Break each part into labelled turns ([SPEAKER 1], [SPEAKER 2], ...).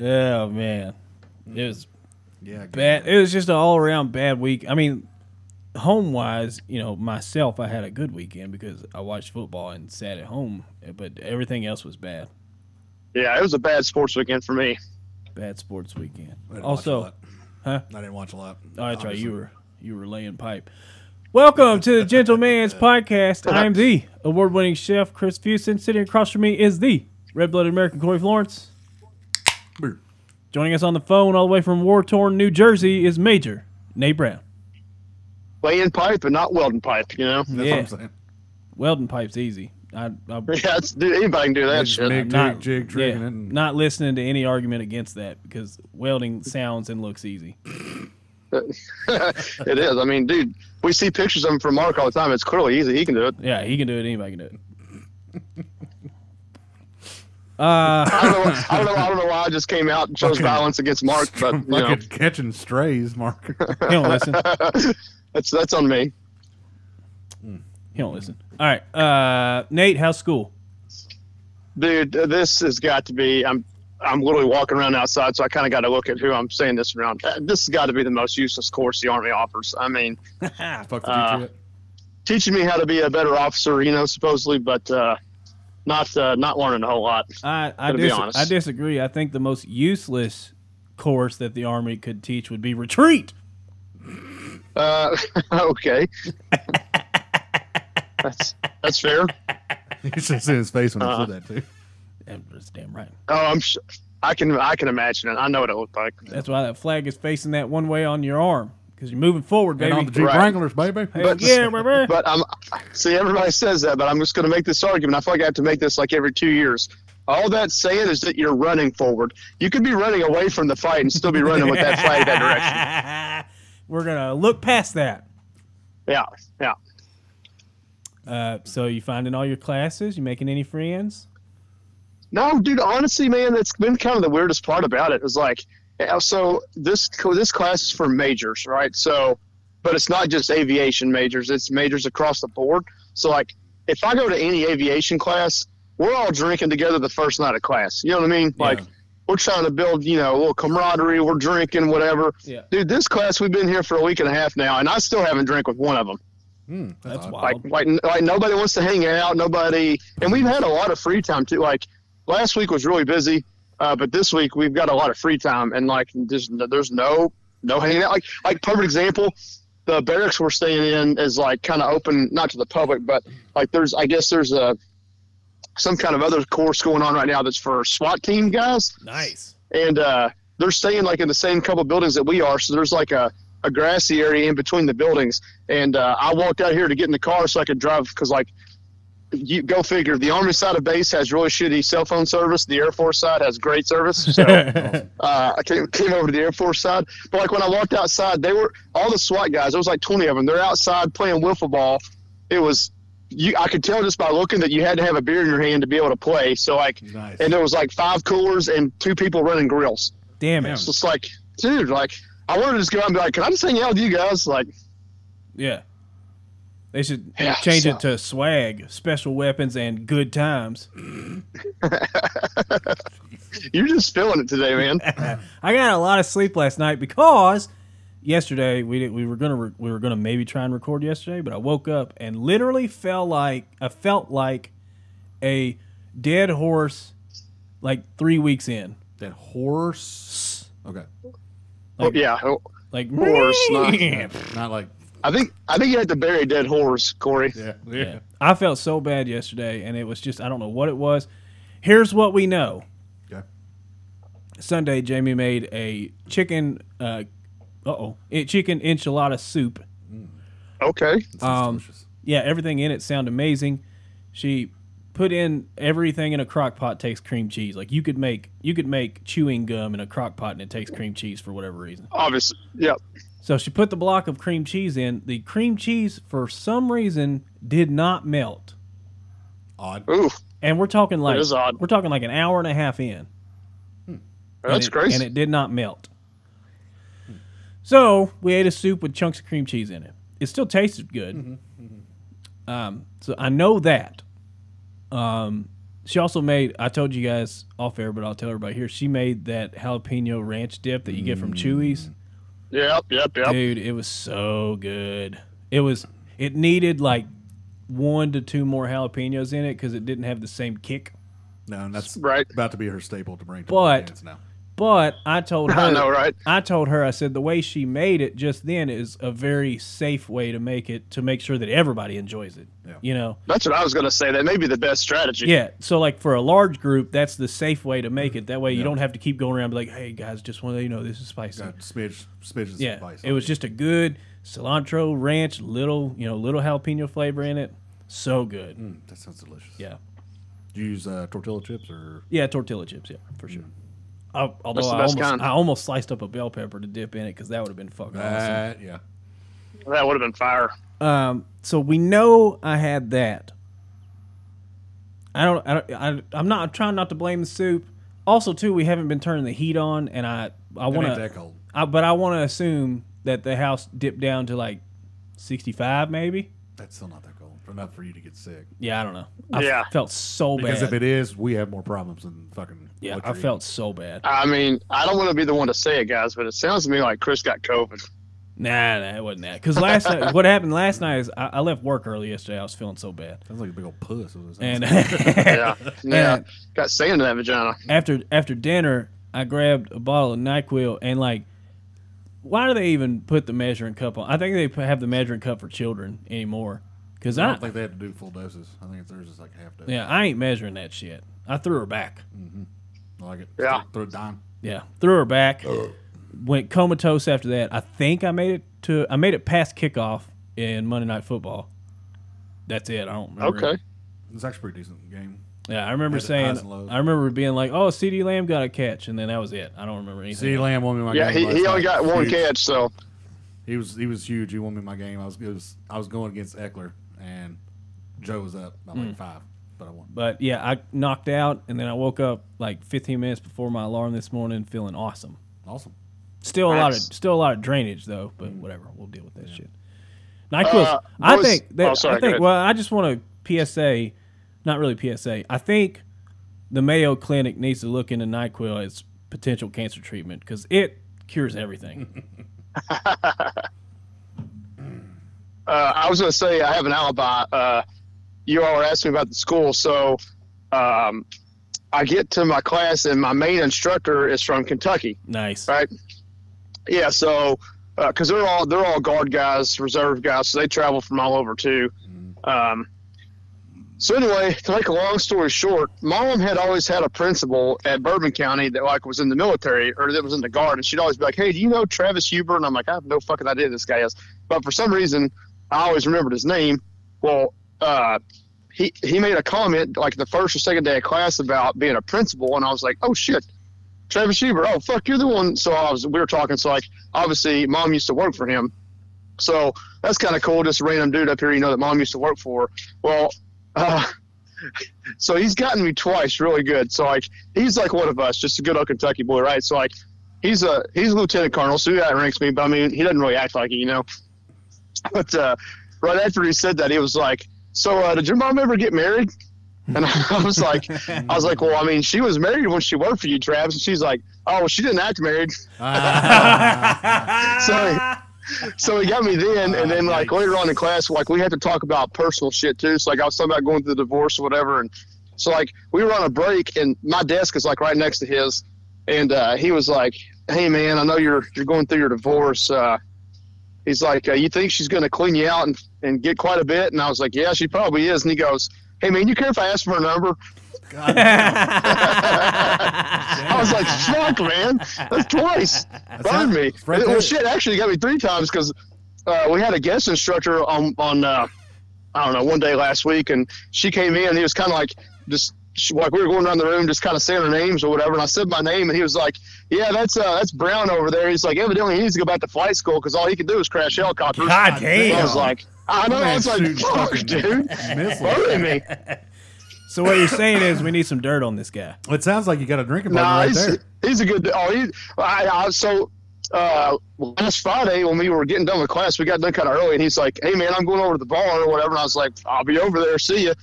[SPEAKER 1] Yeah, man, it was
[SPEAKER 2] Yeah,
[SPEAKER 1] bad. It was just an all around bad week. I mean, home wise, you know, myself, I had a good weekend because I watched football and sat at home, but everything else was bad.
[SPEAKER 3] Yeah, it was a bad sports weekend for me.
[SPEAKER 1] Bad sports weekend.
[SPEAKER 2] I didn't watch a
[SPEAKER 1] Also,
[SPEAKER 2] lot.
[SPEAKER 1] huh?
[SPEAKER 2] I didn't watch a lot.
[SPEAKER 1] Oh, that's right.
[SPEAKER 2] obviously.
[SPEAKER 1] You were you were laying pipe. Welcome to the Gentleman's Podcast. I am the award-winning chef Chris Fusen. Sitting across from me is the red-blooded American Corey Florence.
[SPEAKER 2] Brr.
[SPEAKER 1] Joining us on the phone all the way from war-torn New Jersey is Major Nate Brown.
[SPEAKER 3] Laying pipe and not welding pipe, you know?
[SPEAKER 2] That's
[SPEAKER 1] Yeah.
[SPEAKER 2] what I'm saying.
[SPEAKER 1] Welding pipe's easy. I, I
[SPEAKER 3] Yeah, that's, dude, anybody can do that
[SPEAKER 2] Just
[SPEAKER 3] shit.
[SPEAKER 2] make-
[SPEAKER 1] not
[SPEAKER 2] jig, jig,
[SPEAKER 1] yeah,
[SPEAKER 2] jigging it and-
[SPEAKER 1] not listening to any argument against that because welding sounds and looks easy.
[SPEAKER 3] It is. I mean, dude, we see pictures of him from Mark all the time. It's clearly easy. He can do it.
[SPEAKER 1] Yeah, he can do it. Anybody can do it. Uh,
[SPEAKER 3] I don't know, why- I don't know, I don't know why I just came out and chose
[SPEAKER 2] Fucking-
[SPEAKER 3] violence against Mark, but, you know,
[SPEAKER 2] Fucking catching strays, Mark.
[SPEAKER 1] he don't listen.
[SPEAKER 3] that's, that's on me.
[SPEAKER 1] He don't listen. All right, uh, Nate, how's school?
[SPEAKER 3] Dude, this has got to be. I'm I'm literally walking around outside, so I kind of got to look at who I'm saying this around. Uh, This has got to be the most useless course the Army offers. I mean,
[SPEAKER 2] Ah, Fuck the
[SPEAKER 3] Uh,
[SPEAKER 2] Patriot.
[SPEAKER 3] teaching me how to be a better officer, you know, supposedly, but uh, not uh, not learning a whole lot.
[SPEAKER 1] I I,
[SPEAKER 3] Gotta be
[SPEAKER 1] dis-
[SPEAKER 3] honest.
[SPEAKER 1] I disagree. I think the most useless course that the army could teach would be retreat.
[SPEAKER 3] Uh, okay, that's that's fair.
[SPEAKER 2] You should have seen his face when
[SPEAKER 3] uh,
[SPEAKER 2] he said that too.
[SPEAKER 1] That's damn right.
[SPEAKER 3] Oh, I'm sh- I can I can imagine it. I know what it looked like.
[SPEAKER 1] That's why that flag is facing that one way on your arm because you're moving forward,
[SPEAKER 2] And on
[SPEAKER 1] baby.
[SPEAKER 2] the Jeep
[SPEAKER 3] Right.
[SPEAKER 2] Wranglers, baby.
[SPEAKER 1] Hell yeah, baby.
[SPEAKER 3] But I'm see everybody says that, but I'm just going to make this argument. I feel like I have to make this like every two years. All that's saying is that you're running forward. You could be running away from the fight and still be running with that flag that direction.
[SPEAKER 1] We're gonna look past that.
[SPEAKER 3] Yeah, yeah.
[SPEAKER 1] Uh, so you finding all your classes? You making any friends?
[SPEAKER 3] No, dude. Honestly, man, that's been kind of the weirdest part about it. Is like, yeah, so this this class is for majors, right? So, but it's not just aviation majors; it's majors across the board. So, like, if I go to any aviation class, we're all drinking together the first night of class. You know what I mean? Like,
[SPEAKER 1] Yeah.
[SPEAKER 3] we're trying to build, you know, a little camaraderie. We're drinking, whatever.
[SPEAKER 1] Yeah.
[SPEAKER 3] Dude, this class we've been here for a week and a half now, and I still haven't drank with one of them
[SPEAKER 2] Hmm,
[SPEAKER 1] That's
[SPEAKER 2] odd.
[SPEAKER 1] wild.
[SPEAKER 3] like like like nobody wants to hang out nobody and we've had a lot of free time too like last week was really busy uh, but this week we've got a lot of free time and like there's there's no no hanging out like like perfect example the barracks we're staying in is like kind of open not to the public but like there's i guess there's a some kind of other course going on right now that's for swat team guys
[SPEAKER 1] Nice.
[SPEAKER 3] and uh, they're staying like in the same couple buildings that we are. So there's like a, a grassy area in between the buildings. And uh, I walked out here to get in the car so I could drive because like you go figure the army side of base has really shitty cell phone service. The Air Force side has great service. So uh, I came, came over to the Air Force side. But like when I walked outside, they were all the SWAT guys. There was like 20 of them. They're outside playing wiffle ball. It was you. I could tell just by looking that you had to have a beer in your hand to be able to play. So like,
[SPEAKER 2] Nice.
[SPEAKER 3] and there was like five coolers and two people running grills.
[SPEAKER 1] Damn it.
[SPEAKER 3] So it's like, dude, like I wanted to just go out and be like, can I just hang out with you guys? Like,
[SPEAKER 1] Yeah. They should
[SPEAKER 3] Yeah,
[SPEAKER 1] change
[SPEAKER 3] so-
[SPEAKER 1] it to swag, special weapons, and good times.
[SPEAKER 3] you're just feeling it today, man.
[SPEAKER 1] I got a lot of sleep last night because yesterday we did, we were gonna re- we were gonna maybe try and record yesterday, but I woke up and literally felt like I felt like a dead horse, like three weeks in,
[SPEAKER 2] that horse. Okay.
[SPEAKER 3] Well, yeah,
[SPEAKER 1] like
[SPEAKER 3] Horse, not-
[SPEAKER 2] Not like.
[SPEAKER 3] I think I think you had to bury a dead horse, Corey.
[SPEAKER 2] Yeah.
[SPEAKER 1] Yeah. I felt so bad yesterday, and it was just I don't know what it was. Here's what we know.
[SPEAKER 2] Okay.
[SPEAKER 1] Sunday, Jamie made a chicken, uh oh, chicken enchilada soup.
[SPEAKER 3] Okay,
[SPEAKER 2] That sounds
[SPEAKER 1] Um,
[SPEAKER 2] delicious.
[SPEAKER 1] Yeah, everything in it sounded amazing. She put in everything in a crock pot takes cream cheese. Like you could make you could make chewing gum in a crock pot and it takes cream cheese for whatever reason.
[SPEAKER 3] obviously, yeah.
[SPEAKER 1] So she put the block of cream cheese in. The cream cheese for some reason did not melt.
[SPEAKER 2] Odd.
[SPEAKER 3] Ooh,
[SPEAKER 1] And we're talking like
[SPEAKER 3] is odd.
[SPEAKER 1] we're talking like an hour and a half in. And
[SPEAKER 3] that's
[SPEAKER 1] it-
[SPEAKER 3] crazy.
[SPEAKER 1] And it did not melt. So we ate a soup with chunks of cream cheese in it. It still tasted good. Um, so I know that. Um, She also made. I told you guys off air, but I'll tell everybody here. She made that jalapeno ranch dip that you get from Chewy's.
[SPEAKER 3] Mm. Yep, yep, yep.
[SPEAKER 1] Dude, it was so good. It was. It needed like one to two more jalapenos in it because it didn't have the same kick.
[SPEAKER 2] No, and that's
[SPEAKER 3] Right.
[SPEAKER 2] about to be her staple to bring to
[SPEAKER 1] But-
[SPEAKER 2] dance now.
[SPEAKER 1] But I told her.
[SPEAKER 3] I know, right?
[SPEAKER 1] I told her, I said, the way she made it just then is a very safe way to make it to make sure that everybody enjoys it.
[SPEAKER 2] Yeah.
[SPEAKER 1] You know?
[SPEAKER 3] That's what I was going to say. That may be the best strategy.
[SPEAKER 1] Yeah. So, like, for a large group, that's the safe way to make it. That way you don't have to keep going around and be like, hey, guys, just want to let you know this is spicy.
[SPEAKER 2] Got Uh, smidge, smidges
[SPEAKER 1] yeah.
[SPEAKER 2] of spice.
[SPEAKER 1] It was just a good cilantro ranch, little, you know, little jalapeno flavor in it. So good.
[SPEAKER 2] Mm, that sounds delicious.
[SPEAKER 1] Yeah.
[SPEAKER 2] Do you use uh, tortilla chips or?
[SPEAKER 1] Yeah, tortilla chips. Yeah, for
[SPEAKER 2] Mm.
[SPEAKER 1] sure. I, although
[SPEAKER 3] That's the
[SPEAKER 1] I
[SPEAKER 3] best
[SPEAKER 1] almost,
[SPEAKER 3] kind.
[SPEAKER 1] I almost sliced up a bell pepper to dip in it because that would have been fucking awesome.
[SPEAKER 2] That, yeah.
[SPEAKER 3] That would have been fire.
[SPEAKER 1] Um, so we know I had that. I don't. I don't I, I'm not I'm trying not to blame the soup. Also, too, we haven't been turning the heat on, and I I
[SPEAKER 2] It
[SPEAKER 1] want
[SPEAKER 2] ain't that
[SPEAKER 1] to.
[SPEAKER 2] cold.
[SPEAKER 1] I, but I want to assume that the house dipped down to like 65, maybe.
[SPEAKER 2] That's still not that cold. Enough for you to get sick.
[SPEAKER 1] Yeah, I don't know. I
[SPEAKER 3] Yeah.
[SPEAKER 1] felt so
[SPEAKER 2] Because
[SPEAKER 1] bad.
[SPEAKER 2] if it is, we have more problems than fucking.
[SPEAKER 1] yeah,
[SPEAKER 2] what
[SPEAKER 1] I
[SPEAKER 2] you're eating.
[SPEAKER 1] felt so bad.
[SPEAKER 3] I mean, I don't want to be the one to say it, guys, but it sounds to me like Chris got COVID.
[SPEAKER 1] Nah, nah, it wasn't that. Because last night, what happened last night is I, I left work early yesterday. I was feeling so bad,
[SPEAKER 2] Sounds like a big old puss. What was that?
[SPEAKER 1] and
[SPEAKER 3] Yeah. yeah.
[SPEAKER 1] And-
[SPEAKER 3] Got sand in that vagina.
[SPEAKER 1] after after dinner, I grabbed a bottle of Nyquil and like, why do they even put the measuring cup on? I think they put- have the measuring cup for children anymore. Cause
[SPEAKER 2] I
[SPEAKER 1] I,
[SPEAKER 2] don't think they had to do full doses. I think theirs is like half dose.
[SPEAKER 1] yeah, I ain't measuring that shit. I threw her back.
[SPEAKER 2] I like it.
[SPEAKER 3] Yeah.
[SPEAKER 2] Throw it down.
[SPEAKER 1] Yeah, threw her back. Went comatose after that. I think I made it to. I made it past kickoff in Monday Night Football. That's it. I don't remember.
[SPEAKER 3] Okay.
[SPEAKER 2] It's actually a pretty decent game.
[SPEAKER 1] Yeah, I remember
[SPEAKER 2] Had the highs
[SPEAKER 1] saying.
[SPEAKER 2] and lows.
[SPEAKER 1] I remember being like, "Oh, C.D. Lamb got a catch," and then that was it. I don't remember anything.
[SPEAKER 2] C. Lamb won me my
[SPEAKER 3] Yeah,
[SPEAKER 2] game.
[SPEAKER 3] he, he
[SPEAKER 2] last night.
[SPEAKER 3] only got one
[SPEAKER 2] Huge.
[SPEAKER 3] catch, so
[SPEAKER 2] He was he was huge. He won me my game. I was it was I was going against Eckler and Joe was up by
[SPEAKER 1] Mm.
[SPEAKER 2] like five, but I won.
[SPEAKER 1] But yeah, I knocked out, and then I woke up like 15 minutes before my alarm this morning, feeling awesome.
[SPEAKER 2] Awesome.
[SPEAKER 1] Still a lot of
[SPEAKER 3] Nice.
[SPEAKER 1] still a lot of drainage though, but whatever, we'll deal with that shit. Nyquil,
[SPEAKER 3] Mm. Uh,
[SPEAKER 1] I
[SPEAKER 3] what was-
[SPEAKER 1] think that
[SPEAKER 3] oh, sorry,
[SPEAKER 1] I
[SPEAKER 3] go
[SPEAKER 1] think.
[SPEAKER 3] ahead.
[SPEAKER 1] Well, I just want to PSA, not really PSA. I think the Mayo Clinic needs to look into Nyquil as potential cancer treatment because it cures everything.
[SPEAKER 3] uh, I was going to say I have an alibi. Uh, you all were asking me about the school, so um, I get to my class, and my main instructor is from Kentucky.
[SPEAKER 1] nice.
[SPEAKER 3] right? Yeah, so because they're all they're all guard guys, reserve guys, so they travel from all over too. Um, so anyway, to make a long story short, mom had always had a principal at Bourbon County that like was in the military or that was in the guard, and she'd always be like, "Hey, do you know Travis Huber?" And I'm like, "I have no fucking idea who this guy is," but for some reason, I always remembered his name. Well, uh, he he made a comment like the first or second day of class about being a principal, and I was like, "Oh shit, Travis Schieber, oh fuck, you're the one. So I was, we were talking. So like, obviously, mom used to work for him. So that's kind of cool. Just a random dude up here, you know, that mom used to work for. Well, uh, so he's gotten me twice, really good. So like, he's like one of us, just a good old Kentucky boy, right? So like, he's a he's a lieutenant colonel, so he outranks me. But I mean, he doesn't really act like it, you know. But uh, right after he said that, he was like, "So uh, did your mom ever get married?" And I was like, I was like, well, I mean, she was married when she worked for you, Travis. And she's like, oh, well, she didn't act married.
[SPEAKER 2] Oh,
[SPEAKER 3] So, so he got me then. And then, like, later on in class, like, we had to talk about personal shit, too. So, like, I was talking about going through the divorce or whatever. And so, like, we were on a break, and my desk is, like, right next to his. And uh, he was like, hey, man, I know you're, you're going through your divorce. Uh, he's like, uh, you think she's going to clean you out and, and get quite a bit? And I was like, yeah, she probably is. And he goes, hey, man, you care if I ask for her number? I was like, fuck, man. That's twice. Burned me.
[SPEAKER 2] right
[SPEAKER 3] well,
[SPEAKER 2] there.
[SPEAKER 3] shit, actually got me three times because uh, we had a guest instructor on, on uh, I don't know, one day last week, and she came in, and he was kind of like, just she, like we were going around the room, just kind of saying our names or whatever. And I said my name, and he was like, yeah, that's uh, that's Brown over there. He's like, evidently, he needs to go back to flight school because all he can do is crash helicopters.
[SPEAKER 1] God damn.
[SPEAKER 3] I was like, I know. I was like,
[SPEAKER 2] Shooting
[SPEAKER 3] fuck,
[SPEAKER 2] fucking
[SPEAKER 3] dude.
[SPEAKER 2] missiles.
[SPEAKER 3] Bury me.
[SPEAKER 1] So what you're saying is we need some dirt on this guy.
[SPEAKER 2] It sounds like you got a drinking
[SPEAKER 3] No,
[SPEAKER 2] buddy right
[SPEAKER 3] he's,
[SPEAKER 2] there.
[SPEAKER 3] he's a good. Oh, he. I, I, so uh, last Friday when we were getting done with class, we got done kind of early, and he's like, "Hey, man, I'm going over to the bar or whatever." And I was like, "I'll be over there. See you."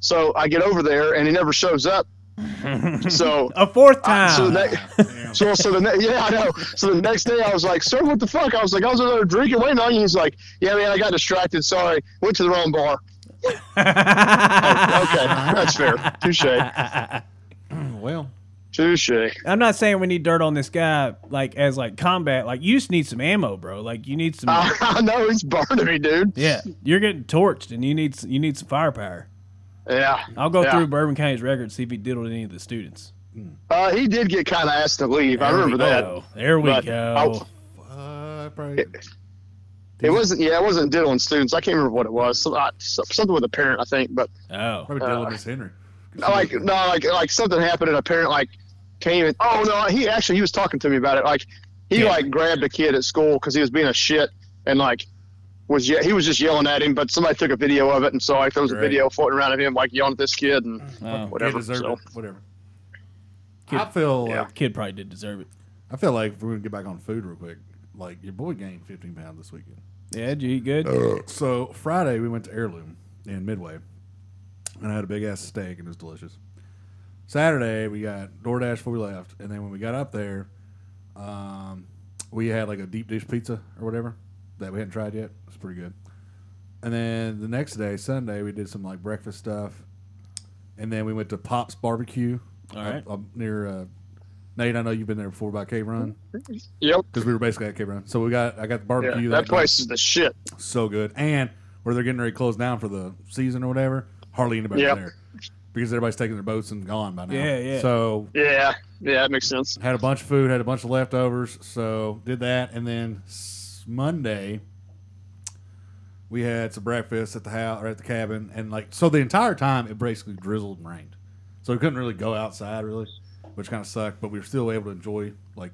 [SPEAKER 3] So I get over there and he never shows up. so
[SPEAKER 1] A fourth time.
[SPEAKER 3] I- Uh, so that-
[SPEAKER 2] Damn.
[SPEAKER 3] so, so the ne- yeah, I know. So the next day, I was like, "Sir, what the fuck?" I was like, "I was over there drinking, waiting on you." He's like, "Yeah, man, I got distracted. Sorry, went to the wrong bar." Oh, Okay, that's fair. Touche,
[SPEAKER 2] well,
[SPEAKER 3] touche.
[SPEAKER 1] I'm not saying we need dirt on this guy like as like combat. Like you just need some ammo, bro. Like you need some.
[SPEAKER 3] I, I know he's burning me, dude.
[SPEAKER 1] yeah, you're getting torched, and you need s- you need some firepower.
[SPEAKER 3] Yeah,
[SPEAKER 1] I'll go
[SPEAKER 3] Yeah.
[SPEAKER 1] through Bourbon County's record see if he diddled any of the students.
[SPEAKER 3] uh, he did get kind of asked to leave. I
[SPEAKER 1] There we
[SPEAKER 3] remember that.
[SPEAKER 1] go. There we
[SPEAKER 3] But oh.
[SPEAKER 1] go.
[SPEAKER 2] uh, probably.
[SPEAKER 3] It wasn't. Yeah, it wasn't diddling students. I can't remember what it was. So- I- so- Something with a parent, I think. But
[SPEAKER 1] oh,
[SPEAKER 2] Probably dealing with Miss Henry.
[SPEAKER 3] like, no, like, like something happened, and a parent like came and oh no, he actually he was talking to me about it. Like, he
[SPEAKER 1] Yeah.
[SPEAKER 3] like grabbed a kid at school because he was being a shit and like was ye- he was just yelling at him. But somebody took a video of it, and so like there was a
[SPEAKER 1] Right.
[SPEAKER 3] video floating around of him like yelling at this kid and
[SPEAKER 1] oh.
[SPEAKER 2] They
[SPEAKER 3] whatever.
[SPEAKER 2] deserve
[SPEAKER 3] So
[SPEAKER 2] it. Whatever. I feel
[SPEAKER 3] Yeah.
[SPEAKER 2] like
[SPEAKER 1] kid probably did deserve it.
[SPEAKER 2] I feel like if we're gonna get back on food real quick, like your boy gained 15 pounds this weekend.
[SPEAKER 1] Yeah, did you eat good?
[SPEAKER 2] Oh. So Friday we went to Heirloom in Midway, and I had a big ass steak and it was delicious. Saturday we got DoorDash before we left, and then when we got up there, um, we had like a deep dish pizza or whatever that we hadn't tried yet. It's pretty good. And then the next day, Sunday, we did some like breakfast stuff, and then we went to Pop's Barbecue
[SPEAKER 1] All
[SPEAKER 2] up-
[SPEAKER 1] right.
[SPEAKER 2] up near uh, Nate. I know you've been there before by Cave Run
[SPEAKER 3] yep,
[SPEAKER 2] because we were basically at Cave Run. So we got I got the
[SPEAKER 3] yeah,
[SPEAKER 2] barbecue.
[SPEAKER 3] that
[SPEAKER 2] night
[SPEAKER 3] place is the shit.
[SPEAKER 2] so good. And where they're getting ready to close down for the season or whatever, hardly anybody's
[SPEAKER 3] Yep.
[SPEAKER 2] there because everybody's taking their boats and gone by now.
[SPEAKER 1] Yeah, yeah.
[SPEAKER 2] So
[SPEAKER 3] Yeah, yeah, that makes sense.
[SPEAKER 2] had a bunch of food, had a bunch of leftovers. So did that, and then s- Monday we had some breakfast at the house or at the cabin, and like so the entire time it basically drizzled and rained, so we couldn't really go outside really, which kind of sucked. But we were still able to enjoy like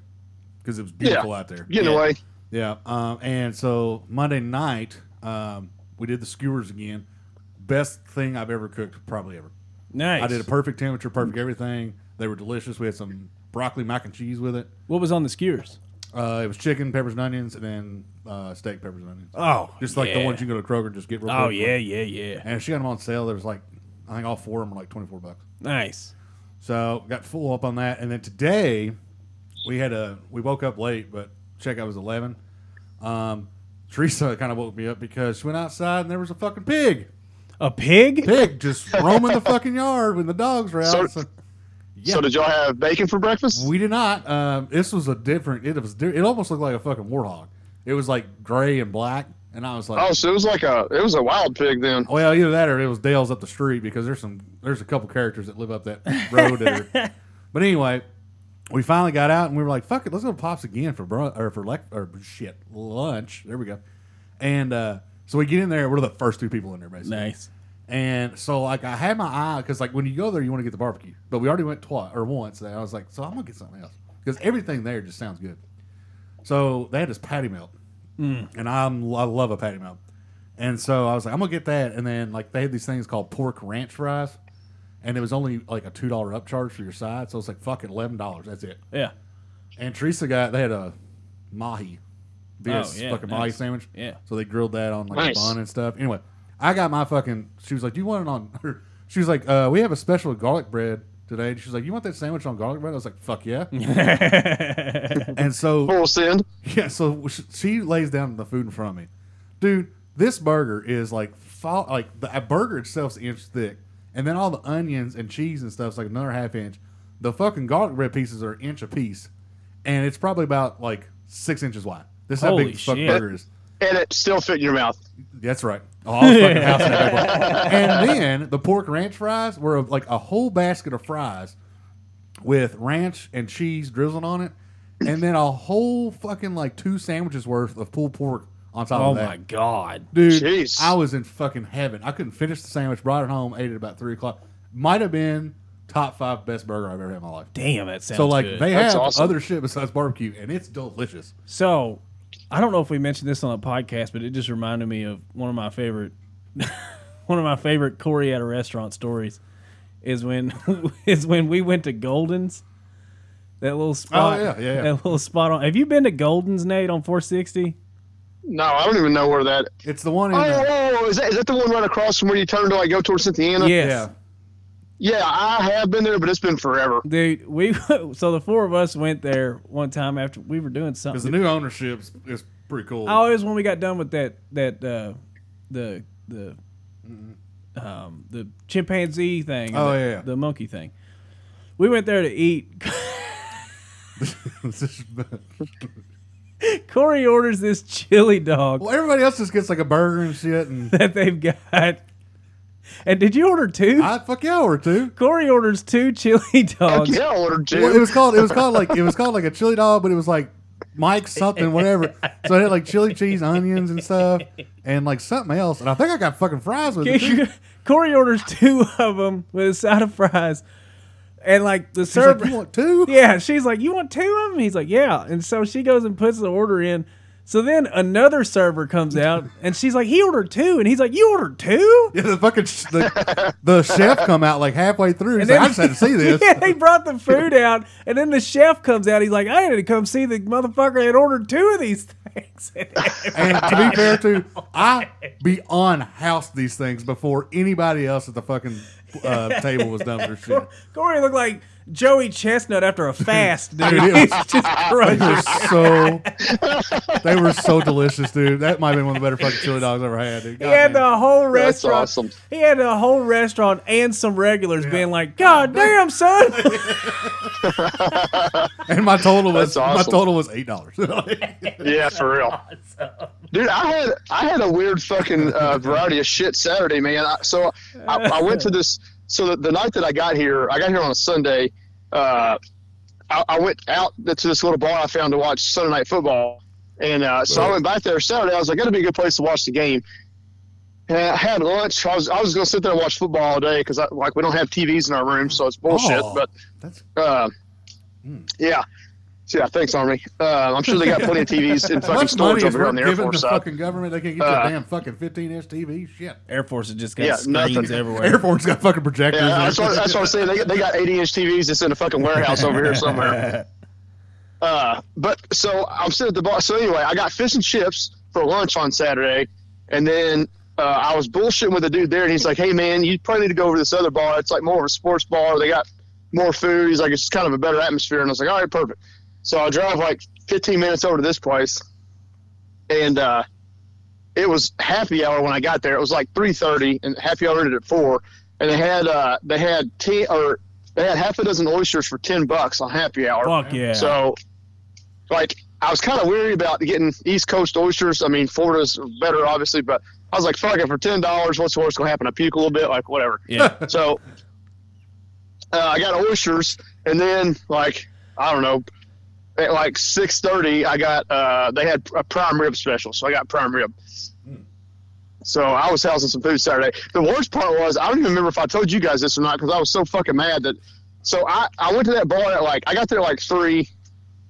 [SPEAKER 2] because it was beautiful out there.
[SPEAKER 3] Getting
[SPEAKER 1] Yeah.
[SPEAKER 3] away.
[SPEAKER 2] Yeah. Um, and so Monday night, um, we did the skewers again. Best thing I've ever cooked, probably ever.
[SPEAKER 1] Nice.
[SPEAKER 2] I did a perfect temperature, perfect everything. They were delicious. We had some broccoli mac and cheese with it.
[SPEAKER 1] what was on the skewers?
[SPEAKER 2] Uh, it was chicken, peppers and onions, and then uh, steak, peppers and onions.
[SPEAKER 1] Oh,
[SPEAKER 2] Just like the
[SPEAKER 1] yeah.
[SPEAKER 2] ones you can go to Kroger and just get real
[SPEAKER 1] Oh
[SPEAKER 2] quick.
[SPEAKER 1] yeah, yeah, yeah.
[SPEAKER 2] And she got them on sale. There was like, I think all four of them were like 24 bucks.
[SPEAKER 1] Nice.
[SPEAKER 2] So got full up on that, and then today we had a we woke up late, but check out was eleven. Um, Teresa kind of woke me up because she went outside and there was a fucking pig,
[SPEAKER 1] A pig?
[SPEAKER 2] pig just roaming the fucking yard when the dogs were out.
[SPEAKER 3] So-
[SPEAKER 2] So, yeah,
[SPEAKER 3] So did y'all have bacon for breakfast?
[SPEAKER 2] we did not. Um, this was a different. It was di- it almost looked like a fucking warthog. It was like gray and black, and I was like,
[SPEAKER 3] oh, so it was like a it was a wild pig then.
[SPEAKER 2] Well, either that or it was Dale's up the street because there's some there's a couple characters that live up that road. that are, but anyway, we finally got out and we were like, "Fuck it, let's go to Pops again for brunch or for lec- or shit lunch." There we go. And uh, so we get in there. We're the first two people in there, basically.
[SPEAKER 1] Nice.
[SPEAKER 2] And so like I had my eye because like when you go there, you want to get the barbecue, but we already went twice or once. And I was like, so I'm gonna get something else because everything there just sounds good. So they had this patty melt, and I'm I love a patty melt, and so I was like, I'm gonna get that. And then like they had these things called pork ranch fries, and it was only like a two dollar upcharge for your side. So it's like fucking eleven dollars. That's it.
[SPEAKER 1] Yeah.
[SPEAKER 2] And Teresa got they had a mahi, this
[SPEAKER 1] Oh, yeah,
[SPEAKER 2] fucking mahi
[SPEAKER 1] nice.
[SPEAKER 2] sandwich.
[SPEAKER 1] Yeah.
[SPEAKER 2] So they grilled that on like
[SPEAKER 3] Nice.
[SPEAKER 2] a bun and stuff. Anyway, I got my fucking. She was like, "Do you want it on?" She was like, uh, "We have a special garlic bread today." And she was like, "You want that sandwich on garlic bread?" I was like, "Fuck yeah!" and so
[SPEAKER 3] Full send.
[SPEAKER 2] yeah, so sh- she lays down the food in front of me, dude. This burger is like fo- like the a burger itself's an inch thick, and then all the onions and cheese and stuff's like another half inch. The fucking garlic bread pieces are an inch a piece, and it's probably about like six inches wide. This is how
[SPEAKER 1] Holy
[SPEAKER 2] big this fucking
[SPEAKER 1] shit.
[SPEAKER 2] burger is.
[SPEAKER 3] And it still fit in your mouth.
[SPEAKER 2] That's right. Oh, I was fucking house in that place. and then the pork ranch fries were like a whole basket of fries with ranch and cheese drizzled on it, and then a whole fucking like two sandwiches worth of pulled pork on top
[SPEAKER 1] Oh
[SPEAKER 2] of that.
[SPEAKER 1] my god.
[SPEAKER 2] Dude,
[SPEAKER 3] Jeez.
[SPEAKER 2] I was in fucking heaven. I couldn't finish the sandwich. Brought it home. Ate it about three o'clock. Might have been top five best burger I've ever had in my life.
[SPEAKER 1] Damn, that sounds
[SPEAKER 2] so like
[SPEAKER 1] good.
[SPEAKER 2] they
[SPEAKER 3] That's
[SPEAKER 2] have
[SPEAKER 3] awesome.
[SPEAKER 2] other shit besides barbecue, and it's delicious.
[SPEAKER 1] So, I don't know if we mentioned this on a podcast, but it just reminded me of one of my favorite, one of my favorite Corey at a restaurant stories, is when is when we went to Golden's, that little spot.
[SPEAKER 2] Oh, yeah, yeah, yeah.
[SPEAKER 1] That little spot on. Have you been to Golden's, Nate, on four sixty?
[SPEAKER 3] No, I don't even know where that.
[SPEAKER 2] It's the one in
[SPEAKER 3] Oh,
[SPEAKER 2] the,
[SPEAKER 3] oh, is that is that the one right across from where you turn to like go towards Cynthiana?
[SPEAKER 1] Yes.
[SPEAKER 2] yeah.
[SPEAKER 3] Yeah, I have been there, but it's been forever.
[SPEAKER 1] Dude, we so the four of us went there one time after we were doing something.
[SPEAKER 2] Because the new ownership is pretty cool.
[SPEAKER 1] Oh, it was when we got done with that that uh, the the um, the chimpanzee thing. and
[SPEAKER 2] Oh,
[SPEAKER 1] the,
[SPEAKER 2] yeah, yeah.
[SPEAKER 1] the monkey thing. We went there to eat.
[SPEAKER 2] This is-
[SPEAKER 1] Corey orders this chili dog
[SPEAKER 2] well, everybody else just gets like a burger and shit, and
[SPEAKER 1] that they've got. And did you order two?
[SPEAKER 2] I fuck yeah, or two.
[SPEAKER 1] Corey orders two chili dogs.
[SPEAKER 3] Yeah, I ordered two.
[SPEAKER 2] Well, it was called it was called like it was called like a chili dog, but it was like Mike something whatever. So it had like chili cheese, onions, and stuff, and like something else. And I think I got fucking fries with it. too.
[SPEAKER 1] Corey orders two of them with a side of fries, and like the
[SPEAKER 2] She's
[SPEAKER 1] server.
[SPEAKER 2] like, you want two?
[SPEAKER 1] Yeah, she's like, "You want two of them?" He's like, "Yeah." And so she goes and puts the order in. So then another server comes out, and she's like, "He ordered two," and he's like, "You ordered two?
[SPEAKER 2] Yeah, the fucking sh- the, the chef come out like halfway through. He's like, I just had to see this.
[SPEAKER 1] Yeah, they brought the food out, and then the chef comes out. He's like, "I had to come see the motherfucker that ordered two of these things."
[SPEAKER 2] And to be fair to, I beyond housed these things before anybody else at the fucking uh, table was done their shit.
[SPEAKER 1] Corey looked like Joey Chestnut after a fast, dude.
[SPEAKER 2] Dude, it
[SPEAKER 1] He's
[SPEAKER 2] was-
[SPEAKER 1] just crunching.
[SPEAKER 2] They were so they were so delicious, dude. That might have been one of the better fucking chili dogs I ever had, dude.
[SPEAKER 1] He
[SPEAKER 2] God
[SPEAKER 1] had
[SPEAKER 2] damn.
[SPEAKER 1] the whole
[SPEAKER 3] That's
[SPEAKER 1] restaurant.
[SPEAKER 3] awesome.
[SPEAKER 1] He had the whole restaurant and some regulars being like, "God damn, son!"
[SPEAKER 2] and my total was
[SPEAKER 3] That's awesome.
[SPEAKER 2] my total was eight dollars.
[SPEAKER 3] Yeah, for real. Dude, I had I had a weird fucking uh, variety of shit Saturday, man. I, so I, I went to this. So the, the night that I got here, I got here on a Sunday. Uh, I, I went out to this little bar I found to watch Sunday night football, and uh, so I went back there Saturday. I was like, "That'd be a good place to watch the game." And I had lunch. I was I was gonna sit there and watch football all day because like we don't have TVs in our room, so it's bullshit.
[SPEAKER 2] Oh.
[SPEAKER 3] But
[SPEAKER 2] That's
[SPEAKER 3] uh,
[SPEAKER 2] Hmm.
[SPEAKER 3] yeah. So, yeah, thanks, Army. Uh, I'm sure they got plenty of TVs in fucking
[SPEAKER 2] much money is
[SPEAKER 3] storage over here
[SPEAKER 2] worth
[SPEAKER 3] on the Air
[SPEAKER 2] giving the
[SPEAKER 3] Force uh, side.
[SPEAKER 2] fucking government. They can't get you a
[SPEAKER 3] Uh,
[SPEAKER 2] damn fucking fifteen inch TV. Shit.
[SPEAKER 1] Air Force has just got
[SPEAKER 3] Yeah,
[SPEAKER 1] screens
[SPEAKER 3] nothing.
[SPEAKER 1] everywhere.
[SPEAKER 2] Air Force got fucking projectors.
[SPEAKER 3] Yeah,
[SPEAKER 2] and
[SPEAKER 3] that's what, that's what I'm saying. They, they got 80 inch TVs that's in a fucking warehouse over here somewhere. Uh, but so I'm sitting at the bar. So anyway, I got fish and chips for lunch on Saturday, and then uh, I was bullshitting with a dude there, and he's like, "Hey man, you probably need to go over to this other bar. It's like more of a sports bar. They got more food. He's like, it's kind of a better atmosphere." And I was like, "All right, perfect." So I drive like 15 minutes over to this place, and uh, it was happy hour when I got there. It was like 3:30, and happy hour ended at four. And they had uh, they had ten or they had half a dozen oysters for ten bucks on happy hour.
[SPEAKER 1] Fuck yeah!
[SPEAKER 3] So, like, I was kind of weary about getting East Coast oysters. I mean, Florida's better, obviously, but I was like, fuck it, for ten dollars, what's the worst gonna happen? I puke a little bit, like whatever.
[SPEAKER 1] yeah,
[SPEAKER 3] So, uh, I got oysters, and then like I don't know, at like six thirty, I got uh, they had a prime rib special, so I got prime rib. So I was housing some food Saturday. The worst part was I don't even remember if I told you guys this or not because I was so fucking mad that. So I, I went to that bar at like I got there at like three,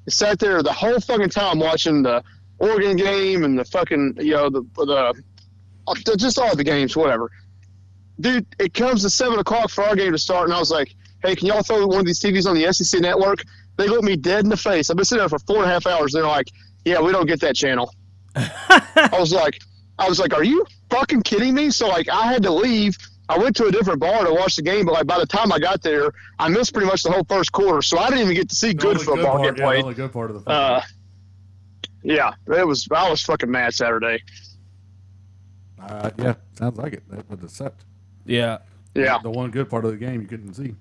[SPEAKER 3] sat there the whole fucking time watching the Oregon game and the fucking you know the the just all the games whatever. Dude, it comes to seven o'clock for our game to start, and I was like, "Hey, can y'all throw one of these TVs on the SEC network?" They looked me dead in the face. I've been sitting there for four and a half hours, and they're like, "Yeah, we don't get that channel." I was like, I was like, "Are you fucking kidding me?" So like, I had to leave. I went to a different bar to watch the game, but like by the time I got there, I missed pretty much the whole first quarter, so I didn't even get to see
[SPEAKER 2] The
[SPEAKER 3] good
[SPEAKER 2] only
[SPEAKER 3] football
[SPEAKER 2] part,
[SPEAKER 3] get
[SPEAKER 2] yeah, the
[SPEAKER 3] played.
[SPEAKER 2] only good part of the fucking-
[SPEAKER 3] Uh, yeah, it was. I was fucking mad Saturday.
[SPEAKER 2] Uh, yeah, sounds like it. That would accept.
[SPEAKER 1] yeah.
[SPEAKER 3] Yeah,
[SPEAKER 2] The one good part of the game you couldn't see.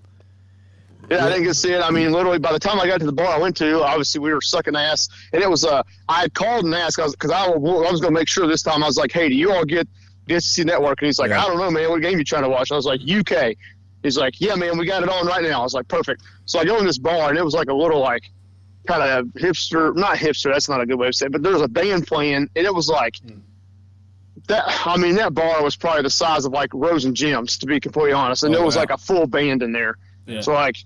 [SPEAKER 3] yeah. I didn't get to see it. I mean, literally, by the time I got to the bar I went to, obviously we were sucking ass, and it was. Uh, I had called and asked because I, was- I was going to make sure this time. I was like, "Hey, do you all get the SEC Network?" And he's like,
[SPEAKER 2] Yeah.
[SPEAKER 3] "I don't know, man. What game you trying to watch?" And I was like, "UK." He's like, "Yeah, man, we got it on right now." I was like, "Perfect." So I go in this bar, and it was like a little like kind of hipster, not hipster. That's not a good way to say, it, but there was a band playing, and it was like.
[SPEAKER 1] Hmm.
[SPEAKER 3] that I mean that bar was probably the size of like Rose and Jim's to be completely honest, and
[SPEAKER 1] Oh,
[SPEAKER 3] there was
[SPEAKER 1] wow.
[SPEAKER 3] like a full band in there.
[SPEAKER 1] Yeah.
[SPEAKER 3] So like,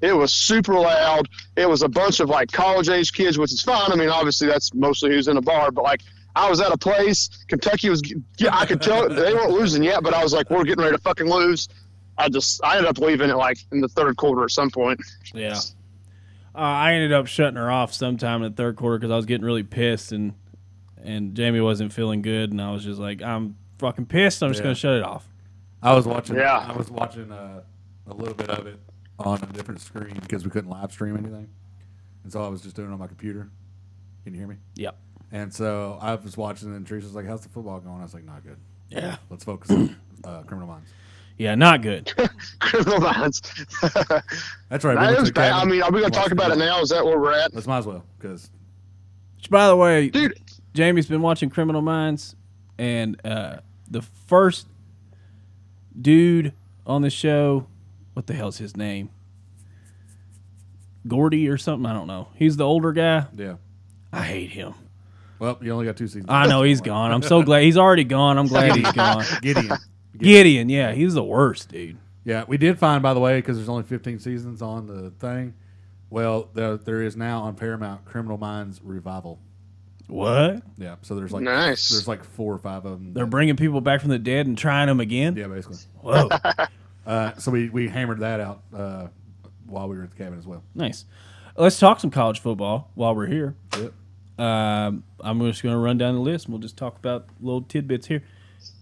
[SPEAKER 3] it was super loud. It was a bunch of like college age kids, which is fine. I mean, obviously that's mostly who's in a bar, but like. I was at a place. Kentucky was. Yeah, I could tell they weren't losing yet, but I was like, "We're getting ready to fucking lose." I just, I ended up leaving it like in the third quarter at some point.
[SPEAKER 1] Yeah. Uh, I ended up shutting her off sometime in the third quarter because I was getting really pissed, and and Jamie wasn't feeling good, and I was just like, I'm fucking pissed. I'm just
[SPEAKER 2] Yeah.
[SPEAKER 1] gonna shut it off.
[SPEAKER 2] I was watching.
[SPEAKER 3] Yeah.
[SPEAKER 2] I was watching uh, a little bit of it on a different screen because we couldn't live stream anything, and so I was just doing it on my computer. Can you hear me?
[SPEAKER 1] Yep.
[SPEAKER 2] And so I was watching, and Teresa's like, "How's the football going?" I was like, "Not good.
[SPEAKER 1] Yeah.
[SPEAKER 2] Let's focus on uh, Criminal Minds."
[SPEAKER 1] Yeah. Not good.
[SPEAKER 3] Criminal Minds. that
[SPEAKER 2] That's right. we went to
[SPEAKER 3] is
[SPEAKER 2] the
[SPEAKER 3] bad. I
[SPEAKER 2] cabin.
[SPEAKER 3] mean, are we going to
[SPEAKER 2] Watched
[SPEAKER 3] talk about it now? Is that where we're at?
[SPEAKER 2] Let's might as well because
[SPEAKER 1] Which, by the way,
[SPEAKER 3] Dude,
[SPEAKER 1] Jamie's been watching Criminal Minds, and uh, the first dude on the show, what the hell's his name? Gordy or something? I don't know. He's the older guy.
[SPEAKER 2] yeah.
[SPEAKER 1] I hate him.
[SPEAKER 2] Well, you only got two seasons.
[SPEAKER 1] I know he's gone. I'm so glad he's already gone. I'm glad he's gone.
[SPEAKER 2] Gideon.
[SPEAKER 1] Gideon, yeah, he's the worst, dude.
[SPEAKER 2] Yeah, we did find, by the way, because there's only 15 seasons on the thing. Well, there, there is now on Paramount Criminal Minds Revival.
[SPEAKER 1] What?
[SPEAKER 2] Yeah, so there's like
[SPEAKER 3] Nice.
[SPEAKER 2] There's like four or five of them.
[SPEAKER 1] They're bringing people back from the dead and trying them again?
[SPEAKER 2] yeah, basically.
[SPEAKER 1] Whoa.
[SPEAKER 2] Uh, so we, we hammered that out uh, while we were at the cabin as well.
[SPEAKER 1] nice. Let's talk some college football while we're here.
[SPEAKER 2] Yep.
[SPEAKER 1] Um, I'm just going to run down the list and we'll just talk about little tidbits here.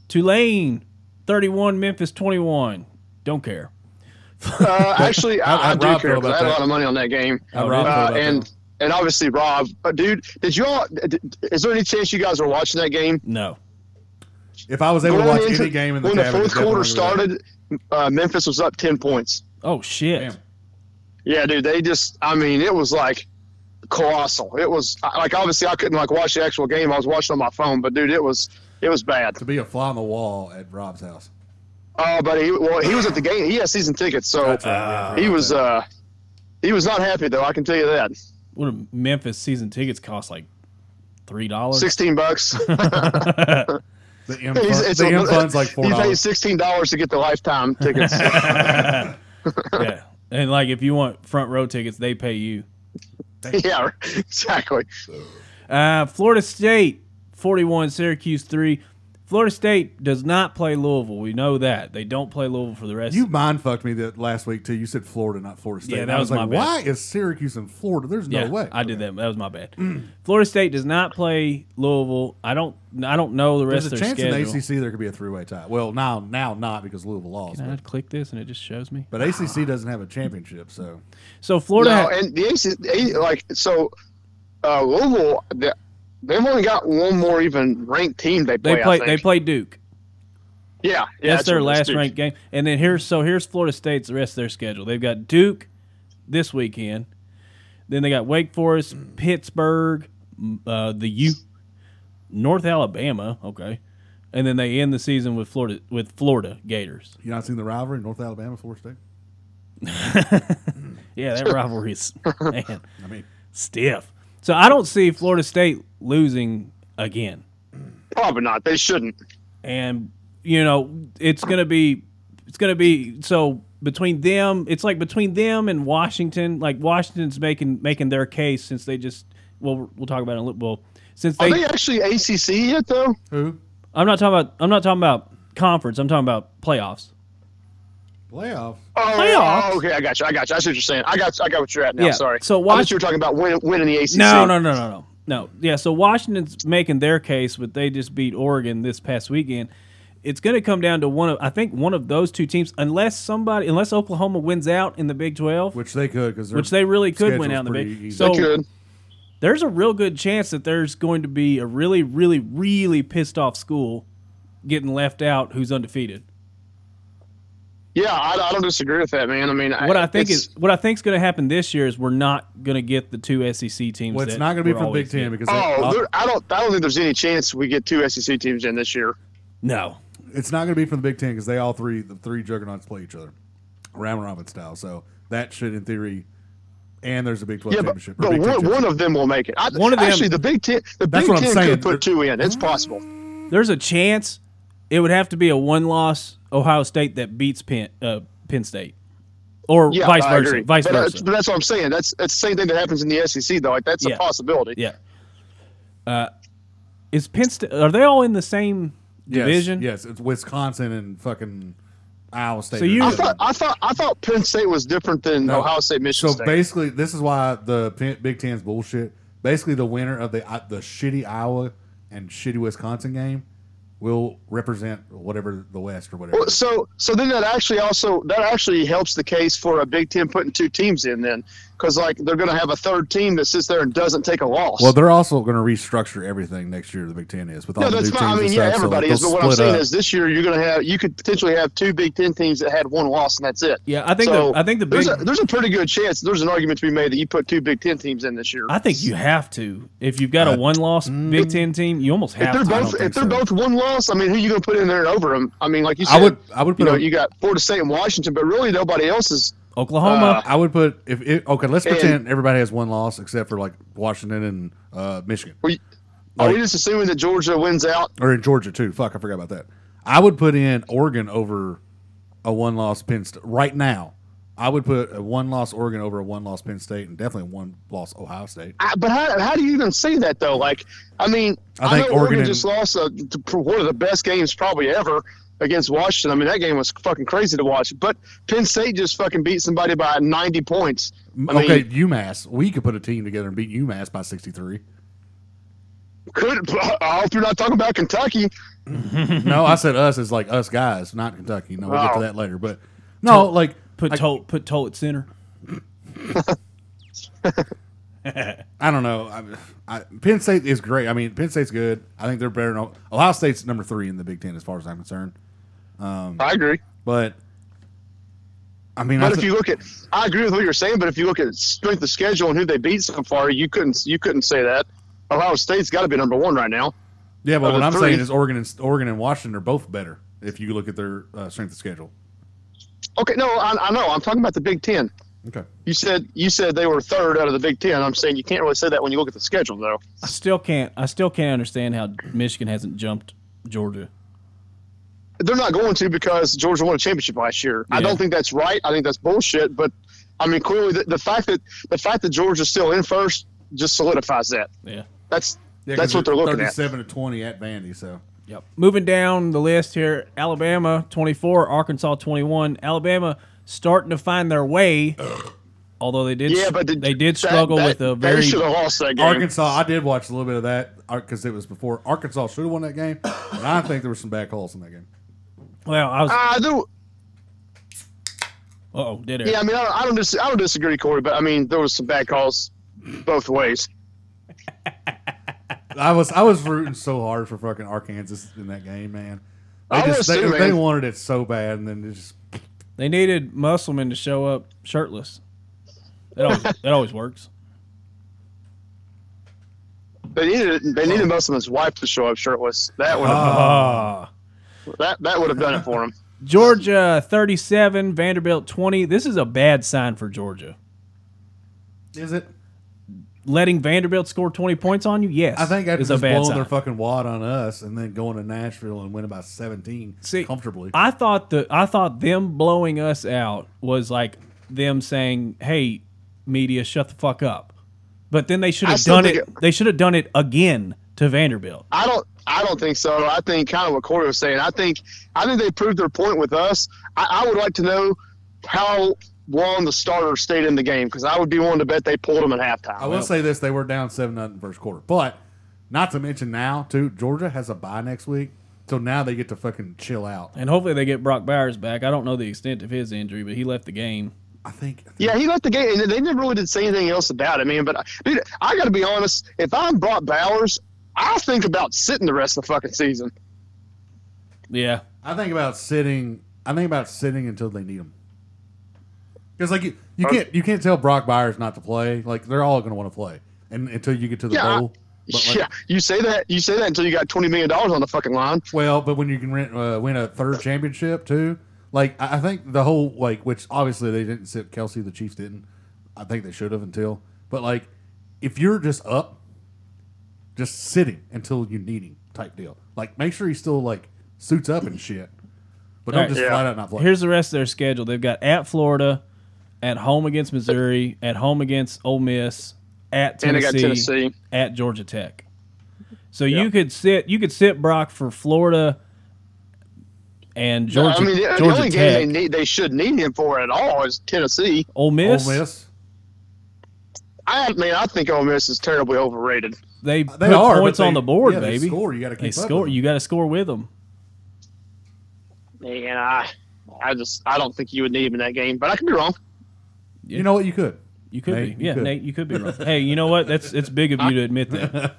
[SPEAKER 1] Tulane, 31, Memphis, 21. Don't care.
[SPEAKER 3] uh, actually,
[SPEAKER 2] How-
[SPEAKER 3] I, I
[SPEAKER 2] how'd
[SPEAKER 3] do
[SPEAKER 2] Rob
[SPEAKER 3] care
[SPEAKER 2] feel
[SPEAKER 3] 'cause I
[SPEAKER 2] about
[SPEAKER 3] had a
[SPEAKER 2] that?
[SPEAKER 3] lot of money on that game.
[SPEAKER 2] How
[SPEAKER 1] Oh, really?
[SPEAKER 2] Rob feel
[SPEAKER 3] Uh,
[SPEAKER 2] about
[SPEAKER 3] and
[SPEAKER 2] that?
[SPEAKER 3] and obviously Rob, but dude, did y'all? Did, is there any chance you guys were watching that game?
[SPEAKER 1] No.
[SPEAKER 2] if I was able to
[SPEAKER 3] Going
[SPEAKER 2] watch
[SPEAKER 3] into-
[SPEAKER 2] any game in the
[SPEAKER 3] when
[SPEAKER 2] cabin,
[SPEAKER 3] the
[SPEAKER 2] it's
[SPEAKER 3] fourth quarter
[SPEAKER 2] definitely
[SPEAKER 3] started, uh, Memphis was up ten points.
[SPEAKER 1] Oh, shit.
[SPEAKER 2] Damn.
[SPEAKER 3] Yeah, dude, they just. I mean, it was like colossal. It was I- like obviously I couldn't like watch the actual game. I was watching on my phone, but dude, it was it was bad.
[SPEAKER 2] to be a fly on the wall at Rob's house.
[SPEAKER 3] Oh, but he well he was at the game. He has season tickets, so
[SPEAKER 2] That's right, yeah, I forgot
[SPEAKER 3] he
[SPEAKER 2] about
[SPEAKER 3] was
[SPEAKER 2] that.
[SPEAKER 3] uh he was not happy though. I can tell you that.
[SPEAKER 1] What do Memphis season tickets cost? Like $3?
[SPEAKER 3] Sixteen bucks.
[SPEAKER 2] the M,
[SPEAKER 3] He's-
[SPEAKER 2] fund,
[SPEAKER 3] it's
[SPEAKER 2] the
[SPEAKER 3] a-
[SPEAKER 2] M fund's like four
[SPEAKER 3] He paid
[SPEAKER 2] dollars.
[SPEAKER 3] sixteen dollars to get the lifetime tickets.
[SPEAKER 1] yeah. And like if you want front row tickets, they pay you.
[SPEAKER 3] yeah, exactly.
[SPEAKER 1] Uh, Florida State 41, Syracuse 3. Florida State does not play Louisville. We know that. They don't play Louisville for the rest.
[SPEAKER 2] You mind fucked me that last week too. You said Florida, not Florida State.
[SPEAKER 1] Yeah,
[SPEAKER 2] And
[SPEAKER 1] that
[SPEAKER 2] I
[SPEAKER 1] was
[SPEAKER 2] was,
[SPEAKER 1] my
[SPEAKER 2] like,
[SPEAKER 1] bad.
[SPEAKER 2] why is Syracuse in Florida? There's no
[SPEAKER 1] yeah,
[SPEAKER 2] way. Mm.
[SPEAKER 1] I did that. That was my bad. Florida State does not play Louisville. I don't I don't know the rest
[SPEAKER 2] There's a
[SPEAKER 1] of their
[SPEAKER 2] chance
[SPEAKER 1] schedule.
[SPEAKER 2] in the ACC there could be a three-way tie. Well, now now not because Louisville lost,
[SPEAKER 1] Can I
[SPEAKER 2] but,
[SPEAKER 1] click this and it just shows me?
[SPEAKER 2] but ACC doesn't have a championship, so
[SPEAKER 1] So Florida
[SPEAKER 3] No, and the AC, they- like so, uh, Louisville. They, they've only got one more even ranked team they play.
[SPEAKER 1] they play
[SPEAKER 3] I
[SPEAKER 1] they
[SPEAKER 3] think.
[SPEAKER 1] play Duke.
[SPEAKER 3] Yeah, yeah.
[SPEAKER 1] That's their
[SPEAKER 3] what it is,
[SPEAKER 1] last
[SPEAKER 3] Duke.
[SPEAKER 1] ranked game. And then here's so here's Florida State's the rest of their schedule. They've got Duke this weekend. Then they got Wake Forest, Pittsburgh, m- uh, the U, North Alabama. Okay, and then they end the season with Florida with Florida Gators.
[SPEAKER 2] you not seen the rivalry North Alabama Florida State.
[SPEAKER 1] Yeah, that rivalry is man,
[SPEAKER 2] I mean,
[SPEAKER 1] stiff. So I don't see Florida State losing again.
[SPEAKER 3] Probably not. They shouldn't.
[SPEAKER 1] and you know it's gonna be it's gonna be so between them it's like between them and washington like washington's making making their case since they just well we'll talk about it in a little well since
[SPEAKER 3] Are
[SPEAKER 1] they,
[SPEAKER 3] they actually ACC yet though?
[SPEAKER 2] who
[SPEAKER 1] i'm not talking about i'm not talking about conference i'm talking about playoffs
[SPEAKER 2] playoff?
[SPEAKER 3] Oh,
[SPEAKER 1] Playoffs?
[SPEAKER 3] oh, okay. I got you. I got you. I see what you're saying. I got. I got what you're at now.
[SPEAKER 1] Yeah,
[SPEAKER 3] Sorry.
[SPEAKER 1] so
[SPEAKER 3] I thought
[SPEAKER 1] watch-
[SPEAKER 3] you were talking about win, winning the ACC.
[SPEAKER 1] no no no no no no yeah so washington's making their case but they just beat oregon this past weekend it's going to come down to one of i think one of those two teams unless somebody unless oklahoma wins out in the big 12 which,
[SPEAKER 2] Which they could because
[SPEAKER 1] they really could win out in the big so
[SPEAKER 3] They could.
[SPEAKER 1] there's a real good chance that there's going to be a really, really, really pissed off school getting left out who's undefeated.
[SPEAKER 3] Yeah, I, I don't disagree with that, man. I mean,
[SPEAKER 1] What I think
[SPEAKER 3] it's-
[SPEAKER 1] is what I think is going to happen this year is we're not going to get the two SEC teams.
[SPEAKER 2] well, it's
[SPEAKER 1] that
[SPEAKER 2] not going to be
[SPEAKER 1] we're
[SPEAKER 2] for Big
[SPEAKER 1] always
[SPEAKER 2] Ten
[SPEAKER 1] getting.
[SPEAKER 2] because they-
[SPEAKER 3] Oh,
[SPEAKER 2] uh,
[SPEAKER 3] there- I don't. I don't think there's any chance we get two SEC teams in this year.
[SPEAKER 1] No,
[SPEAKER 2] it's not going to be for the Big Ten because they all three the three juggernauts play each other, round robin style. So that should, in theory, and there's a Big Twelve
[SPEAKER 3] Yeah, but,
[SPEAKER 2] championship. or
[SPEAKER 3] but
[SPEAKER 2] Big Ten
[SPEAKER 3] one,
[SPEAKER 2] championship.
[SPEAKER 3] one of them will make it. I,
[SPEAKER 1] One of them-
[SPEAKER 3] actually, the Big Ten, the
[SPEAKER 2] That's
[SPEAKER 3] Big
[SPEAKER 2] what I'm
[SPEAKER 3] Ten
[SPEAKER 2] saying.
[SPEAKER 3] could put two in. It's possible.
[SPEAKER 1] there's a chance it would have to be a one loss Ohio State that beats Penn, uh, Penn State, or
[SPEAKER 3] Yeah,
[SPEAKER 1] vice
[SPEAKER 3] I
[SPEAKER 1] versa.
[SPEAKER 3] agree.
[SPEAKER 1] Vice
[SPEAKER 3] but, uh,
[SPEAKER 1] versa.
[SPEAKER 3] but that's what I'm saying. That's that's the same thing that happens in the SEC though. Like that's
[SPEAKER 1] Yeah.
[SPEAKER 3] a possibility.
[SPEAKER 1] yeah. Uh, is Penn State? Are they all in the same
[SPEAKER 2] Yes,
[SPEAKER 1] division?
[SPEAKER 2] Yes, it's Wisconsin and fucking Iowa State.
[SPEAKER 1] So you-
[SPEAKER 3] I thought I thought I thought Penn State was different than
[SPEAKER 2] No.
[SPEAKER 3] Ohio State, Michigan
[SPEAKER 2] So
[SPEAKER 3] State.
[SPEAKER 2] basically, this is why the Pen- Big Ten's bullshit. Basically, the winner of the I- the uh, shitty Iowa and shitty Wisconsin game will represent whatever the West or whatever.
[SPEAKER 3] Well, so so then that actually also that actually helps the case for a Big Ten putting two teams in then because like they're going to have a third team that sits there and doesn't take a loss.
[SPEAKER 2] Well, they're also going to restructure everything next year. The Big Ten is with all
[SPEAKER 3] no,
[SPEAKER 2] the new
[SPEAKER 3] that's
[SPEAKER 2] teams.
[SPEAKER 3] fine. I mean,
[SPEAKER 2] and
[SPEAKER 3] yeah,
[SPEAKER 2] stuff, so
[SPEAKER 3] everybody
[SPEAKER 2] they'll
[SPEAKER 3] is. But what I'm
[SPEAKER 2] split
[SPEAKER 3] saying
[SPEAKER 2] up.
[SPEAKER 3] is, this year you're going to have you could potentially have two Big Ten teams that had one loss and that's it.
[SPEAKER 1] Yeah, I think
[SPEAKER 3] So
[SPEAKER 1] the, I think the big
[SPEAKER 3] there's a, there's a pretty good chance there's an argument to be made that you put two Big Ten teams in this year.
[SPEAKER 1] I think you have to. If you've got a one loss Big Ten team, you almost
[SPEAKER 3] Uh, mm.
[SPEAKER 1] have
[SPEAKER 3] if they're
[SPEAKER 1] to.
[SPEAKER 3] both
[SPEAKER 2] think
[SPEAKER 3] if they're
[SPEAKER 2] so.
[SPEAKER 3] both one loss, I mean, who you going to put in there and over them? I mean, like you said,
[SPEAKER 2] I would I would
[SPEAKER 3] you
[SPEAKER 2] put
[SPEAKER 3] know
[SPEAKER 2] a-
[SPEAKER 3] you got Florida State and Washington, but really nobody else is. Uh,
[SPEAKER 1] Oklahoma.
[SPEAKER 2] I would put if it, okay. Let's
[SPEAKER 3] And-
[SPEAKER 2] pretend everybody has one loss except for like Washington and uh, Michigan
[SPEAKER 3] Are, you, are we
[SPEAKER 2] Like-
[SPEAKER 3] just assuming that Georgia wins out?
[SPEAKER 2] or in Georgia too. Fuck, I forgot about that. I would put in Oregon over a one loss Penn State right now. I would put a one loss Oregon over a one loss Penn State and definitely one loss Ohio State.
[SPEAKER 3] I, but how, how do you even say that though? Like, I mean,
[SPEAKER 2] I
[SPEAKER 3] I,
[SPEAKER 2] think
[SPEAKER 3] know
[SPEAKER 2] Oregon
[SPEAKER 3] Oregon
[SPEAKER 2] and-
[SPEAKER 3] just lost uh to, for one of the best games probably ever against Washington. I mean, that game was fucking crazy to watch. But Penn State just fucking beat somebody by 90 points. I mean,
[SPEAKER 2] okay, UMass. We could put a team together and beat UMass by sixty three.
[SPEAKER 3] could I hope you're not talking about Kentucky.
[SPEAKER 2] no, I said us is like us guys, not Kentucky. No, we'll get to
[SPEAKER 3] Wow.
[SPEAKER 2] that later. But no, like
[SPEAKER 1] put
[SPEAKER 2] I-
[SPEAKER 1] Toll put Toll at center.
[SPEAKER 2] I don't know. I, I, Penn State is great. I mean, Penn State's good. I think they're better. Than, Ohio State's number three in the Big Ten as far as I'm concerned.
[SPEAKER 3] I agree.
[SPEAKER 2] But I mean, I
[SPEAKER 3] But
[SPEAKER 2] th-
[SPEAKER 3] if you look at, I agree with what you're saying. But if you look at strength of schedule and who they beat so far, you couldn't you couldn't say that. Ohio State's got to be number one right now.
[SPEAKER 2] yeah, but
[SPEAKER 3] of
[SPEAKER 2] what
[SPEAKER 3] the
[SPEAKER 2] I'm
[SPEAKER 3] three-
[SPEAKER 2] saying is Oregon and Oregon and Washington are both better if you look at their uh, strength of schedule.
[SPEAKER 3] Okay, no, I, I know. I'm talking about the Big Ten.
[SPEAKER 2] Okay.
[SPEAKER 3] You said you said they were third out of the Big Ten. I'm saying you can't really say that when you look at the schedule, though.
[SPEAKER 1] I still can't. I still can't understand how Michigan hasn't jumped Georgia.
[SPEAKER 3] They're not going to because Georgia won a championship last year. I
[SPEAKER 1] Yeah.
[SPEAKER 3] don't think that's right. I think that's bullshit. But I mean, clearly the, the fact that the fact that Georgia's still in first just solidifies that.
[SPEAKER 1] Yeah.
[SPEAKER 3] That's that's what they're looking at.
[SPEAKER 2] Thirty-seven to twenty at Vandy. So
[SPEAKER 1] Yep. Moving down the list here, Alabama 24, Arkansas 21. Alabama starting to find their way, although they did
[SPEAKER 3] Yeah, but the,
[SPEAKER 1] they did
[SPEAKER 3] that-
[SPEAKER 1] struggle
[SPEAKER 3] that-
[SPEAKER 1] with a
[SPEAKER 3] they
[SPEAKER 1] very
[SPEAKER 3] should have lost that game.
[SPEAKER 2] Arkansas, I did watch a little bit of that because it was before Arkansas should have won that game, and I think there were some bad calls in that game.
[SPEAKER 1] well. I was
[SPEAKER 3] I do.
[SPEAKER 1] oh did it
[SPEAKER 3] Yeah, I mean, I don't, I don't, dis- I don't disagree, Corey, but I mean, there was some bad calls both ways.
[SPEAKER 2] I was I was rooting so hard for fucking Arkansas in that game, man. They
[SPEAKER 3] I
[SPEAKER 2] just
[SPEAKER 3] was
[SPEAKER 2] they,
[SPEAKER 3] too, man.
[SPEAKER 2] they wanted it so bad, and then it just
[SPEAKER 1] They needed Musselman to show up shirtless. That always, that always works.
[SPEAKER 3] They needed, they needed most of his wife to show up shirtless. That would have,
[SPEAKER 1] Ah.
[SPEAKER 3] that, that would have done it for him.
[SPEAKER 1] Georgia 37, Vanderbilt 20. This is a bad sign for Georgia.
[SPEAKER 2] is it.
[SPEAKER 1] Letting Vanderbilt score 20 points on you? Yes.
[SPEAKER 2] I think after
[SPEAKER 1] is a
[SPEAKER 2] just
[SPEAKER 1] bad
[SPEAKER 2] blowing
[SPEAKER 1] sign.
[SPEAKER 2] their fucking wad on us, and then going to Nashville and winning by seventeen
[SPEAKER 1] See,
[SPEAKER 2] comfortably.
[SPEAKER 1] I thought the I thought them blowing us out was like them saying, "Hey, media, shut the fuck up." But then they should
[SPEAKER 3] I
[SPEAKER 1] have
[SPEAKER 3] still
[SPEAKER 1] done it,
[SPEAKER 3] think
[SPEAKER 1] They should have done it again to Vanderbilt.
[SPEAKER 3] I don't, I don't think so. I think kind of what Corey was saying. I think, I think they proved their point with us. I, I would like to know how long the starter stayed in the game because I would be willing to bet they pulled him at halftime.
[SPEAKER 2] I will say this: they were down seven nothing first quarter, but not to mention now too, Georgia has a bye next week, so now they get to fucking chill out.
[SPEAKER 1] And hopefully they get Brock Bowers back. I don't know the extent of his injury, but he left the game.
[SPEAKER 2] I think.
[SPEAKER 3] Yeah, he left the game, and they never really did say anything else about it. I mean, but I- dude, I got to be honest. If I'm Brock Bowers, I'll think about sitting the rest of the fucking season.
[SPEAKER 1] Yeah.
[SPEAKER 2] I think about sitting. I think about sitting until they need them. Because like you, you can't you can't tell Brock Byers not to play. Like they're all going to want to play, and until you get to the
[SPEAKER 3] Yeah, I-
[SPEAKER 2] bowl. But like,
[SPEAKER 3] yeah, you say that. You say that until you got twenty million dollars on the fucking line.
[SPEAKER 2] Well, but when you can rent, uh, win a third championship too, like I I think the whole like, which obviously they didn't sit Kelsey, the Chiefs didn't. I think they should have until, but like, if you're just up, just sitting until you need him type deal. Like, make sure he still like suits up and shit, but don't
[SPEAKER 1] All right.
[SPEAKER 2] just
[SPEAKER 3] Yeah.
[SPEAKER 2] flat out not play.
[SPEAKER 1] Here's the rest of their schedule. They've got at Florida, at home against Missouri, at home against Ole Miss, at
[SPEAKER 3] And they
[SPEAKER 1] Tennessee,
[SPEAKER 3] got Tennessee.
[SPEAKER 1] at Georgia Tech. So you could sit you could sit Brock for Florida and Georgia
[SPEAKER 3] I mean, the, the
[SPEAKER 1] Georgia
[SPEAKER 3] only
[SPEAKER 1] Tech.
[SPEAKER 3] game they need, they should need him for at all is Tennessee.
[SPEAKER 1] Ole Miss.
[SPEAKER 2] Ole Miss.
[SPEAKER 3] I mean, I think Ole Miss is terribly overrated.
[SPEAKER 1] They,
[SPEAKER 2] They
[SPEAKER 1] put
[SPEAKER 2] are but
[SPEAKER 1] points
[SPEAKER 2] they-
[SPEAKER 1] on the board,
[SPEAKER 2] yeah, they
[SPEAKER 1] baby.
[SPEAKER 2] score. You gotta
[SPEAKER 1] They
[SPEAKER 2] keep up
[SPEAKER 1] score.
[SPEAKER 2] with 'em.
[SPEAKER 1] You got to score with them.
[SPEAKER 3] And I, I just I don't think you would need him in that game. But I could be wrong.
[SPEAKER 2] You know what? You could.
[SPEAKER 1] You could
[SPEAKER 2] Nate,
[SPEAKER 1] be,
[SPEAKER 2] you
[SPEAKER 1] yeah,
[SPEAKER 2] could.
[SPEAKER 1] Nate. You could be wrong. hey, you know what? That's it's big of you to admit that.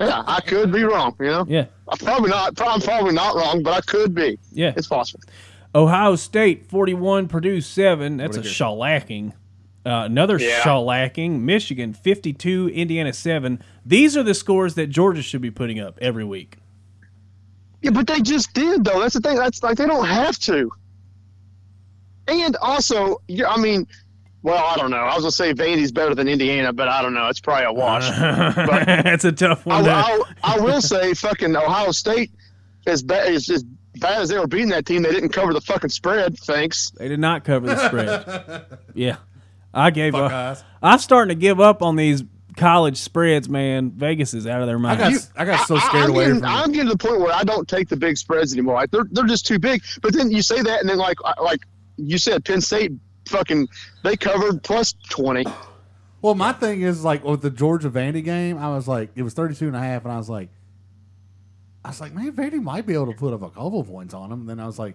[SPEAKER 3] Yeah, I could be wrong. You know,
[SPEAKER 1] Yeah,
[SPEAKER 3] I'm probably not. I'm probably not wrong, but I could be.
[SPEAKER 1] yeah.
[SPEAKER 3] It's possible.
[SPEAKER 1] Ohio State forty-one, Purdue seven. That's a
[SPEAKER 2] Pretty good.
[SPEAKER 1] shellacking. Uh, another
[SPEAKER 3] Yeah.
[SPEAKER 1] shellacking. Michigan fifty-two, Indiana seven. These are the scores that Georgia should be putting up every week.
[SPEAKER 3] Yeah, but they just did though. That's the thing. That's like they don't have to. And also, yeah, I mean, well, I don't know. I was gonna say Vandy's better than Indiana, but I don't know. It's probably a wash. But-
[SPEAKER 1] That's a tough
[SPEAKER 3] I,
[SPEAKER 1] one. to-
[SPEAKER 3] I- I will say, fucking Ohio State is bad is as bad as they were beating that team. They didn't cover the fucking spread. Thanks.
[SPEAKER 1] They did not cover the spread. yeah. I gave up.
[SPEAKER 2] Fuck eyes.
[SPEAKER 1] I'm starting to give up on these college spreads, man. Vegas is out of their
[SPEAKER 2] I
[SPEAKER 1] mind.
[SPEAKER 2] got, I got so
[SPEAKER 3] I-
[SPEAKER 2] scared
[SPEAKER 3] I'm
[SPEAKER 2] away
[SPEAKER 3] getting,
[SPEAKER 2] from it.
[SPEAKER 3] I'm getting to the point where I don't take the big spreads anymore. Like they're they're just too big. But then you say that, and then like I- like you said, Penn State fucking they covered plus twenty.
[SPEAKER 2] Well, my thing is like with the Georgia Vandy game, I was like, it was 32 and a half, and I was like, I was like, man, Vandy might be able to put up a couple points on them. Then I was like,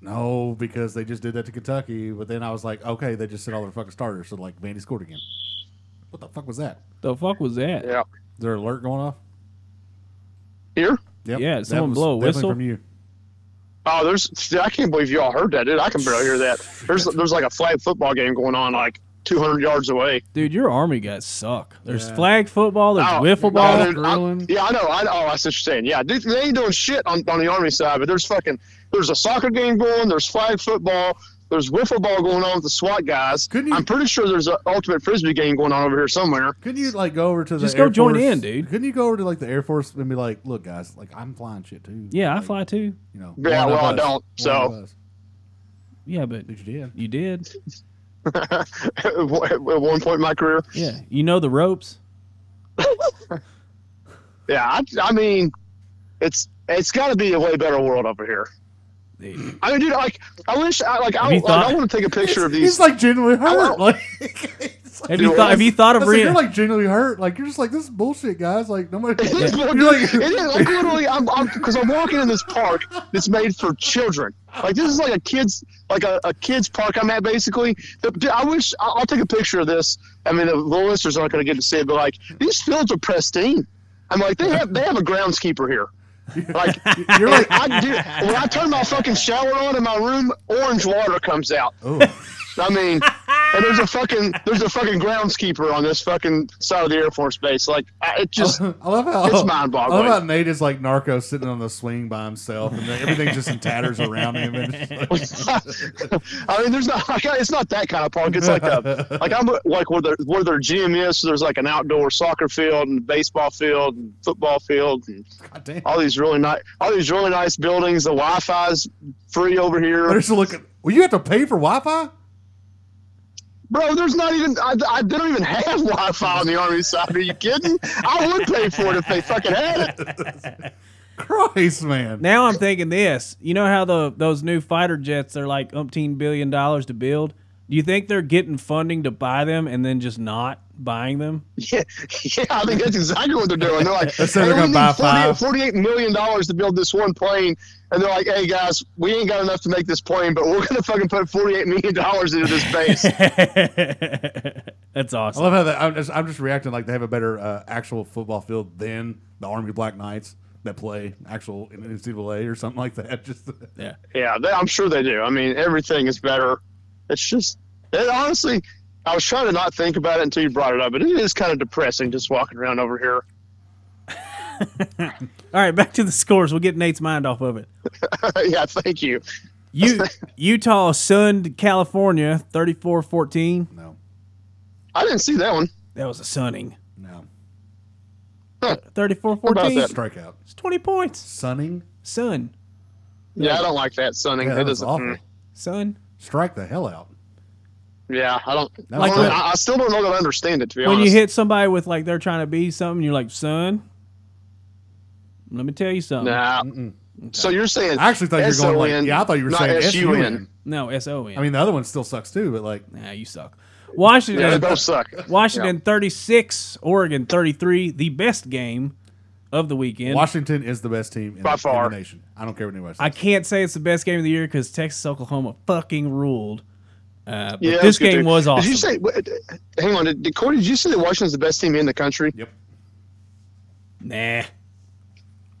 [SPEAKER 2] no, because they just did that to Kentucky. But then I was like, okay, they just sent all their fucking starters. So like, Vandy scored again. What the fuck was that?
[SPEAKER 1] the fuck was that?
[SPEAKER 3] Yeah.
[SPEAKER 2] Is there an alert going off?
[SPEAKER 3] Here.
[SPEAKER 2] Yep.
[SPEAKER 1] Yeah,
[SPEAKER 2] that
[SPEAKER 1] someone
[SPEAKER 2] was
[SPEAKER 1] blow a
[SPEAKER 2] definitely
[SPEAKER 1] whistle.
[SPEAKER 2] from you.
[SPEAKER 3] Oh, there's. I can't believe y'all heard that, dude. I can barely hear that. There's there's like a flag football game going on like 200 yards away.
[SPEAKER 1] Dude, your army guys suck. There's
[SPEAKER 2] Yeah.
[SPEAKER 1] flag football, there's
[SPEAKER 3] Oh,
[SPEAKER 1] wiffle ball.
[SPEAKER 3] no, dude, I-
[SPEAKER 2] grilling.
[SPEAKER 3] yeah, I know. I know. Oh, that's what you're saying. Yeah, dude, they ain't doing shit on, on the army side, but there's fucking there's a soccer game going. There's flag football. There's wiffle ball going on with the SWAT guys.
[SPEAKER 2] Couldn't you-
[SPEAKER 3] I'm pretty sure there's an ultimate frisbee game going on over here somewhere.
[SPEAKER 2] Couldn't you like go over to the
[SPEAKER 1] Just
[SPEAKER 2] Air
[SPEAKER 1] go join
[SPEAKER 2] Force-
[SPEAKER 1] in, dude.
[SPEAKER 2] Couldn't you go over to like the Air Force and be like, look, guys, like I'm flying shit too.
[SPEAKER 1] yeah, I
[SPEAKER 2] Like,
[SPEAKER 1] fly too.
[SPEAKER 2] You know.
[SPEAKER 3] Yeah,
[SPEAKER 2] one of
[SPEAKER 3] well, I
[SPEAKER 2] us.
[SPEAKER 3] don't,
[SPEAKER 2] One of
[SPEAKER 3] so.
[SPEAKER 2] us.
[SPEAKER 1] Yeah, but
[SPEAKER 2] Dude, you did.
[SPEAKER 1] you did.
[SPEAKER 3] At one point in my career.
[SPEAKER 1] Yeah. You know the ropes.
[SPEAKER 3] Yeah, I, I mean, it's it's got to be a way better world over here.
[SPEAKER 1] Dude,
[SPEAKER 3] I mean, dude, like I wish, I, like I,
[SPEAKER 1] you
[SPEAKER 3] like,
[SPEAKER 1] thought-
[SPEAKER 3] I want to take a picture of
[SPEAKER 2] He's
[SPEAKER 3] these.
[SPEAKER 2] like genuinely hurt.
[SPEAKER 3] want-
[SPEAKER 2] Like, it's like-
[SPEAKER 1] Have you thought have you thought of
[SPEAKER 2] I said,
[SPEAKER 1] re-
[SPEAKER 2] you're like genuinely hurt. Like you're just like this is bullshit, guys. Like nobody.
[SPEAKER 3] It is,
[SPEAKER 2] You're
[SPEAKER 3] but
[SPEAKER 2] like,
[SPEAKER 3] it is, like literally, I'm because I'm, walking in this park that's made for children. Like this is like a kids, like a, a kids park I'm at basically. The- dude, I wish I- I'll take a picture of this. I mean, the listeners aren't going to get to see it, but like these fields are pristine. I'm like they have they have a groundskeeper here. Like
[SPEAKER 2] you're
[SPEAKER 3] like
[SPEAKER 2] like.
[SPEAKER 3] I do when I turn my fucking shower on in my room, orange water comes out.
[SPEAKER 2] Oh,
[SPEAKER 3] I mean, and there's a fucking there's a fucking groundskeeper on this fucking side of the Air Force Base. Like I, it just.
[SPEAKER 2] I love how
[SPEAKER 3] It's mind-boggling.
[SPEAKER 2] I love how Nate is like narco sitting on the swing by himself, and then everything's just in tatters around him. And it's just like,
[SPEAKER 3] I mean, there's not. Like, it's not that kind of park. It's like a like I'm like where their where their gym is. So there's like an outdoor soccer field and baseball field and football field and
[SPEAKER 2] God damn.
[SPEAKER 3] all these really nice all these really nice buildings. The Wi-Fi's free over
[SPEAKER 2] They're
[SPEAKER 3] here,
[SPEAKER 2] just looking. Well, you have to pay for Wi-Fi.
[SPEAKER 3] bro. There's not even I, I they don't even have Wi-Fi on the Army side. Are you kidding? I would pay for it if they fucking had it.
[SPEAKER 2] Christ, man.
[SPEAKER 1] Now I'm thinking this. You know how the those new fighter jets are like umpteen billion dollars to build? Do you think they're getting funding to buy them and then just not buying them?
[SPEAKER 3] Yeah, yeah, I think that's exactly what they're doing. They're like,
[SPEAKER 2] Let's say they're
[SPEAKER 3] "Hey, we
[SPEAKER 2] gonna
[SPEAKER 3] need
[SPEAKER 2] buy
[SPEAKER 3] 48
[SPEAKER 2] five."
[SPEAKER 3] $48 million dollars to build this one plane. And they're like, hey, guys, we ain't got enough to make this plane, but we're going to fucking put $48 million dollars into this base.
[SPEAKER 1] That's
[SPEAKER 2] I
[SPEAKER 1] awesome.
[SPEAKER 2] love how that, I'm just I'm just reacting like they have a better uh, actual football field than the Army Black Knights that play actual NCAA or something like that. Just
[SPEAKER 1] Yeah.
[SPEAKER 3] yeah, they, I'm sure they do. I mean, everything is better. It's just, it, honestly, I was trying to not think about it until you brought it up, but it is kind of depressing just walking around over here.
[SPEAKER 1] All right, back to the scores. We'll get Nate's mind off of it.
[SPEAKER 3] yeah, thank you.
[SPEAKER 1] U- Utah sunned California 34-14.
[SPEAKER 2] no,
[SPEAKER 3] I didn't see that one.
[SPEAKER 1] That was a sunning.
[SPEAKER 2] no
[SPEAKER 1] 34-14.
[SPEAKER 3] that?
[SPEAKER 2] strikeout.
[SPEAKER 1] It's 20 points.
[SPEAKER 2] Sunning.
[SPEAKER 1] Sun.
[SPEAKER 3] Yeah, I don't like that, Sonny.
[SPEAKER 2] Yeah,
[SPEAKER 3] that
[SPEAKER 2] that was
[SPEAKER 3] doesn't.
[SPEAKER 2] awful.
[SPEAKER 3] mm.
[SPEAKER 1] Sun.
[SPEAKER 2] Strike the hell out.
[SPEAKER 3] Yeah, I don't.
[SPEAKER 2] That
[SPEAKER 1] Like
[SPEAKER 2] was
[SPEAKER 3] I, don't
[SPEAKER 1] that.
[SPEAKER 2] bad.
[SPEAKER 3] I, I still don't know that I understand it. To be
[SPEAKER 1] When
[SPEAKER 3] honest,
[SPEAKER 1] you hit somebody with like they're trying to be something, you're like, "Son, let me tell you something."
[SPEAKER 3] Nah. So you're saying
[SPEAKER 2] I actually thought you were going
[SPEAKER 3] S-O-N,
[SPEAKER 2] like yeah. I thought you were
[SPEAKER 3] not
[SPEAKER 2] saying
[SPEAKER 3] S-U-N.
[SPEAKER 2] S-U-N.
[SPEAKER 1] No, S O N.
[SPEAKER 2] I mean the other one still sucks too, but like
[SPEAKER 1] nah, you suck. Washington,
[SPEAKER 3] Yeah, they both suck.
[SPEAKER 1] Washington 36, Oregon 33. The best game of the weekend.
[SPEAKER 2] Washington is the best team in,
[SPEAKER 3] By
[SPEAKER 2] the- in
[SPEAKER 3] far.
[SPEAKER 2] the nation. I don't care what anybody says.
[SPEAKER 1] I can't say it's the best game of the year because Texas Oklahoma fucking ruled. Uh, but
[SPEAKER 3] Yeah, it
[SPEAKER 1] this
[SPEAKER 3] good,
[SPEAKER 1] game
[SPEAKER 3] dude.
[SPEAKER 1] was awesome.
[SPEAKER 3] Did you say? w- uh, Hang on, did, did- Corey? Did you say that Washington's the best team in the country?
[SPEAKER 2] yep.
[SPEAKER 1] nah.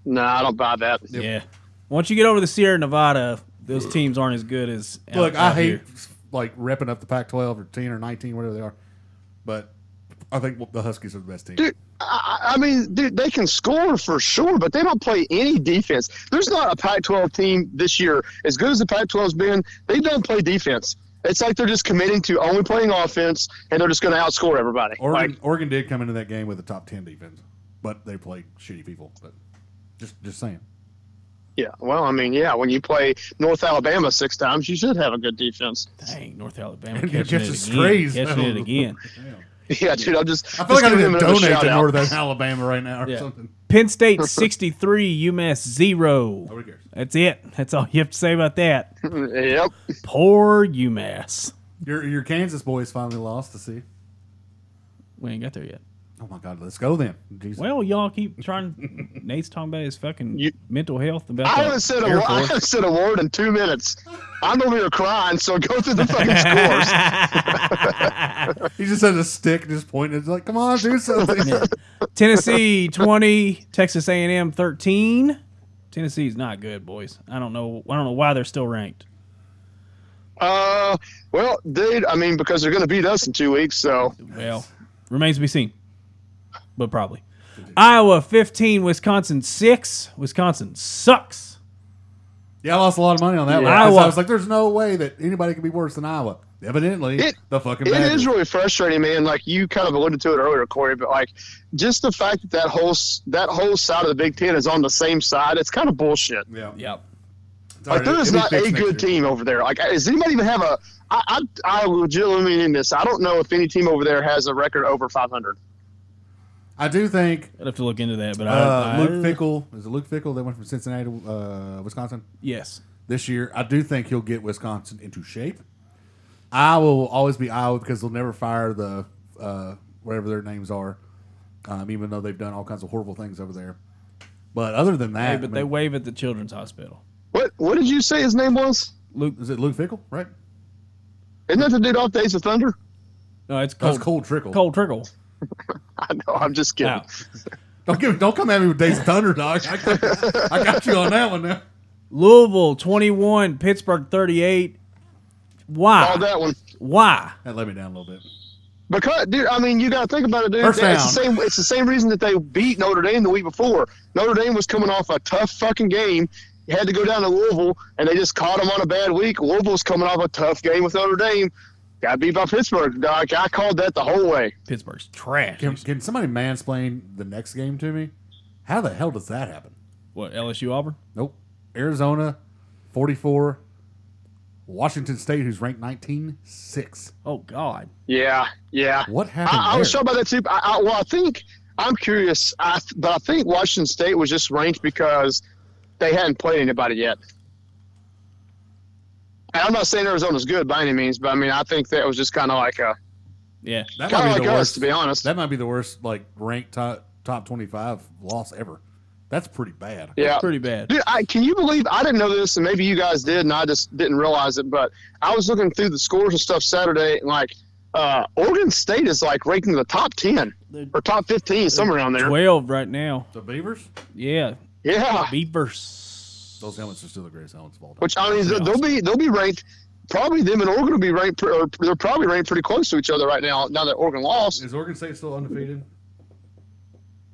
[SPEAKER 3] No, I don't buy that.
[SPEAKER 1] Yeah. Once you get over the Sierra Nevada, those teams aren't as good as. out-
[SPEAKER 2] Look, I
[SPEAKER 1] out
[SPEAKER 2] hate
[SPEAKER 1] here.
[SPEAKER 2] like repping up the Pac-12 or 10 or 19, whatever they are, but I think the Huskies are the best team.
[SPEAKER 3] Dude, I, I I mean, dude, they can score for sure, but they don't play any defense. There's not a Pac-12 team this year as good as the Pac-12's been. They don't play defense. It's like they're just committing to only playing offense, and they're just going to outscore everybody.
[SPEAKER 2] Oregon,
[SPEAKER 3] Like,
[SPEAKER 2] Oregon did come into that game with a top 10 defense, but they played shitty people. But just just saying.
[SPEAKER 3] yeah. Well, I mean, yeah. When you play North Alabama six times, you should have a good defense.
[SPEAKER 1] Dang, North Alabama
[SPEAKER 2] And you
[SPEAKER 1] catching
[SPEAKER 2] catch
[SPEAKER 1] it
[SPEAKER 2] the
[SPEAKER 1] again.
[SPEAKER 2] strays,
[SPEAKER 1] Catching
[SPEAKER 2] though.
[SPEAKER 1] it again.
[SPEAKER 3] Yeah, dude. I'm just.
[SPEAKER 2] I feel like I
[SPEAKER 3] just
[SPEAKER 2] need to
[SPEAKER 3] giving them
[SPEAKER 2] donate
[SPEAKER 3] another
[SPEAKER 2] to
[SPEAKER 3] shout-out.
[SPEAKER 2] Northern Alabama right now or
[SPEAKER 1] Yeah.
[SPEAKER 2] something.
[SPEAKER 1] Penn State 63, UMass 0.
[SPEAKER 2] Nobody cares.
[SPEAKER 1] That's it. That's all you have to say about that.
[SPEAKER 3] yep.
[SPEAKER 1] Poor UMass.
[SPEAKER 2] Your your Kansas boys finally lost to see.
[SPEAKER 1] We ain't got there yet.
[SPEAKER 2] Oh my God, let's go then. Jesus.
[SPEAKER 1] Well, y'all keep trying. Nate's talking about his fucking
[SPEAKER 3] You-
[SPEAKER 1] mental health. About
[SPEAKER 3] I
[SPEAKER 1] the
[SPEAKER 3] haven't said a
[SPEAKER 1] Air
[SPEAKER 3] word. I
[SPEAKER 1] Force.
[SPEAKER 3] haven't said a word in two minutes. I'm over here crying. So go through the fucking scores.
[SPEAKER 2] he just has a stick, and just pointing. It's like, come on, do something.
[SPEAKER 1] Tennessee 20, Texas A&M 13. Tennessee's not good, boys. I don't know. I don't know why they're still ranked.
[SPEAKER 3] Uh, well, dude. I mean, because they're going to beat us in two weeks. So
[SPEAKER 1] Well, remains to be seen, but probably. Iowa 15, Wisconsin 6. Wisconsin sucks.
[SPEAKER 2] yeah, I lost a lot of money on that.
[SPEAKER 1] Yeah.
[SPEAKER 2] one. 'Cause
[SPEAKER 1] Iowa.
[SPEAKER 2] I was like, there's no way that anybody could be worse than Iowa. Evidently,
[SPEAKER 3] It-
[SPEAKER 2] the fucking
[SPEAKER 3] it
[SPEAKER 2] Badgers.
[SPEAKER 3] is really frustrating, man. Like you kind of alluded to it earlier, Corey. But like, just the fact that that whole s- that whole side of the Big Ten is on the same side, it's kind of bullshit.
[SPEAKER 2] Yeah,
[SPEAKER 1] Yep.
[SPEAKER 2] It's
[SPEAKER 3] Like
[SPEAKER 2] already-
[SPEAKER 3] there is
[SPEAKER 2] it'll be
[SPEAKER 3] not
[SPEAKER 2] fixed
[SPEAKER 3] a
[SPEAKER 2] next
[SPEAKER 3] good
[SPEAKER 2] year.
[SPEAKER 3] team over there. Like, does anybody even have a? I, I, I legitimately mean this. I don't know if any team over there has a record over 500.
[SPEAKER 2] I do think
[SPEAKER 1] I'd have to look into that, but
[SPEAKER 2] uh,
[SPEAKER 1] I, I
[SPEAKER 2] Luke Fickle is it Luke Fickle that went from Cincinnati to uh, Wisconsin
[SPEAKER 1] Yes.
[SPEAKER 2] this year. I do think he'll get Wisconsin into shape. Iowa will always be Iowa because they'll never fire the uh, whatever their names are, um, even though they've done all kinds of horrible things over there. But other than that,
[SPEAKER 1] Hey,
[SPEAKER 2] I
[SPEAKER 1] but
[SPEAKER 2] mean,
[SPEAKER 1] they wave at the children's hospital.
[SPEAKER 3] What What did you say his name was?
[SPEAKER 1] Luke,
[SPEAKER 2] is it Luke Fickle? Right?
[SPEAKER 3] Isn't that the dude off the Ace of Thunder?
[SPEAKER 1] no, it's cold.
[SPEAKER 2] That's Cold Trickle.
[SPEAKER 1] Cold trickle.
[SPEAKER 3] I know. I'm just kidding.
[SPEAKER 1] Now,
[SPEAKER 2] Don't give, don't come at me with Days of Thunder, dog. I got, I got you on that one now.
[SPEAKER 1] Louisville 21, Pittsburgh 38. Why?
[SPEAKER 3] All that one.
[SPEAKER 1] Why?
[SPEAKER 2] That let me down a little bit.
[SPEAKER 3] Because, dude, I mean, you got to think about it, dude.
[SPEAKER 2] First
[SPEAKER 3] it's the
[SPEAKER 2] down.
[SPEAKER 3] same. It's the same reason that they beat Notre Dame the week before. Notre Dame was coming off a tough fucking game. Had to go down to Louisville, and they just caught them on a bad week. Louisville's coming off a tough game with Notre Dame. Got beat by Pittsburgh. Doc. I called that the whole way.
[SPEAKER 1] Pittsburgh's trash.
[SPEAKER 2] Can, can somebody mansplain the next game to me? How the hell does that happen?
[SPEAKER 1] What LSU Auburn?
[SPEAKER 2] Nope. Arizona, 44. Washington State, who's ranked 19, 6.
[SPEAKER 1] Oh God!
[SPEAKER 3] Yeah, yeah.
[SPEAKER 2] What happened?
[SPEAKER 3] I, I was
[SPEAKER 2] there?
[SPEAKER 3] shocked by that too. I, I, well, I think I'm curious, I, but I think Washington State was just ranked because they hadn't played anybody yet. And I'm not saying Arizona's good by any means, but I mean I think that was just kind of like a
[SPEAKER 1] Yeah,
[SPEAKER 2] That
[SPEAKER 3] kind
[SPEAKER 2] might
[SPEAKER 3] of
[SPEAKER 2] be
[SPEAKER 3] like
[SPEAKER 2] the
[SPEAKER 3] us,
[SPEAKER 2] worst.
[SPEAKER 3] to be honest.
[SPEAKER 2] That might be the worst like ranked top top 25 loss ever. That's pretty bad.
[SPEAKER 3] yeah.
[SPEAKER 1] pretty bad.
[SPEAKER 3] Dude, I, can you believe I didn't know this, and maybe you guys did, and I just didn't realize it. But I was looking through the scores and stuff Saturday, and like uh, Oregon State is like ranking the top ten or top fifteen, somewhere around there.
[SPEAKER 1] Twelve right now.
[SPEAKER 2] The Beavers,
[SPEAKER 1] Yeah,
[SPEAKER 3] Yeah,
[SPEAKER 1] Beavers.
[SPEAKER 2] those helmets are still the greatest helmets of all time.
[SPEAKER 3] Which I mean, they'll, they'll be they'll be ranked. Probably them and Oregon will be ranked, pre- or they're probably ranked pretty close to each other right now. Now that Oregon lost,
[SPEAKER 2] Is Oregon State still undefeated?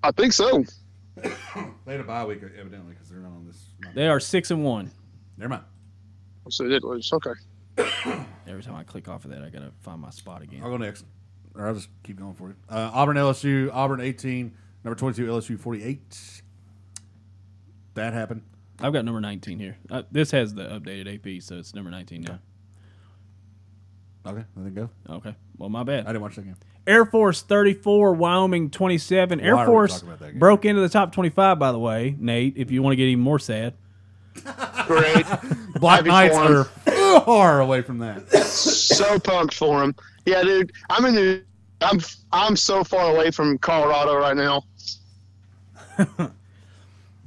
[SPEAKER 3] I think so.
[SPEAKER 2] They had a bye week, evidently, because they're not on this.
[SPEAKER 1] They are six and one.
[SPEAKER 2] Never mind.
[SPEAKER 3] So they did lose. Okay.
[SPEAKER 1] Every time I click off of that, I gotta find my spot again.
[SPEAKER 2] I'll go next. Or I'll just keep going for you. Uh, Auburn LSU, Auburn 18, number 22, LSU 48. That happened.
[SPEAKER 1] I've got number nineteen here. Uh, this has the updated AP, so it's number nineteen now.
[SPEAKER 2] Okay, let it go.
[SPEAKER 1] Okay. Well, my
[SPEAKER 2] I
[SPEAKER 1] bad.
[SPEAKER 2] didn't watch that game.
[SPEAKER 1] Air Force thirty-four, Wyoming twenty-seven.
[SPEAKER 2] Why
[SPEAKER 1] Air
[SPEAKER 2] are we
[SPEAKER 1] Force
[SPEAKER 2] talking about that game?
[SPEAKER 1] broke into the top twenty-five. By the way, Nate, if you want to get even more sad,
[SPEAKER 3] Great.
[SPEAKER 2] Black
[SPEAKER 3] Happy
[SPEAKER 2] Knights
[SPEAKER 3] for 'em.
[SPEAKER 2] are far away from that.
[SPEAKER 3] so pumped for them. Yeah, dude. I'm in the. I'm I'm so far away from Colorado right now.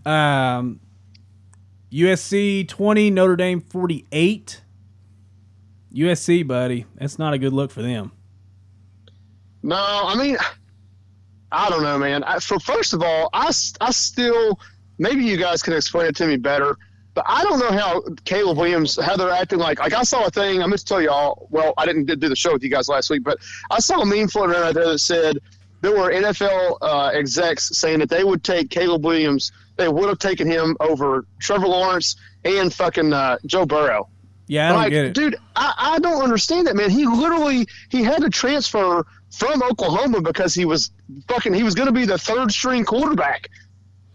[SPEAKER 1] Um, USC 20, Notre Dame 48. USC, buddy, that's not a good look for them.
[SPEAKER 3] No, I mean, I don't know, man. I, for first of all, I s- I still maybe you guys can explain it to me better, but I don't know how Caleb Williams how they're acting like. Like I saw a thing. I'm going to tell y'all. Well, I didn't do the show with you guys last week, but I saw a meme floating around out there that said there were NFL uh, execs saying that they would take Caleb Williams. They would have taken him over Trevor Lawrence and fucking uh, Joe Burrow
[SPEAKER 1] Yeah, I don't
[SPEAKER 3] like,
[SPEAKER 1] get it.
[SPEAKER 3] dude, I, I don't understand that, man. He literally he had to transfer from Oklahoma because he was fucking he was going to be the third string quarterback.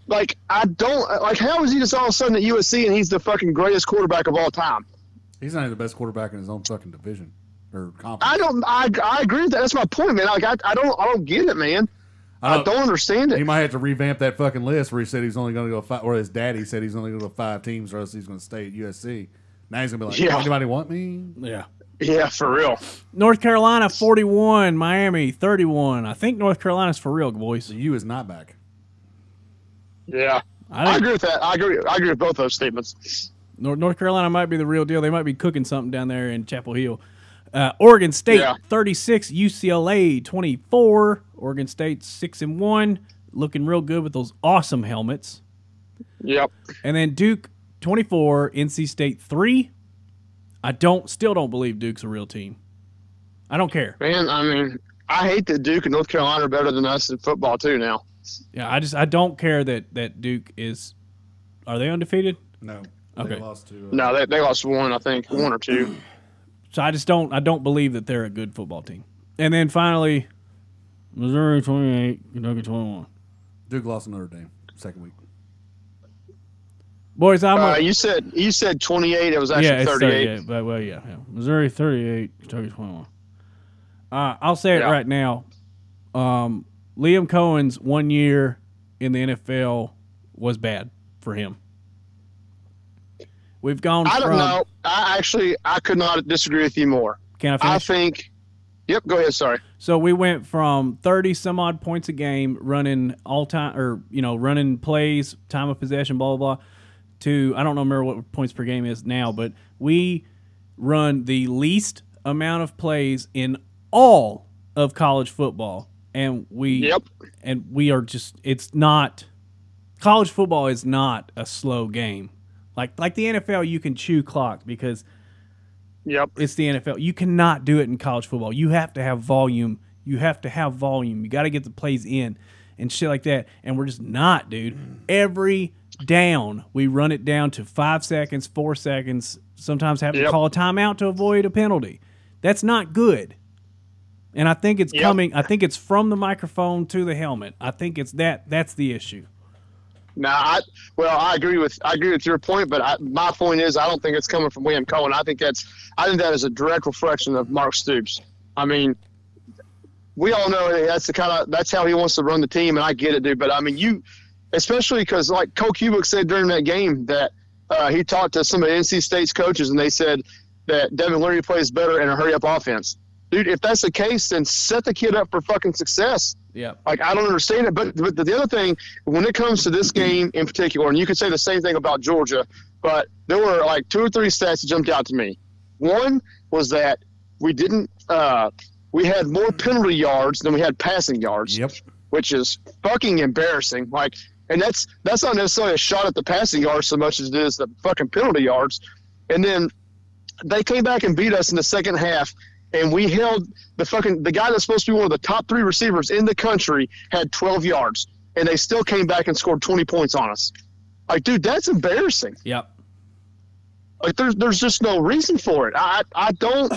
[SPEAKER 3] Like I don't like how is he just all of a sudden at USC and he's the fucking greatest quarterback of all time?
[SPEAKER 2] He's not even the best quarterback in his own fucking division or
[SPEAKER 3] I
[SPEAKER 2] conference.
[SPEAKER 3] don't I, I agree with that. That's my point, man. Like I, I don't I don't get it, man. I
[SPEAKER 1] Uh,
[SPEAKER 3] don't, understand
[SPEAKER 2] He
[SPEAKER 3] it.
[SPEAKER 2] might have to revamp that fucking list where he said he's only going to go five, or his daddy said he's only going to go five teams, or else he's going to stay at USC. Now he's going to be like,
[SPEAKER 3] Yeah.
[SPEAKER 2] anybody want me?
[SPEAKER 1] yeah.
[SPEAKER 3] Yeah, for real.
[SPEAKER 1] North Carolina 41, Miami 31. I think North Carolina's for real, boys.
[SPEAKER 2] The U is not back.
[SPEAKER 3] Yeah,
[SPEAKER 1] I
[SPEAKER 3] I
[SPEAKER 1] think
[SPEAKER 3] agree with that. I agree. I agree with both those statements.
[SPEAKER 1] Nor- North Carolina might be the real deal. They might be cooking something down there in Chapel Hill. Uh, Oregon State
[SPEAKER 3] Yeah.
[SPEAKER 1] 36, UCLA 24. Oregon State 6 and 1, looking real good with those awesome helmets.
[SPEAKER 3] Yep.
[SPEAKER 1] And then Duke 24, NC State 3. I don't still don't believe Duke's a real team. I don't care.
[SPEAKER 3] Man, I mean, I hate that Duke and North Carolina are better than us in football too now.
[SPEAKER 1] Yeah, I just I don't care that that Duke is are they undefeated?
[SPEAKER 2] No.
[SPEAKER 1] Okay.
[SPEAKER 2] They lost to. Uh,
[SPEAKER 3] No, they, they lost one, I think, one or two.
[SPEAKER 1] So I just don't I don't believe that they're a good football team. And then finally Missouri 28, Kentucky 21.
[SPEAKER 2] Duke lost another Dame second week.
[SPEAKER 1] Boys, I'm
[SPEAKER 3] Uh,
[SPEAKER 1] a,
[SPEAKER 3] you said you said 28. It was actually
[SPEAKER 1] yeah, it's
[SPEAKER 3] 38.
[SPEAKER 1] 38. But well, yeah, yeah. Missouri 38, Kentucky 21. Uh, I'll say it
[SPEAKER 3] Yeah.
[SPEAKER 1] right now. Um, Liam Cohen's one year in the NFL was bad for him. We've gone
[SPEAKER 3] I don't
[SPEAKER 1] from
[SPEAKER 3] know. I actually I could not disagree with you more.
[SPEAKER 1] can I
[SPEAKER 3] I
[SPEAKER 1] finish?
[SPEAKER 3] think. Yep. Go ahead. Sorry.
[SPEAKER 1] So we went from 30 some odd points a game running all time or, you know, running plays, time of possession, blah, blah, blah, to I don't know, remember what points per game is now, but we run the least amount of plays in all of college football. And we,
[SPEAKER 3] Yep.
[SPEAKER 1] and we are just, it's not, college football is not a slow game. Like, like the NFL, you can chew clock because
[SPEAKER 3] Yep.
[SPEAKER 1] it's the NFL. You cannot do it in college football. You have to have volume. You have to have volume. You got to get the plays in and shit like that. And we're just not, dude. Every down, we run it down to five seconds, four seconds. Sometimes have to
[SPEAKER 3] Yep.
[SPEAKER 1] call a timeout to avoid a penalty. That's not good. And I think it's
[SPEAKER 3] Yep.
[SPEAKER 1] coming. I think it's from the microphone to the helmet. I think it's that. That's the issue.
[SPEAKER 3] Now, I well, I agree with I agree with your point, but I, my point is I don't think it's coming from William Cohen. I think that's I think that is a direct reflection of Mark Stoops. I mean, we all know that that's the kind of that's how he wants to run the team, and I get it, dude. But I mean, you especially because like Cole Kubick said during that game that uh, he talked to some of NC State's coaches, and they said that Devin Leary plays better in a hurry up offense. Dude, if that's the case, then set the kid up for fucking success.
[SPEAKER 1] Yeah.
[SPEAKER 3] Like I don't understand it. But but the other thing, when it comes to this game in particular, and you could say the same thing about Georgia, but there were like two or three stats that jumped out to me. One was that we didn't uh, we had more penalty yards than we had passing yards
[SPEAKER 2] Yep.
[SPEAKER 3] which is fucking embarrassing. Like, and that's that's not necessarily a shot at the passing yards so much as it is the fucking penalty yards. And then they came back and beat us in the second half, and we held the fucking the guy that's supposed to be one of the top three receivers in the country had 12 yards, and they still came back and scored 20 points on us. Like, dude, that's embarrassing.
[SPEAKER 1] Yep.
[SPEAKER 3] Like there's there's just no reason for it. I I I don't,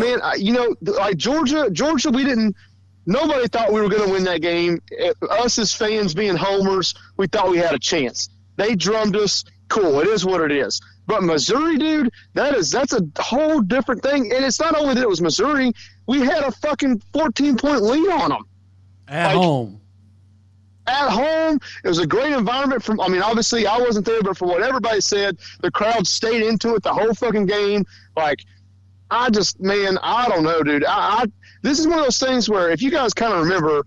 [SPEAKER 3] man. I, you know, th- like Georgia, Georgia, we didn't. Nobody thought we were going to win that game. Eh, Us as fans, being homers, we thought we had a chance. They drummed us. Cool. It is what it is. But Missouri, dude, that is that's a whole different thing. And it's not only that it was Missouri. We had a fucking 14 point lead on them
[SPEAKER 2] At
[SPEAKER 3] Like-
[SPEAKER 2] home.
[SPEAKER 3] at home. It was a great environment. From I mean, obviously I wasn't there, but from what everybody said, the crowd stayed into it the whole fucking game. Like I just, man, I don't know, dude. I, I this is one of those things where if you guys kind of remember,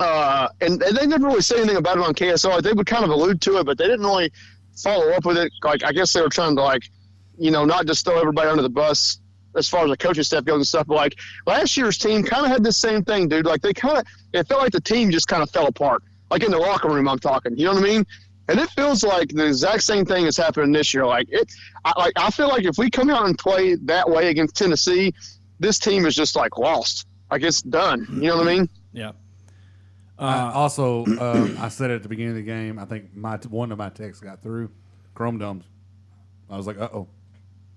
[SPEAKER 3] uh, and, and they never really say anything about it on KSL. Like, they would kind of allude to it, but they didn't really follow up with it. Like I guess they were trying to like, you know, not just throw everybody under the bus as far as the coaching staff goes and stuff. But like last year's team kind of had the same thing, dude. Like they kind of it felt like the team just kind of fell apart. Like in the locker room, I'm talking. You know what I mean? And it feels like the exact same thing is happening this year. Like it, I, like I feel like if we come out and play that way against Tennessee, this team is just like lost. Like it's done. You know what I mean?
[SPEAKER 1] Yeah.
[SPEAKER 2] Uh, also, um, I said it at the beginning of the game. I think my one of my texts got through. Chrome Domes. I was like, uh oh.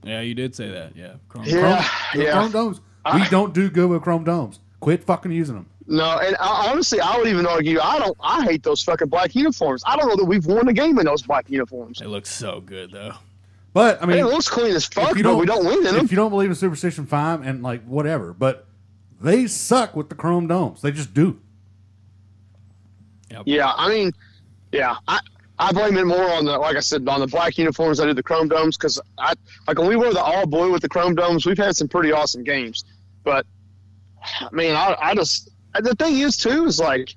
[SPEAKER 1] Yeah, you did say that. Yeah. Chrome.
[SPEAKER 3] Yeah,
[SPEAKER 2] Chrome,
[SPEAKER 3] yeah.
[SPEAKER 2] Chrome Domes. we don't do good with Chrome Domes. Quit fucking using them.
[SPEAKER 3] No, and I, honestly, I would even argue I don't. I hate those fucking black uniforms. I don't know that we've won a game in those black uniforms.
[SPEAKER 1] It looks so good though.
[SPEAKER 2] But I mean,
[SPEAKER 3] It looks clean as fuck, but we don't win in them.
[SPEAKER 2] If you don't believe in superstition, fine, and like whatever. But they suck with the Chrome Domes. They just do.
[SPEAKER 3] Yeah, I mean, yeah, I I blame it more on the like I said on the black uniforms. I do the chrome domes because I like when we wear the all blue with the chrome domes, we've had some pretty awesome games. But I mean, I I just the thing is too is like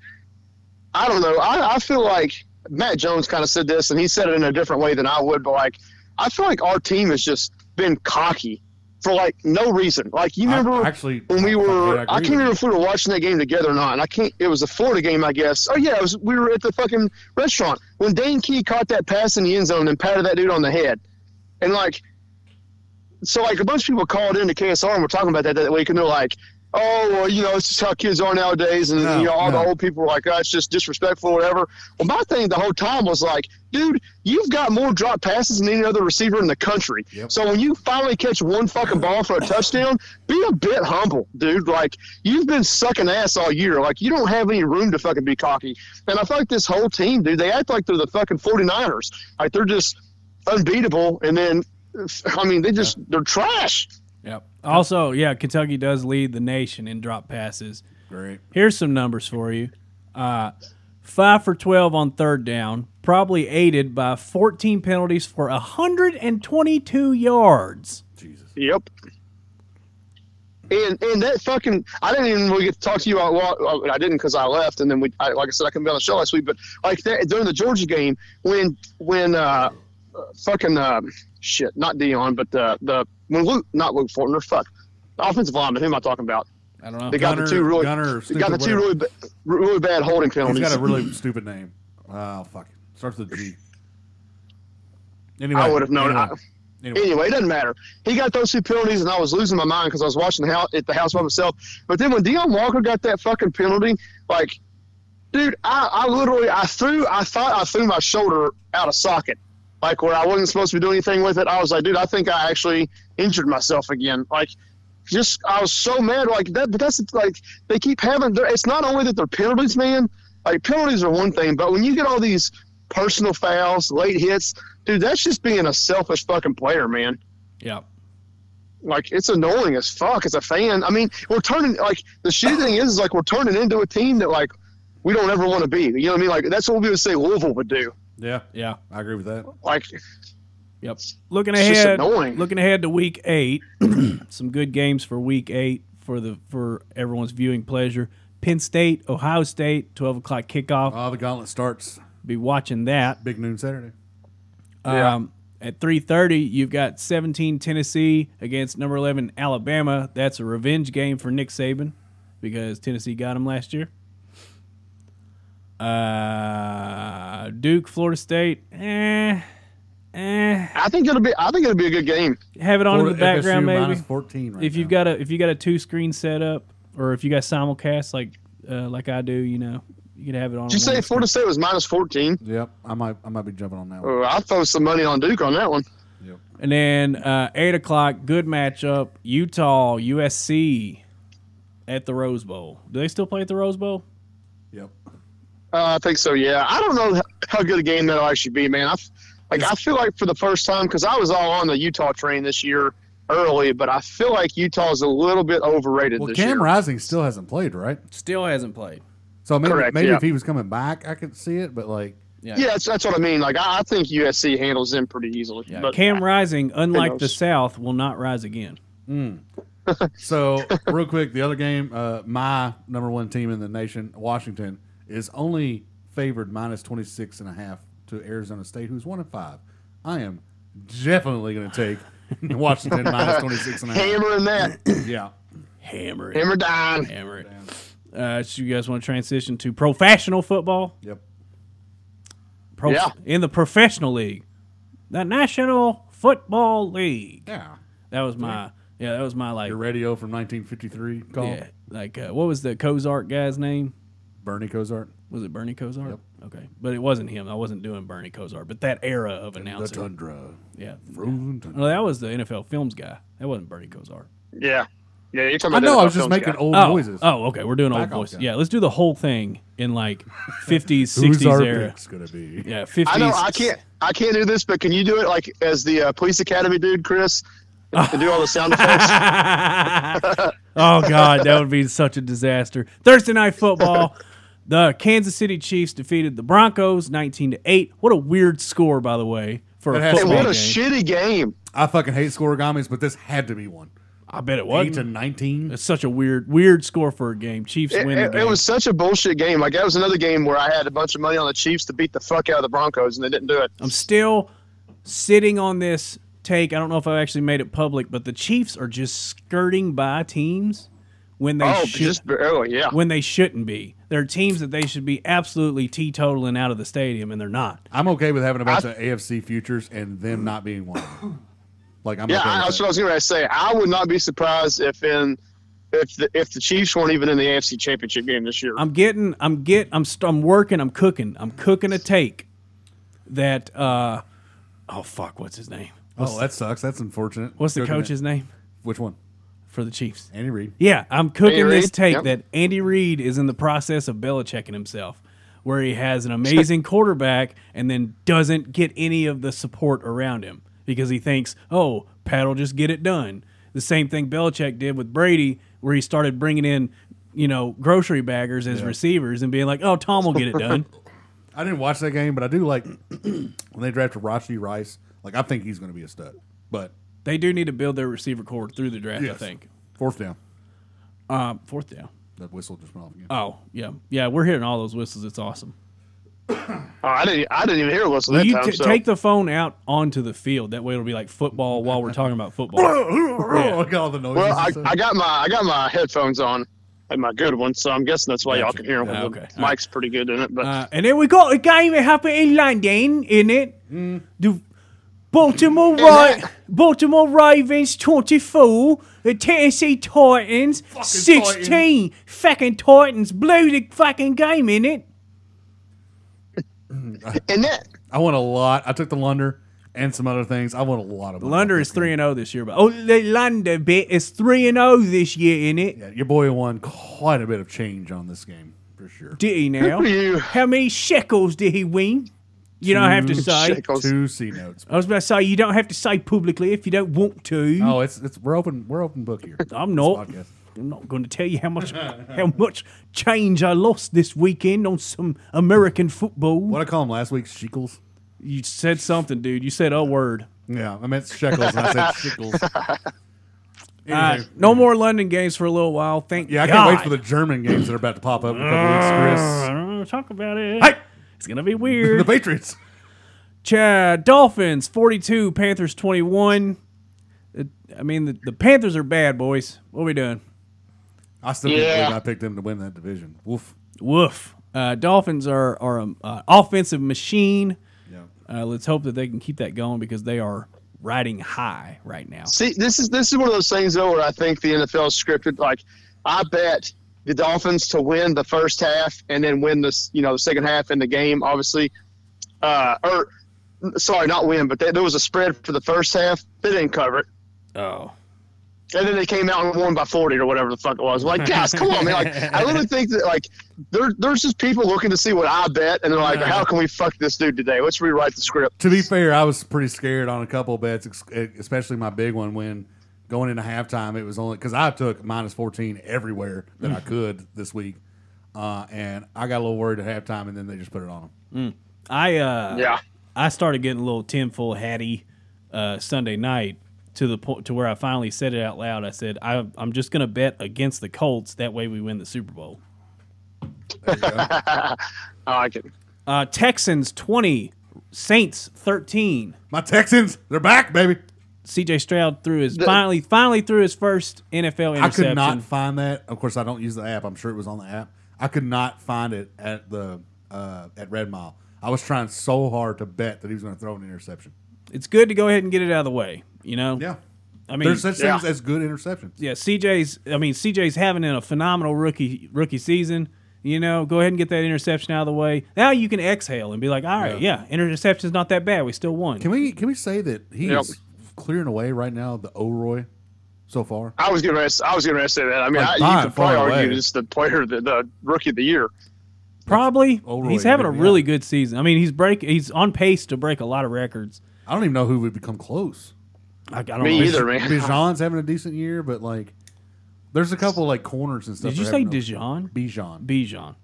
[SPEAKER 3] I don't know. I I feel like Matt Jones kind of said this, and he said it in a different way than I would. But like, I feel like our team has just been cocky for like no reason. Like you
[SPEAKER 2] I-
[SPEAKER 3] remember
[SPEAKER 2] actually,
[SPEAKER 3] when we
[SPEAKER 2] I fucking
[SPEAKER 3] were,
[SPEAKER 2] agree
[SPEAKER 3] I can't
[SPEAKER 2] with
[SPEAKER 3] remember
[SPEAKER 2] you.
[SPEAKER 3] if we were watching that game together or not. And I can't. It was a Florida game, I guess. Oh yeah, it was. We were at the fucking restaurant when Dane Key caught that pass in the end zone and patted that dude on the head, and like, so like a bunch of people called into KSR and were talking about that that week, and they're like, oh well, you know, it's just how kids are nowadays, and
[SPEAKER 2] No,
[SPEAKER 3] you know, all
[SPEAKER 2] no.
[SPEAKER 3] the old people were like, oh, it's just disrespectful, or whatever. Well, my thing the whole time was like, dude, you've got more drop passes than any other receiver in the country.
[SPEAKER 2] Yep.
[SPEAKER 3] So when you finally catch one fucking ball for a touchdown, be a bit humble, dude. Like you've been sucking ass all year. Like you don't have any room to fucking be cocky. And I feel like this whole team, dude, they act like they're the fucking 49ers. Like they're just unbeatable. And then, I mean, they just they're trash.
[SPEAKER 1] Yep. Also, yeah, Kentucky does lead the nation in drop passes.
[SPEAKER 2] Great.
[SPEAKER 1] Here's some numbers for you. Uh, five for 12 on third down, probably aided by 14 penalties for 122 yards.
[SPEAKER 2] Jesus.
[SPEAKER 3] Yep. And and that fucking I didn't even really get to talk to you. I, well, I didn't because I left, and then we I, like I said I couldn't be on the show last week. But like that, during the Georgia game, when when uh, uh, fucking uh, shit, not Dion, but the the when Luke, not Luke Fortner, fuck, offensive lineman. Who am I talking about?
[SPEAKER 1] I don't know.
[SPEAKER 3] They got
[SPEAKER 2] Gunner-
[SPEAKER 3] the two really
[SPEAKER 2] Gunner,
[SPEAKER 3] they got the
[SPEAKER 2] stupid whatever.
[SPEAKER 3] two really ba- really bad holding
[SPEAKER 2] He's
[SPEAKER 3] penalties.
[SPEAKER 2] got a really stupid name. Oh fuck. It. Starts with a G. Anyway,
[SPEAKER 3] I would have known.
[SPEAKER 2] Anyway, anyway.
[SPEAKER 3] Anyway, it doesn't matter. He got those two penalties, and I was losing my mind because I was watching the house at the house by myself. But then when Deion Walker got that fucking penalty, like, dude, I, I literally I threw I thought I threw my shoulder out of socket, like where I wasn't supposed to be doing anything with it. I was like, dude, I think I actually injured myself again. Like, just I was so mad. Like that, but that's like they keep having. their- It's not only that they're penalties, man. Like penalties are one thing, but when you get all these personal fouls, late hits, dude, that's just being a selfish fucking player, man.
[SPEAKER 1] Yeah.
[SPEAKER 3] Like it's annoying as fuck as a fan. I mean, we're turning like the shitty thing is, is like we're turning into a team that like we don't ever want to be. You know what I mean? Like that's what we would say Louisville would do.
[SPEAKER 2] Yeah,
[SPEAKER 1] Yeah.
[SPEAKER 2] I agree with that.
[SPEAKER 3] Like
[SPEAKER 1] Yep. Looking
[SPEAKER 3] It's just
[SPEAKER 1] ahead.
[SPEAKER 3] annoying.
[SPEAKER 1] Looking ahead to week eight. some good games for week eight for the for everyone's viewing pleasure. Penn State, Ohio State, twelve o'clock kickoff.
[SPEAKER 2] Oh, the gauntlet starts
[SPEAKER 1] Be watching that.
[SPEAKER 2] big noon Saturday.
[SPEAKER 3] Yeah.
[SPEAKER 1] Um, at 3:30, you've got 17 Tennessee against number 11 Alabama. That's a revenge game for Nick Saban because Tennessee got him last year. Uh, Duke, Florida State. Eh, eh.
[SPEAKER 3] I think it'll be I think it'll be a good game.
[SPEAKER 1] Have it on in the
[SPEAKER 2] Florida
[SPEAKER 1] background,
[SPEAKER 2] FSU
[SPEAKER 1] maybe.
[SPEAKER 2] minus fourteen. Right
[SPEAKER 1] if you've
[SPEAKER 2] now.
[SPEAKER 1] got a if you got a two screen setup, or if you got simulcast like uh, like I do, you know, you can have it on.
[SPEAKER 3] Did you
[SPEAKER 1] one
[SPEAKER 3] say
[SPEAKER 1] screen.
[SPEAKER 3] Florida State was minus fourteen?
[SPEAKER 2] Yep, I might I might be jumping on that one.
[SPEAKER 3] Oh, I throw some money on Duke on that one.
[SPEAKER 2] Yep.
[SPEAKER 1] And then uh, eight o'clock, good matchup. Utah, USC at the Rose Bowl. Do they still play at the Rose Bowl?
[SPEAKER 2] Yep.
[SPEAKER 3] Uh, I think so. Yeah, I don't know how good a game that'll actually be, man. I f- like I feel like for the first time because I was all on the Utah train this year early, but I feel like Utah's a little bit overrated
[SPEAKER 2] Well,
[SPEAKER 3] this
[SPEAKER 2] Cam
[SPEAKER 3] year.
[SPEAKER 2] Rising still hasn't played, right?
[SPEAKER 1] Still hasn't played.
[SPEAKER 2] So maybe
[SPEAKER 3] Correct,
[SPEAKER 2] maybe
[SPEAKER 3] yeah.
[SPEAKER 2] if he was coming back, I could see it. But like,
[SPEAKER 3] Yeah, that's, that's what I mean. Like I, I think USC handles them pretty easily.
[SPEAKER 1] Yeah.
[SPEAKER 3] but
[SPEAKER 1] Cam Rising, unlike the
[SPEAKER 3] knows?
[SPEAKER 1] South, will not rise again.
[SPEAKER 2] So, real quick, the other game, uh, my number one team in the nation, Washington, is only favored minus 26 and a half to Arizona State, who's one and five. I am definitely going to take Washington minus 26 and a half.
[SPEAKER 3] Hammering that.
[SPEAKER 2] Yeah.
[SPEAKER 1] Hammer it.
[SPEAKER 3] Hammer down.
[SPEAKER 1] Hammer it. Uh, so you guys want to transition to professional football?
[SPEAKER 2] Yep.
[SPEAKER 1] Pro-
[SPEAKER 3] Yeah.
[SPEAKER 1] In the professional league, the National Football League.
[SPEAKER 2] Yeah.
[SPEAKER 1] That was my yeah. That was my like
[SPEAKER 2] Your radio from 1953 call
[SPEAKER 1] yeah. Like uh, what was the Kozart guy's name?
[SPEAKER 2] Bernie Kosart.
[SPEAKER 1] Was it Bernie Kozart? Okay, but it wasn't him. I wasn't doing Bernie Kozart, but that era of
[SPEAKER 2] The
[SPEAKER 1] announcing.
[SPEAKER 2] Tundra.
[SPEAKER 1] yeah.
[SPEAKER 2] Frozen Tundra.
[SPEAKER 1] No, that was the NFL Films guy. That wasn't Bernie Kozart.
[SPEAKER 3] Yeah. Yeah, you're talking
[SPEAKER 2] I
[SPEAKER 3] about
[SPEAKER 2] know,
[SPEAKER 3] that
[SPEAKER 2] I was just
[SPEAKER 3] Films
[SPEAKER 2] making
[SPEAKER 3] guy.
[SPEAKER 2] old
[SPEAKER 1] Oh,
[SPEAKER 2] noises.
[SPEAKER 1] oh, okay. We're doing old
[SPEAKER 2] Back off,
[SPEAKER 1] voices.
[SPEAKER 2] guy.
[SPEAKER 1] Yeah, let's do the whole thing in like 50s, 60s
[SPEAKER 2] Who's our
[SPEAKER 1] era.
[SPEAKER 2] picks going to be?
[SPEAKER 1] Yeah, 50s.
[SPEAKER 3] I know I can't I can't do this, but can you do it like as the uh, police academy dude, Chris? And do all the sound effects.
[SPEAKER 1] oh God, that would be such a disaster. Thursday night football. The Kansas City Chiefs defeated the Broncos 19 to 8. What a weird score, by the way, for
[SPEAKER 2] It
[SPEAKER 1] a
[SPEAKER 2] has to
[SPEAKER 3] Hey,
[SPEAKER 1] football
[SPEAKER 3] what a
[SPEAKER 1] game.
[SPEAKER 3] shitty game.
[SPEAKER 2] I fucking hate scoregamis, but this had to be one.
[SPEAKER 1] I bet it
[SPEAKER 2] 8 to
[SPEAKER 1] wasn't.
[SPEAKER 2] 19.
[SPEAKER 1] It's such a weird, weird score for a game. Chiefs
[SPEAKER 3] It,
[SPEAKER 1] win the
[SPEAKER 3] it-
[SPEAKER 1] game.
[SPEAKER 3] it was such a bullshit game. Like that was another game where I had a bunch of money on the Chiefs to beat the fuck out of the Broncos, and they didn't do it.
[SPEAKER 1] I'm still sitting on this take. I don't know if I've actually made it public, but the Chiefs are just skirting by teams when they
[SPEAKER 3] Oh,
[SPEAKER 1] should.
[SPEAKER 3] just barely. Yeah.
[SPEAKER 1] when they shouldn't be. There are teams that they should be absolutely teetotaling out of the stadium, and they're not.
[SPEAKER 2] I'm okay with having a bunch of AFC futures and them not being one. of them. Like I'm
[SPEAKER 3] Yeah,
[SPEAKER 2] okay
[SPEAKER 3] I,
[SPEAKER 2] with
[SPEAKER 3] that's
[SPEAKER 2] that.
[SPEAKER 3] what I was going to say. I would not be surprised if in if the, if the Chiefs weren't even in the AFC Championship game this year.
[SPEAKER 1] I'm getting, I'm get, I'm, st- I'm working, I'm cooking, I'm cooking a take that, uh, oh fuck, what's his name?
[SPEAKER 2] oh, that sucks. That's unfortunate.
[SPEAKER 1] What's the
[SPEAKER 2] Good for
[SPEAKER 1] coach's
[SPEAKER 2] them.
[SPEAKER 1] name
[SPEAKER 2] Which one?
[SPEAKER 1] for the Chiefs?
[SPEAKER 2] Andy Reid.
[SPEAKER 1] Yeah, I'm cooking
[SPEAKER 3] Andy
[SPEAKER 1] this
[SPEAKER 3] Reid?
[SPEAKER 1] take
[SPEAKER 3] Yep.
[SPEAKER 1] that Andy Reid is in the process of Belichicking himself, where he has an amazing quarterback and then doesn't get any of the support around him because he thinks, oh, Pat will just get it done. The same thing Belichick did with Brady, where he started bringing in, you know, grocery baggers as receivers and being like, oh, Tom will get it done.
[SPEAKER 2] I didn't watch that game, but I do like when they drafted Rashi Rice. Like I think he's going to be a stud. But
[SPEAKER 1] they do need to build their receiver core through the draft, I
[SPEAKER 2] Yes.
[SPEAKER 1] think.
[SPEAKER 2] fourth down,
[SPEAKER 1] Um, fourth down.
[SPEAKER 2] that whistle just went off again.
[SPEAKER 1] Oh, yeah. Yeah, we're hearing all those whistles. It's awesome.
[SPEAKER 3] Oh, I didn't I didn't even hear a whistle that
[SPEAKER 1] you
[SPEAKER 3] time.
[SPEAKER 1] t-
[SPEAKER 3] so.
[SPEAKER 1] take the phone out onto the field. That way it'll be like football while we're talking about football.
[SPEAKER 2] Oh, I got all the noises.
[SPEAKER 3] well, I,
[SPEAKER 2] and stuff.
[SPEAKER 3] I got my I got my headphones on and my good ones, so I'm guessing that's why y'all
[SPEAKER 2] Gotcha.
[SPEAKER 3] can hear them.
[SPEAKER 1] Ah,
[SPEAKER 3] The
[SPEAKER 1] okay. All
[SPEAKER 3] Mike's pretty good in it, but
[SPEAKER 1] Uh, and then we got a game that happened in London, in it. The Baltimore Ri- Baltimore Ravens 24, the Tennessee Titans 16. Fucking Titans blew the fucking game in it.
[SPEAKER 3] and that
[SPEAKER 2] I won a lot. I took the Lunder and some other things. I won a lot of money.
[SPEAKER 1] London is 3 and 0 this year, but oh, the London bit is 3 and 0 this year in it.
[SPEAKER 2] Yeah, your boy won quite a bit of change on this game for sure.
[SPEAKER 1] Did he now?
[SPEAKER 3] for you.
[SPEAKER 1] How many shekels did he win? You don't have to
[SPEAKER 2] Two
[SPEAKER 1] say.
[SPEAKER 3] Mm. Shekels.
[SPEAKER 2] Two C notes.
[SPEAKER 1] I was about to say you don't have to say publicly if you don't want to.
[SPEAKER 2] Oh, it's it's we're open we're open book here.
[SPEAKER 1] I'm not.
[SPEAKER 2] Podcast.
[SPEAKER 1] I'm not going to tell you how much how much change I lost this weekend on some American football.
[SPEAKER 2] What I call them last week, shekels.
[SPEAKER 1] You said something, dude. You said a word.
[SPEAKER 2] Yeah, I meant shekels, and I said shekels.
[SPEAKER 1] Uh,
[SPEAKER 2] Anywho.
[SPEAKER 1] no more London games for a little while. Thank
[SPEAKER 2] yeah, I can't
[SPEAKER 1] Uh, God.
[SPEAKER 2] wait for the German games that are about to pop up in a couple weeks, Chris.
[SPEAKER 1] I don't want to talk about it.
[SPEAKER 2] Hey!
[SPEAKER 1] It's gonna be
[SPEAKER 2] The
[SPEAKER 1] weird.
[SPEAKER 2] Patriots.
[SPEAKER 1] Chad Dolphins forty two, Panthers twenty one. I mean, the, the Panthers are bad boys. What are we doing?
[SPEAKER 2] I still
[SPEAKER 3] Yeah.
[SPEAKER 2] can't believe I picked them to win that division. Woof.
[SPEAKER 1] Woof. Uh, Dolphins are are an uh, offensive machine.
[SPEAKER 2] Yeah.
[SPEAKER 1] Uh, let's hope that they can keep that going because they are riding high right now.
[SPEAKER 3] See, this is this is one of those things though where I think the NFL is scripted. Like, I bet the Dolphins to win the first half and then win this, you know, the second half in the game. Obviously, uh, or sorry, not win, but they, there was a spread for the first half. They didn't cover it,
[SPEAKER 1] Oh,
[SPEAKER 3] and then they came out and won by forty or whatever the fuck it was. I'm like, guys, come on, man! Like, I really think that like there, there's just people looking to see what I bet, and they're like, how can we fuck this dude today? Let's rewrite the script.
[SPEAKER 2] To be fair, I was pretty scared on a couple bets, ex- e, especially my big one when going into halftime. It was only because I took minus fourteen everywhere that I could this week, uh, and I got a little worried at halftime, and then they just put it on them.
[SPEAKER 1] I uh,
[SPEAKER 3] Yeah.
[SPEAKER 1] I started getting a little tinfoil hatty uh, Sunday night to the point to where I finally said it out loud. I said, I, "I'm just going to bet against the Colts. That way, we win the Super Bowl."
[SPEAKER 2] There you go.
[SPEAKER 3] I like it.
[SPEAKER 1] Uh, Texans twenty, Saints thirteen.
[SPEAKER 2] My Texans, they're back, baby.
[SPEAKER 1] C.J. Stroud threw his finally finally threw his first NFL interception.
[SPEAKER 2] I could not find that. Of course, I don't use the app. I'm sure it was on the app. I could not find it at the uh, at Red Mile. I was trying so hard to bet that he was going to throw an interception.
[SPEAKER 1] It's good to go ahead and get it out of the way. You know.
[SPEAKER 2] Yeah,
[SPEAKER 1] I mean,
[SPEAKER 2] there's such
[SPEAKER 3] Yeah.
[SPEAKER 2] things as good interceptions.
[SPEAKER 1] yeah, CJ's. I mean, CJ's having a phenomenal rookie rookie season. You know, go ahead and get that interception out of the way. Now you can exhale and be like, all right, yeah, interception's not that bad. We still won.
[SPEAKER 2] Can we can we say that he's
[SPEAKER 3] Yep.
[SPEAKER 2] clearing away right now the O'Roy so far?
[SPEAKER 3] I was gonna ask, I was gonna say that. I mean,
[SPEAKER 2] Like,
[SPEAKER 3] I,
[SPEAKER 2] by
[SPEAKER 3] you could
[SPEAKER 2] far
[SPEAKER 3] probably argue
[SPEAKER 2] away.
[SPEAKER 3] it's the player, the, the rookie of the year.
[SPEAKER 1] Probably.
[SPEAKER 2] O'Roy,
[SPEAKER 1] he's having a
[SPEAKER 2] yeah.
[SPEAKER 1] really good season. I mean, he's break. He's on pace to break a lot of records.
[SPEAKER 2] I don't even know who would become close.
[SPEAKER 1] I, I don't
[SPEAKER 3] Me
[SPEAKER 1] know.
[SPEAKER 3] either, man.
[SPEAKER 2] Bijan's having a decent year, but like, there's a couple like corners and stuff.
[SPEAKER 1] Did you
[SPEAKER 2] that
[SPEAKER 1] say
[SPEAKER 2] haven't-
[SPEAKER 1] Dijon?
[SPEAKER 2] Bijan?
[SPEAKER 1] Bijan.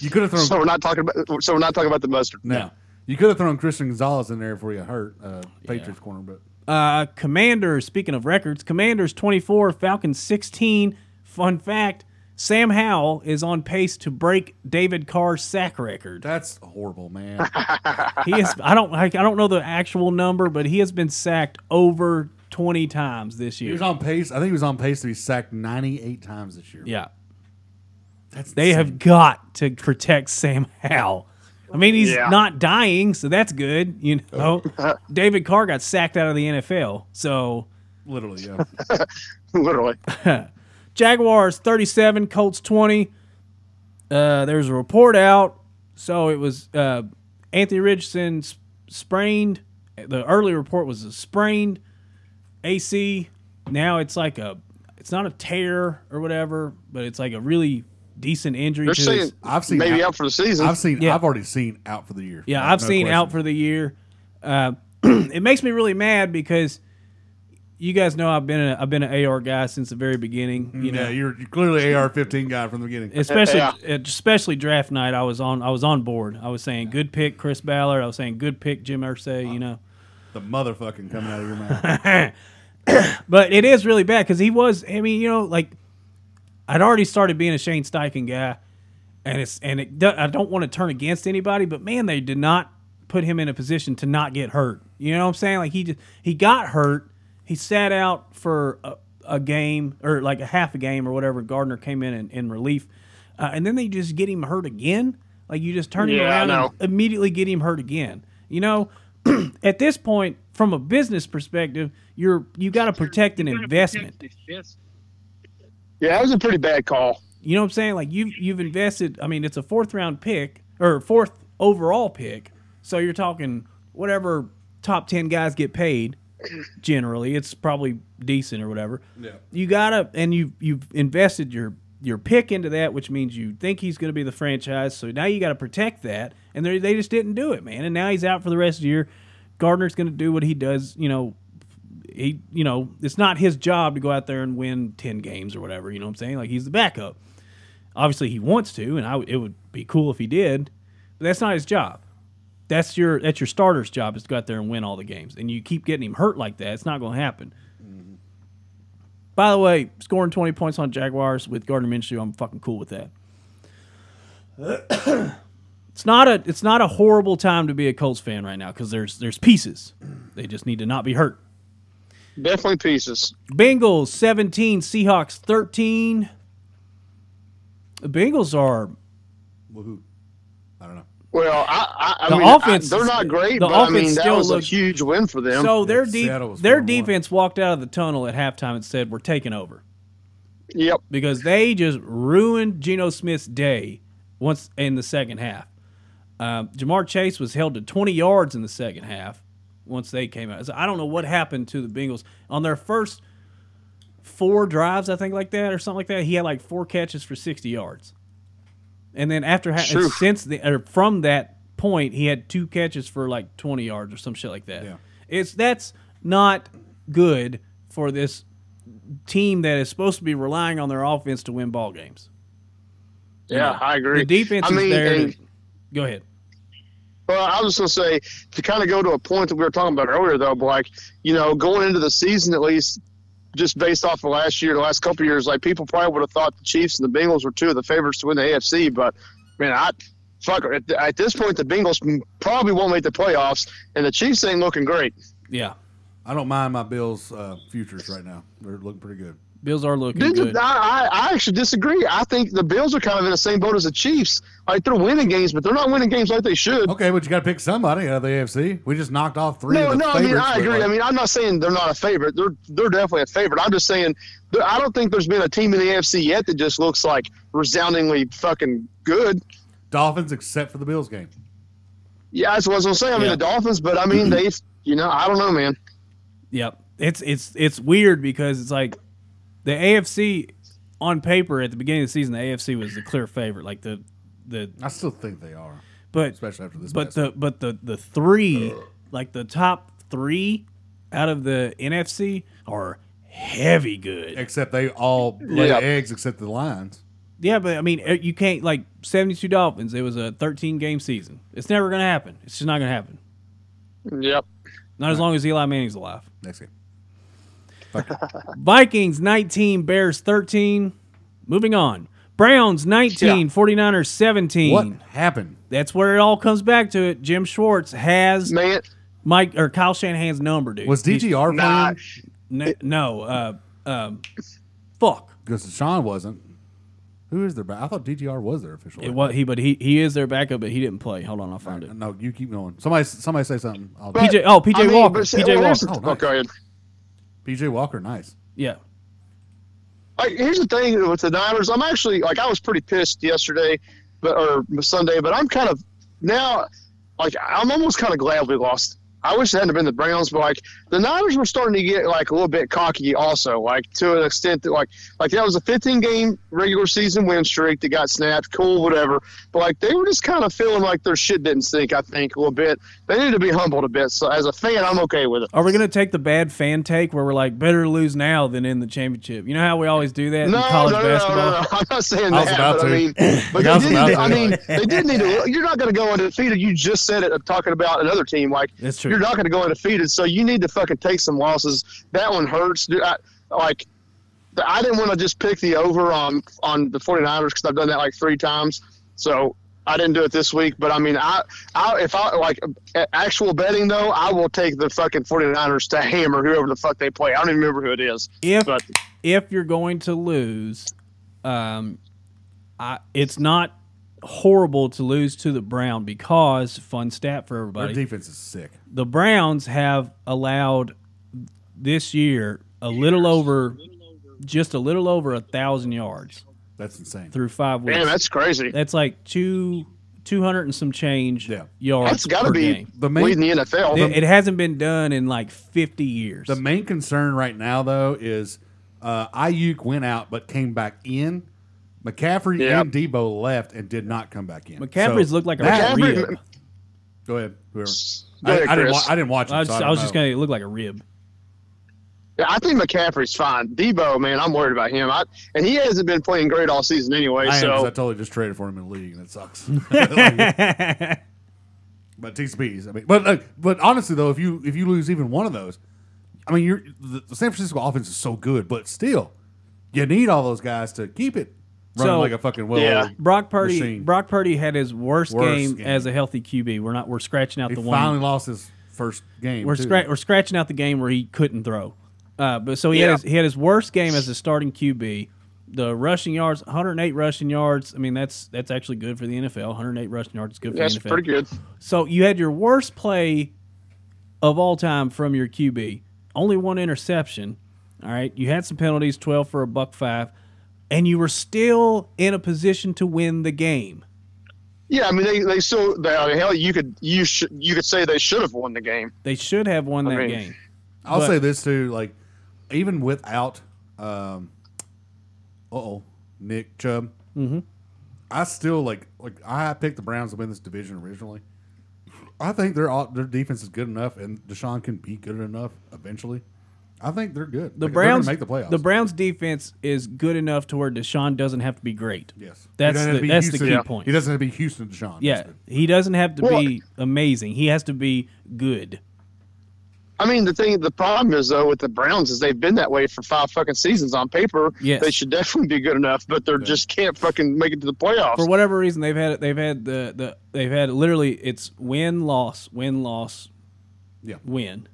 [SPEAKER 2] You could have thrown
[SPEAKER 3] So we're not talking about. So we're not talking about the mustard.
[SPEAKER 2] no. You could have thrown Christian Gonzalez in there before you got hurt, uh, Patriots corner, but
[SPEAKER 1] Uh, Commanders. Speaking of records, Commanders twenty four, Falcons sixteen. Fun fact: Sam Howell is on pace to break David Carr's sack record.
[SPEAKER 2] that's horrible, man.
[SPEAKER 1] he is. I don't. I, I don't know the actual number, but he has been sacked over twenty times this
[SPEAKER 2] he
[SPEAKER 1] year.
[SPEAKER 2] was on pace. I think he was on pace to be sacked 98 times this year.
[SPEAKER 1] yeah,
[SPEAKER 2] that's
[SPEAKER 1] they have got to protect Sam Howell. I mean, he's
[SPEAKER 3] Yeah.
[SPEAKER 1] not dying, so that's good. You know, David Carr got sacked out of the NFL. So
[SPEAKER 2] literally. Yeah,
[SPEAKER 3] Literally,
[SPEAKER 1] Jaguars thirty-seven, Colts twenty. Uh, there's a report out, so it was uh, Anthony Richardson s- sprained. The early report was a sprained AC. Now it's like a, it's not a tear or whatever, but it's like a really decent injury.
[SPEAKER 3] they're
[SPEAKER 1] to his-
[SPEAKER 3] saying
[SPEAKER 2] I've seen
[SPEAKER 3] maybe
[SPEAKER 2] that.
[SPEAKER 3] out for the season.
[SPEAKER 2] I've seen.
[SPEAKER 1] Yeah.
[SPEAKER 2] I've already seen out for the year.
[SPEAKER 1] Yeah,
[SPEAKER 2] Like,
[SPEAKER 1] I've
[SPEAKER 2] no
[SPEAKER 1] seen
[SPEAKER 2] question.
[SPEAKER 1] out for the year. Uh, it makes me really mad because you guys know I've been a, I've been an AR guy since the very beginning. You know,
[SPEAKER 2] yeah, you're, you're clearly AR-15 guy from the beginning.
[SPEAKER 1] especially uh,
[SPEAKER 3] Yeah.
[SPEAKER 1] especially draft night. I was on I was on board. I was saying good pick Chris Ballard. I was saying good pick Jim Irsay. You know,
[SPEAKER 2] the motherfucking coming out of your mouth.
[SPEAKER 1] but it is really bad because he was. I mean, you know, like I'd already started being a Shane Steichen guy, and it's and it. do- I don't want to turn against anybody, but man, they did not put him in a position to not get hurt. You know what I'm saying? Like he just he got hurt. He sat out for a, a game or like a half a game or whatever. Gardner came in in, in relief, uh, and then they just get him hurt again. Like you just turn him
[SPEAKER 3] Yeah, I
[SPEAKER 1] around
[SPEAKER 3] know.
[SPEAKER 1] and immediately get him hurt again. You know, at this point, from a business perspective, you're you got to protect an investment.
[SPEAKER 3] yeah, that was a pretty bad call.
[SPEAKER 1] You know what I'm saying? Like you've you've invested. I mean, it's a fourth round pick or fourth overall pick. So you're talking whatever top ten guys get paid. Generally, it's probably decent or whatever. Yeah. You gotta and you you've invested your your pick into that, which means you think he's going to be the franchise. So now you got to protect that, and they they just didn't do it, man. And now he's out for the rest of the year. Gardner's going to do what he does, you know, he you know it's not his job to go out there and win 10 games or whatever you know what i'm saying like he's the backup obviously he wants to and I, it would be cool if he did but that's not his job that's your that's your starter's job is to go out there and win all the games and you keep getting him hurt like that it's not going to happen by the way scoring 20 points on jaguars with gardner minshew i'm fucking cool with that it's not a it's not a horrible time to be a colts fan right now because there's there's pieces they just need to not be hurt
[SPEAKER 3] Definitely pieces.
[SPEAKER 1] Bengals 17, Seahawks 13. The Bengals are
[SPEAKER 2] Woohoo. I don't know.
[SPEAKER 3] Well, I, I, I
[SPEAKER 1] The
[SPEAKER 3] mean, I-
[SPEAKER 1] offense-
[SPEAKER 3] they're not great,
[SPEAKER 1] the
[SPEAKER 3] but I mean
[SPEAKER 1] offense
[SPEAKER 3] that
[SPEAKER 1] still
[SPEAKER 3] was
[SPEAKER 1] looks-
[SPEAKER 3] a huge win for them.
[SPEAKER 1] so their
[SPEAKER 2] Yeah,
[SPEAKER 1] deep
[SPEAKER 2] Seattle was
[SPEAKER 1] their
[SPEAKER 2] 4-1.
[SPEAKER 1] defense walked out of the tunnel at halftime and said we're taking over
[SPEAKER 3] yep,
[SPEAKER 1] because they just ruined Geno Smith's day once in the second half. Um, Jamar Chase was held to 20 yards in the second half once they came out. So I don't know what happened to the Bengals on their first four drives, I think, like that or something like that. He had like four catches for 60 yards, and then after ha-
[SPEAKER 3] Phew.
[SPEAKER 1] since the or from that point, he had two catches for like 20 yards or some shit like that.
[SPEAKER 2] Yeah.
[SPEAKER 1] It's that's not good for this team that is supposed to be relying on their offense to win ball games.
[SPEAKER 3] yeah, I agree.
[SPEAKER 1] The defense
[SPEAKER 3] I
[SPEAKER 1] is
[SPEAKER 3] mean,
[SPEAKER 1] there.
[SPEAKER 3] and-
[SPEAKER 1] to- go ahead.
[SPEAKER 3] Well, I was just going to say to kind of go to a point that we were talking about earlier, though, like you know, going into the season at least, just based off of last year, the last couple of years, like people probably would have thought the Chiefs and the Bengals were two of the favorites to win the AFC, but man, I fuck at, at this point, the Bengals probably won't make the playoffs, and the Chiefs ain't looking great.
[SPEAKER 1] Yeah,
[SPEAKER 2] I don't mind my Bills uh, futures right now. They're looking pretty good.
[SPEAKER 1] Bills are looking
[SPEAKER 3] Dude,
[SPEAKER 1] good.
[SPEAKER 3] I, I I actually disagree. I think the Bills are kind of in the same boat as the Chiefs. Like they're winning games, but they're not winning games like they should.
[SPEAKER 2] Okay, but you got to pick somebody out of the AFC. We just knocked off three.
[SPEAKER 3] No,
[SPEAKER 2] of the
[SPEAKER 3] no, I mean
[SPEAKER 2] favorites,
[SPEAKER 3] I
[SPEAKER 2] but,
[SPEAKER 3] agree.
[SPEAKER 2] like,
[SPEAKER 3] I mean I'm not saying they're not a favorite. They're they're definitely a favorite. I'm just saying there- I don't think there's been a team in the AFC yet that just looks like resoundingly fucking good.
[SPEAKER 2] Dolphins, except for the Bills game.
[SPEAKER 3] Yeah, that's what I was gonna say. I mean
[SPEAKER 1] Yeah.
[SPEAKER 3] the Dolphins, but I
[SPEAKER 2] Mm-hmm.
[SPEAKER 3] mean they, you know, I don't know, man.
[SPEAKER 1] Yep. It's it's it's weird because it's like the AFC on paper at the beginning of the season, the AFC was the clear favorite. Like the the
[SPEAKER 2] I still think they are,
[SPEAKER 1] but
[SPEAKER 2] especially after this.
[SPEAKER 1] but
[SPEAKER 2] past-
[SPEAKER 1] the but the the three
[SPEAKER 2] Uh.
[SPEAKER 1] like the top three out of the NFC are heavy good.
[SPEAKER 2] except they all lay
[SPEAKER 3] Yeah.
[SPEAKER 2] eggs except the Lions.
[SPEAKER 1] Yeah, but I mean eh, you can't like seventy two Dolphins. It was a thirteen game season. It's never gonna happen. It's just not gonna happen.
[SPEAKER 3] Yep.
[SPEAKER 1] Not as long as Eli Manning's alive.
[SPEAKER 2] Next game.
[SPEAKER 1] Vikings 19, Bears 13. Moving on. Browns 19, 49ers 17.
[SPEAKER 2] What happened?
[SPEAKER 1] That's where it all comes back to it. Jim Schwartz has
[SPEAKER 3] Man
[SPEAKER 1] Mike or Kyle Shanahan's number, dude.
[SPEAKER 2] Was DGR
[SPEAKER 3] nah,
[SPEAKER 2] playing?
[SPEAKER 1] N- no, uh, um, fuck.
[SPEAKER 2] Because Sean wasn't. Who is their back? I thought DGR was their official.
[SPEAKER 1] It was he, but he he is their backup, but he didn't play. Hold on, I'll find it.
[SPEAKER 2] No, you keep going. Somebody, somebody say something. I'll
[SPEAKER 3] But-
[SPEAKER 1] PJ, oh PJ
[SPEAKER 3] I mean,
[SPEAKER 1] Walker,
[SPEAKER 3] but-
[SPEAKER 1] PJ
[SPEAKER 3] well, here's
[SPEAKER 1] Walker,
[SPEAKER 3] the-
[SPEAKER 2] Oh, nice.
[SPEAKER 3] go ahead.
[SPEAKER 2] PJ Walker, nice.
[SPEAKER 1] yeah,
[SPEAKER 3] Like, here's the thing with the Niners. I'm actually like I was pretty pissed yesterday, but or Sunday. But I'm kind of now, like I'm almost kind of glad we lost. I wish it hadn't been the Browns, but like the Niners were starting to get like a little bit cocky, also like to an extent that like like that was a 15 game regular season win streak that got snapped. Cool, whatever. But like they were just kind of feeling like their shit didn't sink. I think a little bit. They need to be humbled a bit. So as a fan, I'm okay with it.
[SPEAKER 1] are we gonna take the bad fan take where we're like better to lose now than in the championship? You know how we always do that
[SPEAKER 3] No,
[SPEAKER 1] in college
[SPEAKER 3] no, no,
[SPEAKER 1] basketball.
[SPEAKER 3] no, no, no. I'm not saying
[SPEAKER 2] I was
[SPEAKER 3] that.
[SPEAKER 2] about
[SPEAKER 3] but I
[SPEAKER 2] to.
[SPEAKER 3] mean, but
[SPEAKER 2] I was
[SPEAKER 3] they did,
[SPEAKER 2] about to.
[SPEAKER 3] I mean, they did need to. You're not going to go undefeated. You just said it. I'm talking about another team. Like
[SPEAKER 1] That's true.
[SPEAKER 3] you're not going to go undefeated, so you need to fucking take some losses. That one hurts. Dude, I, like I didn't want to just pick the over on on the 49ers because I've done that like three times. So I didn't do it this week. But I mean, I, I if I like a- actual betting though, I will take the fucking 49ers to hammer whoever the fuck they play. I don't even remember who it is.
[SPEAKER 1] If
[SPEAKER 3] But
[SPEAKER 1] if you're going to lose, um, I, it's not horrible to lose to the Brown because fun stat for
[SPEAKER 2] Their
[SPEAKER 1] everybody:
[SPEAKER 2] defense is sick.
[SPEAKER 1] the Browns have allowed this year a little over, just a little over a thousand yards
[SPEAKER 2] That's insane.
[SPEAKER 1] through five weeks.
[SPEAKER 3] damn, that's crazy.
[SPEAKER 1] That's like two two hundred and some change
[SPEAKER 2] Yeah.
[SPEAKER 1] yards.
[SPEAKER 3] That's got to
[SPEAKER 1] per
[SPEAKER 3] be
[SPEAKER 1] game.
[SPEAKER 2] The main-
[SPEAKER 3] leading the NFL.
[SPEAKER 1] It, it hasn't been done in like fifty years.
[SPEAKER 2] The main concern right now, though, is uh, Ayuk went out but came back in. McCaffrey
[SPEAKER 3] Yeah.
[SPEAKER 2] and Debo left and did not come back in.
[SPEAKER 1] McCaffrey's
[SPEAKER 2] So
[SPEAKER 1] looked like a
[SPEAKER 2] that-
[SPEAKER 3] McCaffrey-
[SPEAKER 1] rib.
[SPEAKER 2] Go ahead, whoever.
[SPEAKER 3] Go ahead,
[SPEAKER 2] I, I didn't. Wa-
[SPEAKER 3] Chris.
[SPEAKER 2] I didn't watch. Him,
[SPEAKER 1] I was,
[SPEAKER 2] so
[SPEAKER 1] I
[SPEAKER 2] don't
[SPEAKER 1] was just
[SPEAKER 2] know.
[SPEAKER 1] gonna look like a rib.
[SPEAKER 3] Yeah, I think McCaffrey's fine. Debo, man, I'm worried about him. I, and he hasn't been playing great all season anyway.
[SPEAKER 2] I am 'cause I
[SPEAKER 3] so
[SPEAKER 2] totally just traded for him in the league, and it sucks. Like, but TCPs, I mean, but uh, but honestly though, if you if you lose even one of those, I mean, you're the, the San Francisco offense is so good, but still, you need all those guys to keep it running
[SPEAKER 1] So-
[SPEAKER 2] like a fucking well.
[SPEAKER 3] Yeah.
[SPEAKER 1] Brock Purdy.
[SPEAKER 2] machine.
[SPEAKER 1] Brock Purdy had his worst,
[SPEAKER 2] Worst
[SPEAKER 1] game,
[SPEAKER 2] game.
[SPEAKER 1] as a healthy QB. We're not. We're scratching out
[SPEAKER 2] He
[SPEAKER 1] the
[SPEAKER 2] finally
[SPEAKER 1] one.
[SPEAKER 2] lost his first game.
[SPEAKER 1] We're,
[SPEAKER 2] too.
[SPEAKER 1] scra- we're scratching out the game where he couldn't throw. Uh, but so he
[SPEAKER 3] Yeah.
[SPEAKER 1] had his, he had his worst game as a starting QB. The rushing yards, 108 rushing yards. I mean, that's that's actually good for the NFL. 108 rushing yards is good for
[SPEAKER 3] that's
[SPEAKER 1] the NFL.
[SPEAKER 3] pretty good.
[SPEAKER 1] So you had your worst play of all time from your QB. Only one interception. All right. You had some penalties, 12 for a buck five, and you were still in a position to win the game.
[SPEAKER 3] Yeah, I mean, they, they still, they, I mean, hell, you could you should you could say they should have won the game.
[SPEAKER 1] They should have won that
[SPEAKER 3] mean-
[SPEAKER 1] game.
[SPEAKER 2] I'll
[SPEAKER 1] But-
[SPEAKER 2] say this too, like even without um oh Nick Chubb, mm-hmm. I still like like I picked the Browns to win this division originally. I think their au- their defense is good enough, and Deshaun can be good enough eventually I think they're good.
[SPEAKER 1] The
[SPEAKER 2] Like, they're gonna
[SPEAKER 1] Browns
[SPEAKER 2] make the playoffs.
[SPEAKER 1] The Browns defense is good enough to where Deshaun doesn't have to be great.
[SPEAKER 2] Yes, He
[SPEAKER 1] That's
[SPEAKER 2] doesn't have
[SPEAKER 1] the-
[SPEAKER 2] to be
[SPEAKER 1] that's the
[SPEAKER 2] Houston-
[SPEAKER 1] key
[SPEAKER 2] yeah.
[SPEAKER 1] point.
[SPEAKER 2] He doesn't have to be Houston Deshaun.
[SPEAKER 1] Yeah,
[SPEAKER 2] That's good.
[SPEAKER 1] he doesn't have to
[SPEAKER 3] Well-
[SPEAKER 1] be amazing. He has to be good.
[SPEAKER 3] I mean, the thing, the problem is though with the Browns is they've been that way for five fucking seasons. On paper,
[SPEAKER 1] Yes.
[SPEAKER 3] they should definitely be good enough, but they are just can't fucking make it to the playoffs.
[SPEAKER 1] for whatever reason they've had they've had the, the they've had literally it's win loss win loss
[SPEAKER 2] Yeah.
[SPEAKER 1] win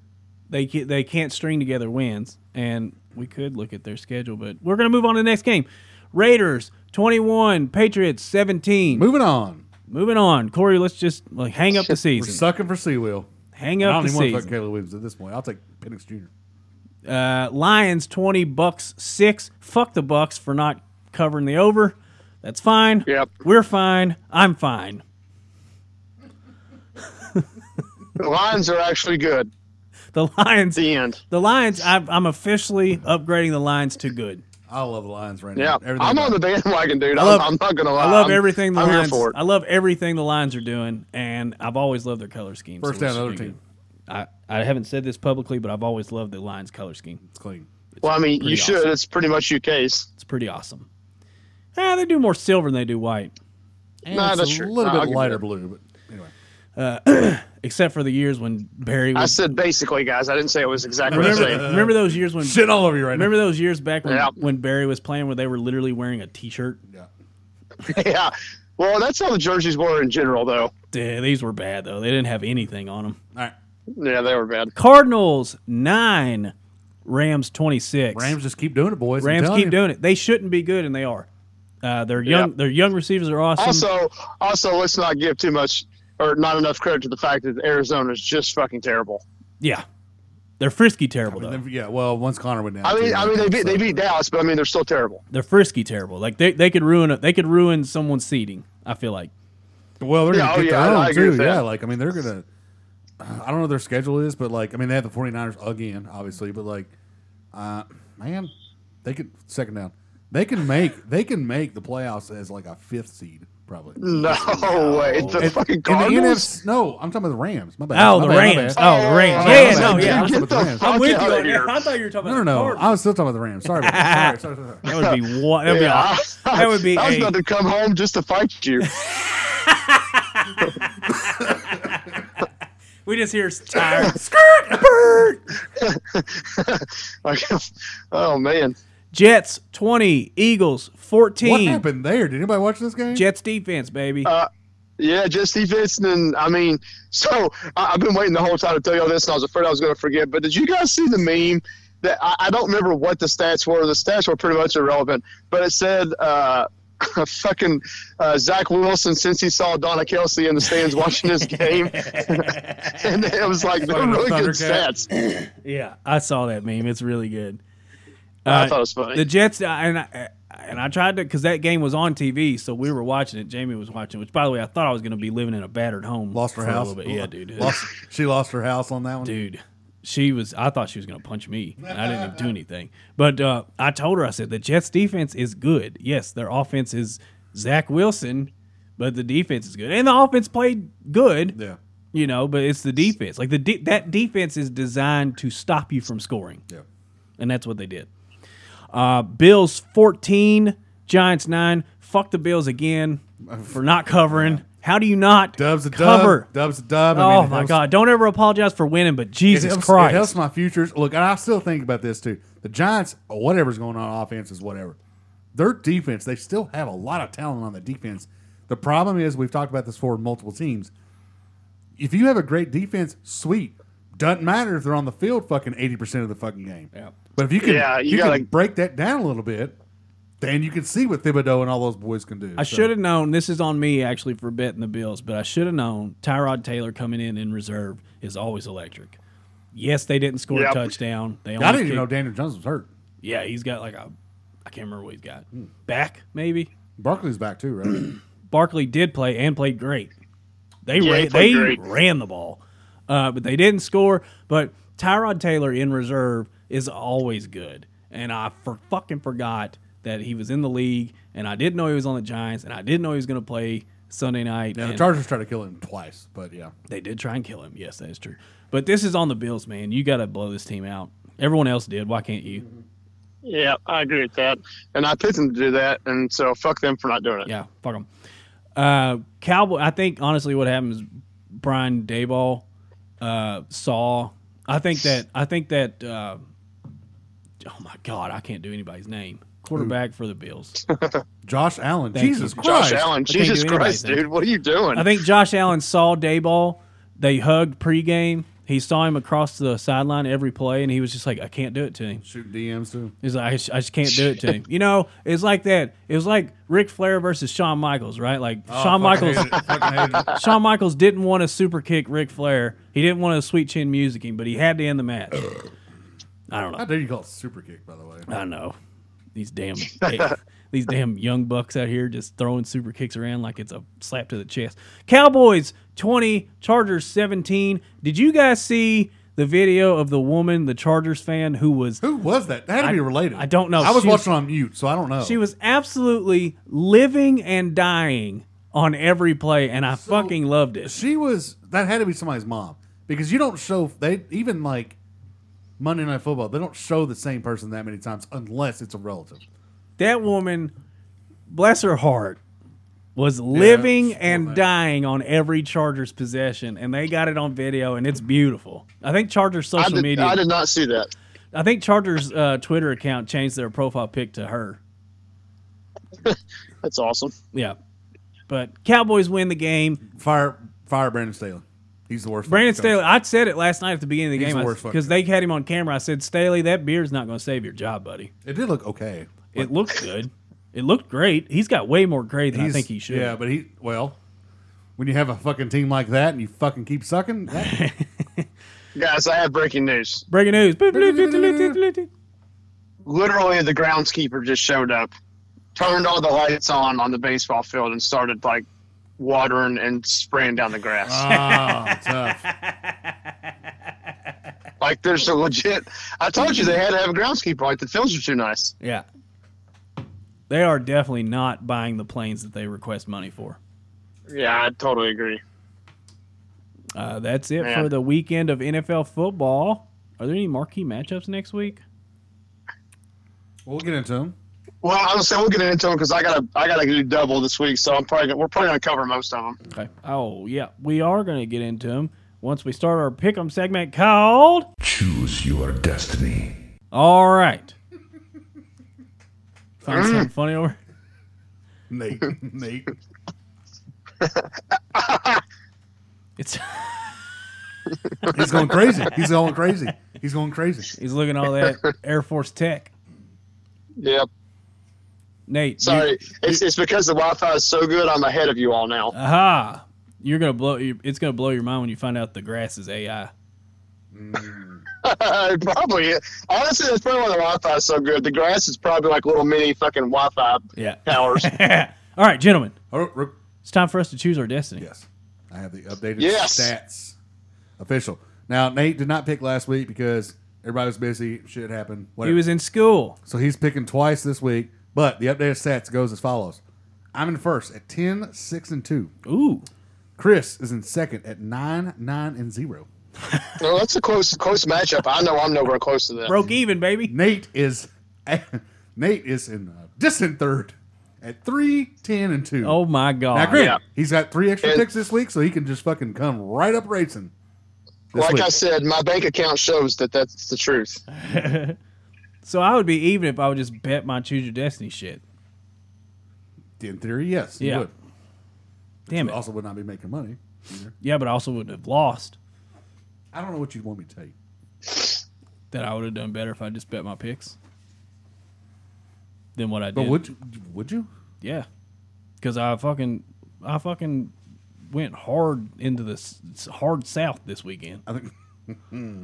[SPEAKER 1] they ca- they can't string together wins and we could look at their schedule but we're gonna move on to the next game Raiders 21 Patriots 17
[SPEAKER 2] Moving on,
[SPEAKER 1] moving on Corey let's just like hang up the
[SPEAKER 2] we're
[SPEAKER 1] season
[SPEAKER 2] sucking for Sea Wheel.
[SPEAKER 1] hang
[SPEAKER 2] I
[SPEAKER 1] up
[SPEAKER 2] don't
[SPEAKER 1] the
[SPEAKER 2] even want to fuck
[SPEAKER 1] season
[SPEAKER 2] Caleb Williams at this point. I'll take Penix Jr.
[SPEAKER 1] uh, Lions 20 bucks 6 fuck the bucks for not covering the over that's fine
[SPEAKER 3] Yep.
[SPEAKER 1] we're fine I'm fine
[SPEAKER 3] The Lions are actually good.
[SPEAKER 1] the Lions
[SPEAKER 3] The end.
[SPEAKER 1] The Lions, I've, I'm officially upgrading the Lions to good.
[SPEAKER 2] I love the Lions right
[SPEAKER 3] Yeah,
[SPEAKER 2] now. Everything
[SPEAKER 3] I'm
[SPEAKER 2] about
[SPEAKER 3] on the bandwagon, dude.
[SPEAKER 1] love-
[SPEAKER 3] I'm, I'm not gonna lie.
[SPEAKER 1] I love
[SPEAKER 3] I'm-
[SPEAKER 1] everything the
[SPEAKER 3] I'm
[SPEAKER 1] Lions.
[SPEAKER 3] here for it.
[SPEAKER 1] I love everything the Lions are doing, and I've always loved their color scheme.
[SPEAKER 2] First
[SPEAKER 1] we'll
[SPEAKER 2] down,
[SPEAKER 1] just
[SPEAKER 2] other
[SPEAKER 1] be
[SPEAKER 2] team.
[SPEAKER 1] good. I, I haven't said this publicly, but I've always loved the Lions color scheme.
[SPEAKER 2] It's clean.
[SPEAKER 3] well, I mean,
[SPEAKER 1] pretty
[SPEAKER 3] you should.
[SPEAKER 1] awesome.
[SPEAKER 3] It's pretty much UK's.
[SPEAKER 1] It's pretty awesome. Ah, they do more silver than they do white,
[SPEAKER 2] And
[SPEAKER 3] Nah,
[SPEAKER 2] it's
[SPEAKER 3] that's
[SPEAKER 2] a
[SPEAKER 3] true.
[SPEAKER 2] little
[SPEAKER 3] Nah, I'll
[SPEAKER 2] bit
[SPEAKER 3] give you
[SPEAKER 2] lighter
[SPEAKER 3] that.
[SPEAKER 2] blue, but anyway.
[SPEAKER 1] except for the years when Barry
[SPEAKER 3] I
[SPEAKER 1] was.
[SPEAKER 3] said basically, guys. I didn't say it was exactly the
[SPEAKER 1] Remember,
[SPEAKER 3] same.
[SPEAKER 1] remember those years when.
[SPEAKER 2] Shit all over you right
[SPEAKER 1] Remember those years back when,
[SPEAKER 3] Yeah.
[SPEAKER 1] when Barry was playing, where they were literally wearing a T-shirt.
[SPEAKER 2] now. Yeah.
[SPEAKER 3] yeah. Well, that's how the jerseys were in general, though.
[SPEAKER 1] Yeah, these were bad though; they didn't have anything on them.
[SPEAKER 2] All right.
[SPEAKER 3] Yeah, they were bad.
[SPEAKER 1] Cardinals nine, Rams twenty six.
[SPEAKER 2] Rams just keep doing it, boys. I'm
[SPEAKER 1] Rams
[SPEAKER 2] telling
[SPEAKER 1] keep
[SPEAKER 2] you.
[SPEAKER 1] doing it. They shouldn't be good, and they are. Uh, their young
[SPEAKER 3] Yeah.
[SPEAKER 1] their young receivers are awesome.
[SPEAKER 3] Also, also, let's not give too much or not enough credit to the fact that Arizona is just fucking terrible.
[SPEAKER 1] yeah, they're frisky terrible though.
[SPEAKER 2] And then- yeah, well, once Connor went down.
[SPEAKER 3] I mean,
[SPEAKER 2] too,
[SPEAKER 3] I mean, they beat they
[SPEAKER 2] so-
[SPEAKER 3] beat Dallas, but I mean, they're still terrible.
[SPEAKER 1] They're frisky terrible. Like they, they could ruin a, they could ruin someone's seating. I feel like
[SPEAKER 2] Well, they're
[SPEAKER 3] Yeah,
[SPEAKER 2] going
[SPEAKER 3] oh,
[SPEAKER 2] to get
[SPEAKER 3] yeah,
[SPEAKER 2] their
[SPEAKER 3] I-
[SPEAKER 2] own,
[SPEAKER 3] I agree
[SPEAKER 2] too.
[SPEAKER 3] with that.
[SPEAKER 2] Yeah, like, I mean, they're going to. I don't know what their schedule is, but, like, I mean, they have the 49ers again, obviously, but, like, uh, man, they could. Second down. They can make they can make the playoffs as, like, a fifth seed, probably.
[SPEAKER 3] No, way, the
[SPEAKER 2] And-
[SPEAKER 3] fucking
[SPEAKER 2] and the
[SPEAKER 3] Cardinals.
[SPEAKER 2] NFC no, I'm talking about the Rams. My bad.
[SPEAKER 1] oh
[SPEAKER 2] My
[SPEAKER 1] the
[SPEAKER 2] bad, my
[SPEAKER 1] Rams
[SPEAKER 2] bad.
[SPEAKER 1] oh the Rams
[SPEAKER 3] Oh,
[SPEAKER 1] yeah
[SPEAKER 2] my
[SPEAKER 1] no
[SPEAKER 2] bad.
[SPEAKER 1] yeah
[SPEAKER 2] Dude,
[SPEAKER 1] I'm,
[SPEAKER 3] get the
[SPEAKER 1] I'm
[SPEAKER 3] fuck
[SPEAKER 1] with you
[SPEAKER 3] out
[SPEAKER 1] on
[SPEAKER 3] of here.
[SPEAKER 1] that. I thought you were talking
[SPEAKER 2] No, no,
[SPEAKER 1] about
[SPEAKER 2] no.
[SPEAKER 1] the
[SPEAKER 2] I
[SPEAKER 1] Cardinals.
[SPEAKER 2] was still talking about the Rams. Sorry. about that. sorry, sorry, sorry, sorry.
[SPEAKER 1] That would be one. That would be
[SPEAKER 3] Yeah,
[SPEAKER 1] awesome. That would be
[SPEAKER 3] I was
[SPEAKER 1] a-
[SPEAKER 3] about to come home just to fight you.
[SPEAKER 1] We just hear tired skirt bird.
[SPEAKER 3] Like, oh man,
[SPEAKER 1] Jets twenty Eagles fourteen.
[SPEAKER 2] What happened there? Did anybody watch this game?
[SPEAKER 1] Jets defense baby.
[SPEAKER 3] yeah, just defense. And then, I mean, so I, I've been waiting the whole time to tell y'all this, and I was afraid I was going to forget. But did you guys see the meme that I, I don't remember what the stats were? The stats were pretty much irrelevant, but it said. Uh, fucking uh, Zach Wilson, since he saw Donna Kelsey in the stands watching this game, and it was like they're
[SPEAKER 2] Fucking
[SPEAKER 3] really good
[SPEAKER 2] Thundercat.
[SPEAKER 3] stats.
[SPEAKER 1] yeah, I saw that meme. It's really good.
[SPEAKER 3] I
[SPEAKER 1] Uh,
[SPEAKER 3] thought it was funny.
[SPEAKER 1] The Jets uh, and I, and I tried to because that game was on TV, so we were watching it. Jamie was watching, which by the way, I thought I was going to be living in a battered home.
[SPEAKER 2] Lost her
[SPEAKER 1] for a
[SPEAKER 2] house.
[SPEAKER 1] little bit. Yeah, dude.
[SPEAKER 2] Lost, she lost her house on that one.
[SPEAKER 1] Dude, she was. I thought she was going to punch me. and I didn't even do anything. But uh, I told her, I said the Jets' defense is good. Yes, their offense is Zach Wilson, but the defense is good, and the offense played good.
[SPEAKER 2] Yeah.
[SPEAKER 1] You know, but it's the defense. Like the de- that defense is designed to stop you from scoring
[SPEAKER 2] Yeah.
[SPEAKER 1] and that's what they did. Uh, Bills 14, Giants 9. Fuck the Bills again for not covering. How do you not
[SPEAKER 2] Dub's a
[SPEAKER 1] cover?
[SPEAKER 2] dub. Dub's a dub. I
[SPEAKER 1] Oh
[SPEAKER 2] mean, it
[SPEAKER 1] my
[SPEAKER 2] helps-
[SPEAKER 1] God! Don't ever apologize for winning, but
[SPEAKER 2] It
[SPEAKER 1] Jesus
[SPEAKER 2] helps, it
[SPEAKER 1] Christ!
[SPEAKER 2] helps my futures. Look, and I still think about this too. The Giants, whatever's going on offense is whatever. Their defense, they still have a lot of talent on the defense. The problem is, we've talked about this for multiple teams. If you have a great defense, sweet. Doesn't matter if they're on the field fucking eighty percent of the fucking game.
[SPEAKER 1] Yeah.
[SPEAKER 2] But if you can,
[SPEAKER 3] Yeah,
[SPEAKER 2] you,
[SPEAKER 3] you
[SPEAKER 2] can
[SPEAKER 3] gotta-
[SPEAKER 2] break that down a little bit, then you can see what Thibodeau and all those boys can do.
[SPEAKER 1] I should have known. This is on me actually for betting the Bills, but I should have known. Tyrod Taylor coming in in reserve is always electric. Yes, they didn't score a
[SPEAKER 3] Yep.
[SPEAKER 1] touchdown. They only
[SPEAKER 2] I didn't even
[SPEAKER 1] kicked-
[SPEAKER 2] know Daniel Jones was hurt.
[SPEAKER 1] Yeah, he's got like a. I can't remember what he's got. Back maybe.
[SPEAKER 2] Barkley's back too, right?
[SPEAKER 1] Barkley did play and played great. They
[SPEAKER 3] Yeah, he
[SPEAKER 1] ran, they
[SPEAKER 3] played great.
[SPEAKER 1] ran the ball, uh, but they didn't score. But Tyrod Taylor in reserve is always good, and I for fucking forgot that he was in the league, and I didn't know he was on the Giants, and I didn't know he was going to play Sunday night.
[SPEAKER 2] yeah, the
[SPEAKER 1] and
[SPEAKER 2] Chargers tried to kill him twice, but yeah.
[SPEAKER 1] they did try and kill him. Yes, that is true. But this is on the Bills, man. You got to blow this team out. Everyone else did. Why can't you?
[SPEAKER 3] Yeah, I agree with that. And I picked them to do that, and so fuck them for not doing it.
[SPEAKER 1] Yeah, fuck them. Uh, Cowboy. I think honestly, what happened is Brian Dayball uh, saw. I think that. I think that. Uh, oh my God, I can't do anybody's name. Quarterback for the Bills.
[SPEAKER 2] Josh Allen.
[SPEAKER 1] Thank
[SPEAKER 2] Jesus
[SPEAKER 1] you.
[SPEAKER 2] Christ.
[SPEAKER 3] Josh Allen,
[SPEAKER 1] can't
[SPEAKER 3] Jesus
[SPEAKER 1] do anybody's
[SPEAKER 3] Christ,
[SPEAKER 1] name.
[SPEAKER 3] dude, what are you doing?
[SPEAKER 1] I think Josh Allen saw Dayball. They hugged pregame. He saw him across the sideline every play, and he was just like, "I can't do it to him."
[SPEAKER 2] Shoot DMs to him.
[SPEAKER 1] He's like, I just, I just can't do it to him. You know, it's like that. It was like Ric Flair versus Shawn Michaels, right? Like
[SPEAKER 2] Oh,
[SPEAKER 1] Shawn Michaels, Shawn Michaels didn't want to super kick Ric Flair. He didn't want to sweet chin music him, but he had to end the match. I don't
[SPEAKER 2] How
[SPEAKER 1] know.
[SPEAKER 2] dare you call it super kick, by the way?
[SPEAKER 1] I know these damn these damn young bucks out here just throwing super kicks around like it's a slap to the chest. Cowboys twenty, Chargers seventeen. Did you guys see the video of the woman, the Chargers fan, who was
[SPEAKER 2] Who was that? That had to be related.
[SPEAKER 1] I don't know.
[SPEAKER 2] I was
[SPEAKER 1] She was-
[SPEAKER 2] watching on mute, so I don't know.
[SPEAKER 1] She was absolutely living and dying on every play, and I fucking loved it.
[SPEAKER 2] She was. That had to be somebody's mom because you don't show they even like Monday Night Football. They don't show the same person that many times unless it's a relative.
[SPEAKER 1] That woman, bless her heart, was living
[SPEAKER 2] saw
[SPEAKER 1] and
[SPEAKER 2] that.
[SPEAKER 1] dying on every Chargers possession, and they got it on video, and it's beautiful. I think Chargers
[SPEAKER 3] I
[SPEAKER 1] social
[SPEAKER 3] did,
[SPEAKER 1] media,
[SPEAKER 3] I
[SPEAKER 1] I,
[SPEAKER 3] did not see that.
[SPEAKER 1] think Chargers uh, Twitter account changed their profile pic to her.
[SPEAKER 3] That's awesome.
[SPEAKER 1] Yeah, but Cowboys win the game.
[SPEAKER 2] Fire, fire Brandon Staley. He's the worst.
[SPEAKER 1] Brandon
[SPEAKER 2] fucking coach.
[SPEAKER 1] Staley, I said it last night at the beginning of the
[SPEAKER 2] He's the
[SPEAKER 1] game
[SPEAKER 2] worst fucking
[SPEAKER 1] because they had him on camera. I said, Staley, that beard's not going to save your job, buddy.
[SPEAKER 2] It did look okay.
[SPEAKER 1] It looked good. It looked great. He's got way more gray than I think he should.
[SPEAKER 2] Yeah, but he well, when you have a fucking team like that and you fucking keep sucking, that-
[SPEAKER 3] Guys, I have breaking news.
[SPEAKER 1] Breaking news. Boop, doop, doop, doop, doop, doop.
[SPEAKER 3] Literally, the groundskeeper just showed up, turned all the lights on on the baseball field, and started like watering and spraying down the grass.
[SPEAKER 2] Ah, tough.
[SPEAKER 3] Like there's a legit. I told you they had to have a groundskeeper. Like the fields are too nice.
[SPEAKER 1] Yeah. They are definitely not buying the planes that they request money for.
[SPEAKER 3] Yeah, I totally agree.
[SPEAKER 1] Uh, that's it
[SPEAKER 3] Yeah.
[SPEAKER 1] for the weekend of NFL football. Are there any marquee matchups next week?
[SPEAKER 2] We'll get into him.
[SPEAKER 3] Well, I was saying we'll get into them because I gotta I gotta do double this week, so I'm probably gonna, we're probably gonna cover most of them.
[SPEAKER 1] Okay. Oh, yeah. We are going to get into them once we start our pick 'em segment called.
[SPEAKER 4] Choose your destiny.
[SPEAKER 1] All right. Find something
[SPEAKER 3] Mm.
[SPEAKER 1] funny over.
[SPEAKER 2] Nate, Nate.
[SPEAKER 1] It's.
[SPEAKER 2] He's going crazy. He's going crazy. He's going crazy.
[SPEAKER 1] He's looking all that Air Force Tech.
[SPEAKER 3] Yep.
[SPEAKER 1] Nate. you-
[SPEAKER 3] Sorry, it's, it's because the Wi-Fi is so good. I'm ahead of you all now.
[SPEAKER 1] Aha! You're gonna blow. you- It's gonna blow your mind when you find out the grass is AI.
[SPEAKER 3] probably. Honestly, that's probably why the Wi-Fi is so good. The grass is probably like little mini fucking Wi-Fi
[SPEAKER 1] Yeah.
[SPEAKER 3] towers.
[SPEAKER 1] All right, gentlemen,
[SPEAKER 2] Oh, re-
[SPEAKER 1] it's time for us to choose our destiny.
[SPEAKER 2] yes, I have the updated
[SPEAKER 3] Yes.
[SPEAKER 2] stats official. Now Nate did not pick last week because everybody was busy. Shit happened.
[SPEAKER 1] He
[SPEAKER 2] Whatever.
[SPEAKER 1] was in school.
[SPEAKER 2] so he's picking twice this week. But the updated stats goes as follows: I'm in first at 10, 6, and two.
[SPEAKER 1] Ooh,
[SPEAKER 2] Chris is in second at nine, nine, and zero.
[SPEAKER 3] well, that's a close close matchup. I know I'm nowhere close to that.
[SPEAKER 1] broke even, baby.
[SPEAKER 2] Nate is Nate is in uh, distant third at three, ten, and two.
[SPEAKER 1] Oh my god!
[SPEAKER 2] now, granted,
[SPEAKER 3] yeah.
[SPEAKER 2] he's got three extra
[SPEAKER 3] And-
[SPEAKER 2] picks this week, so he can just fucking come right up racing. this
[SPEAKER 3] like
[SPEAKER 2] week.
[SPEAKER 3] I said, my bank account shows that that's the truth.
[SPEAKER 1] So I would be even if I would just bet my choose your destiny shit.
[SPEAKER 2] in theory, yes, he
[SPEAKER 1] Yeah.
[SPEAKER 2] would.
[SPEAKER 1] Damn
[SPEAKER 2] He
[SPEAKER 1] it.
[SPEAKER 2] also would not be making money. Either.
[SPEAKER 1] Yeah, but I also would have lost.
[SPEAKER 2] I don't know what you'd want me to tell you.
[SPEAKER 1] That I would have done better if I just bet my picks than what I did.
[SPEAKER 2] But would you, would you?
[SPEAKER 1] Yeah, because I fucking I fucking went hard into the s- hard south this weekend.
[SPEAKER 2] I think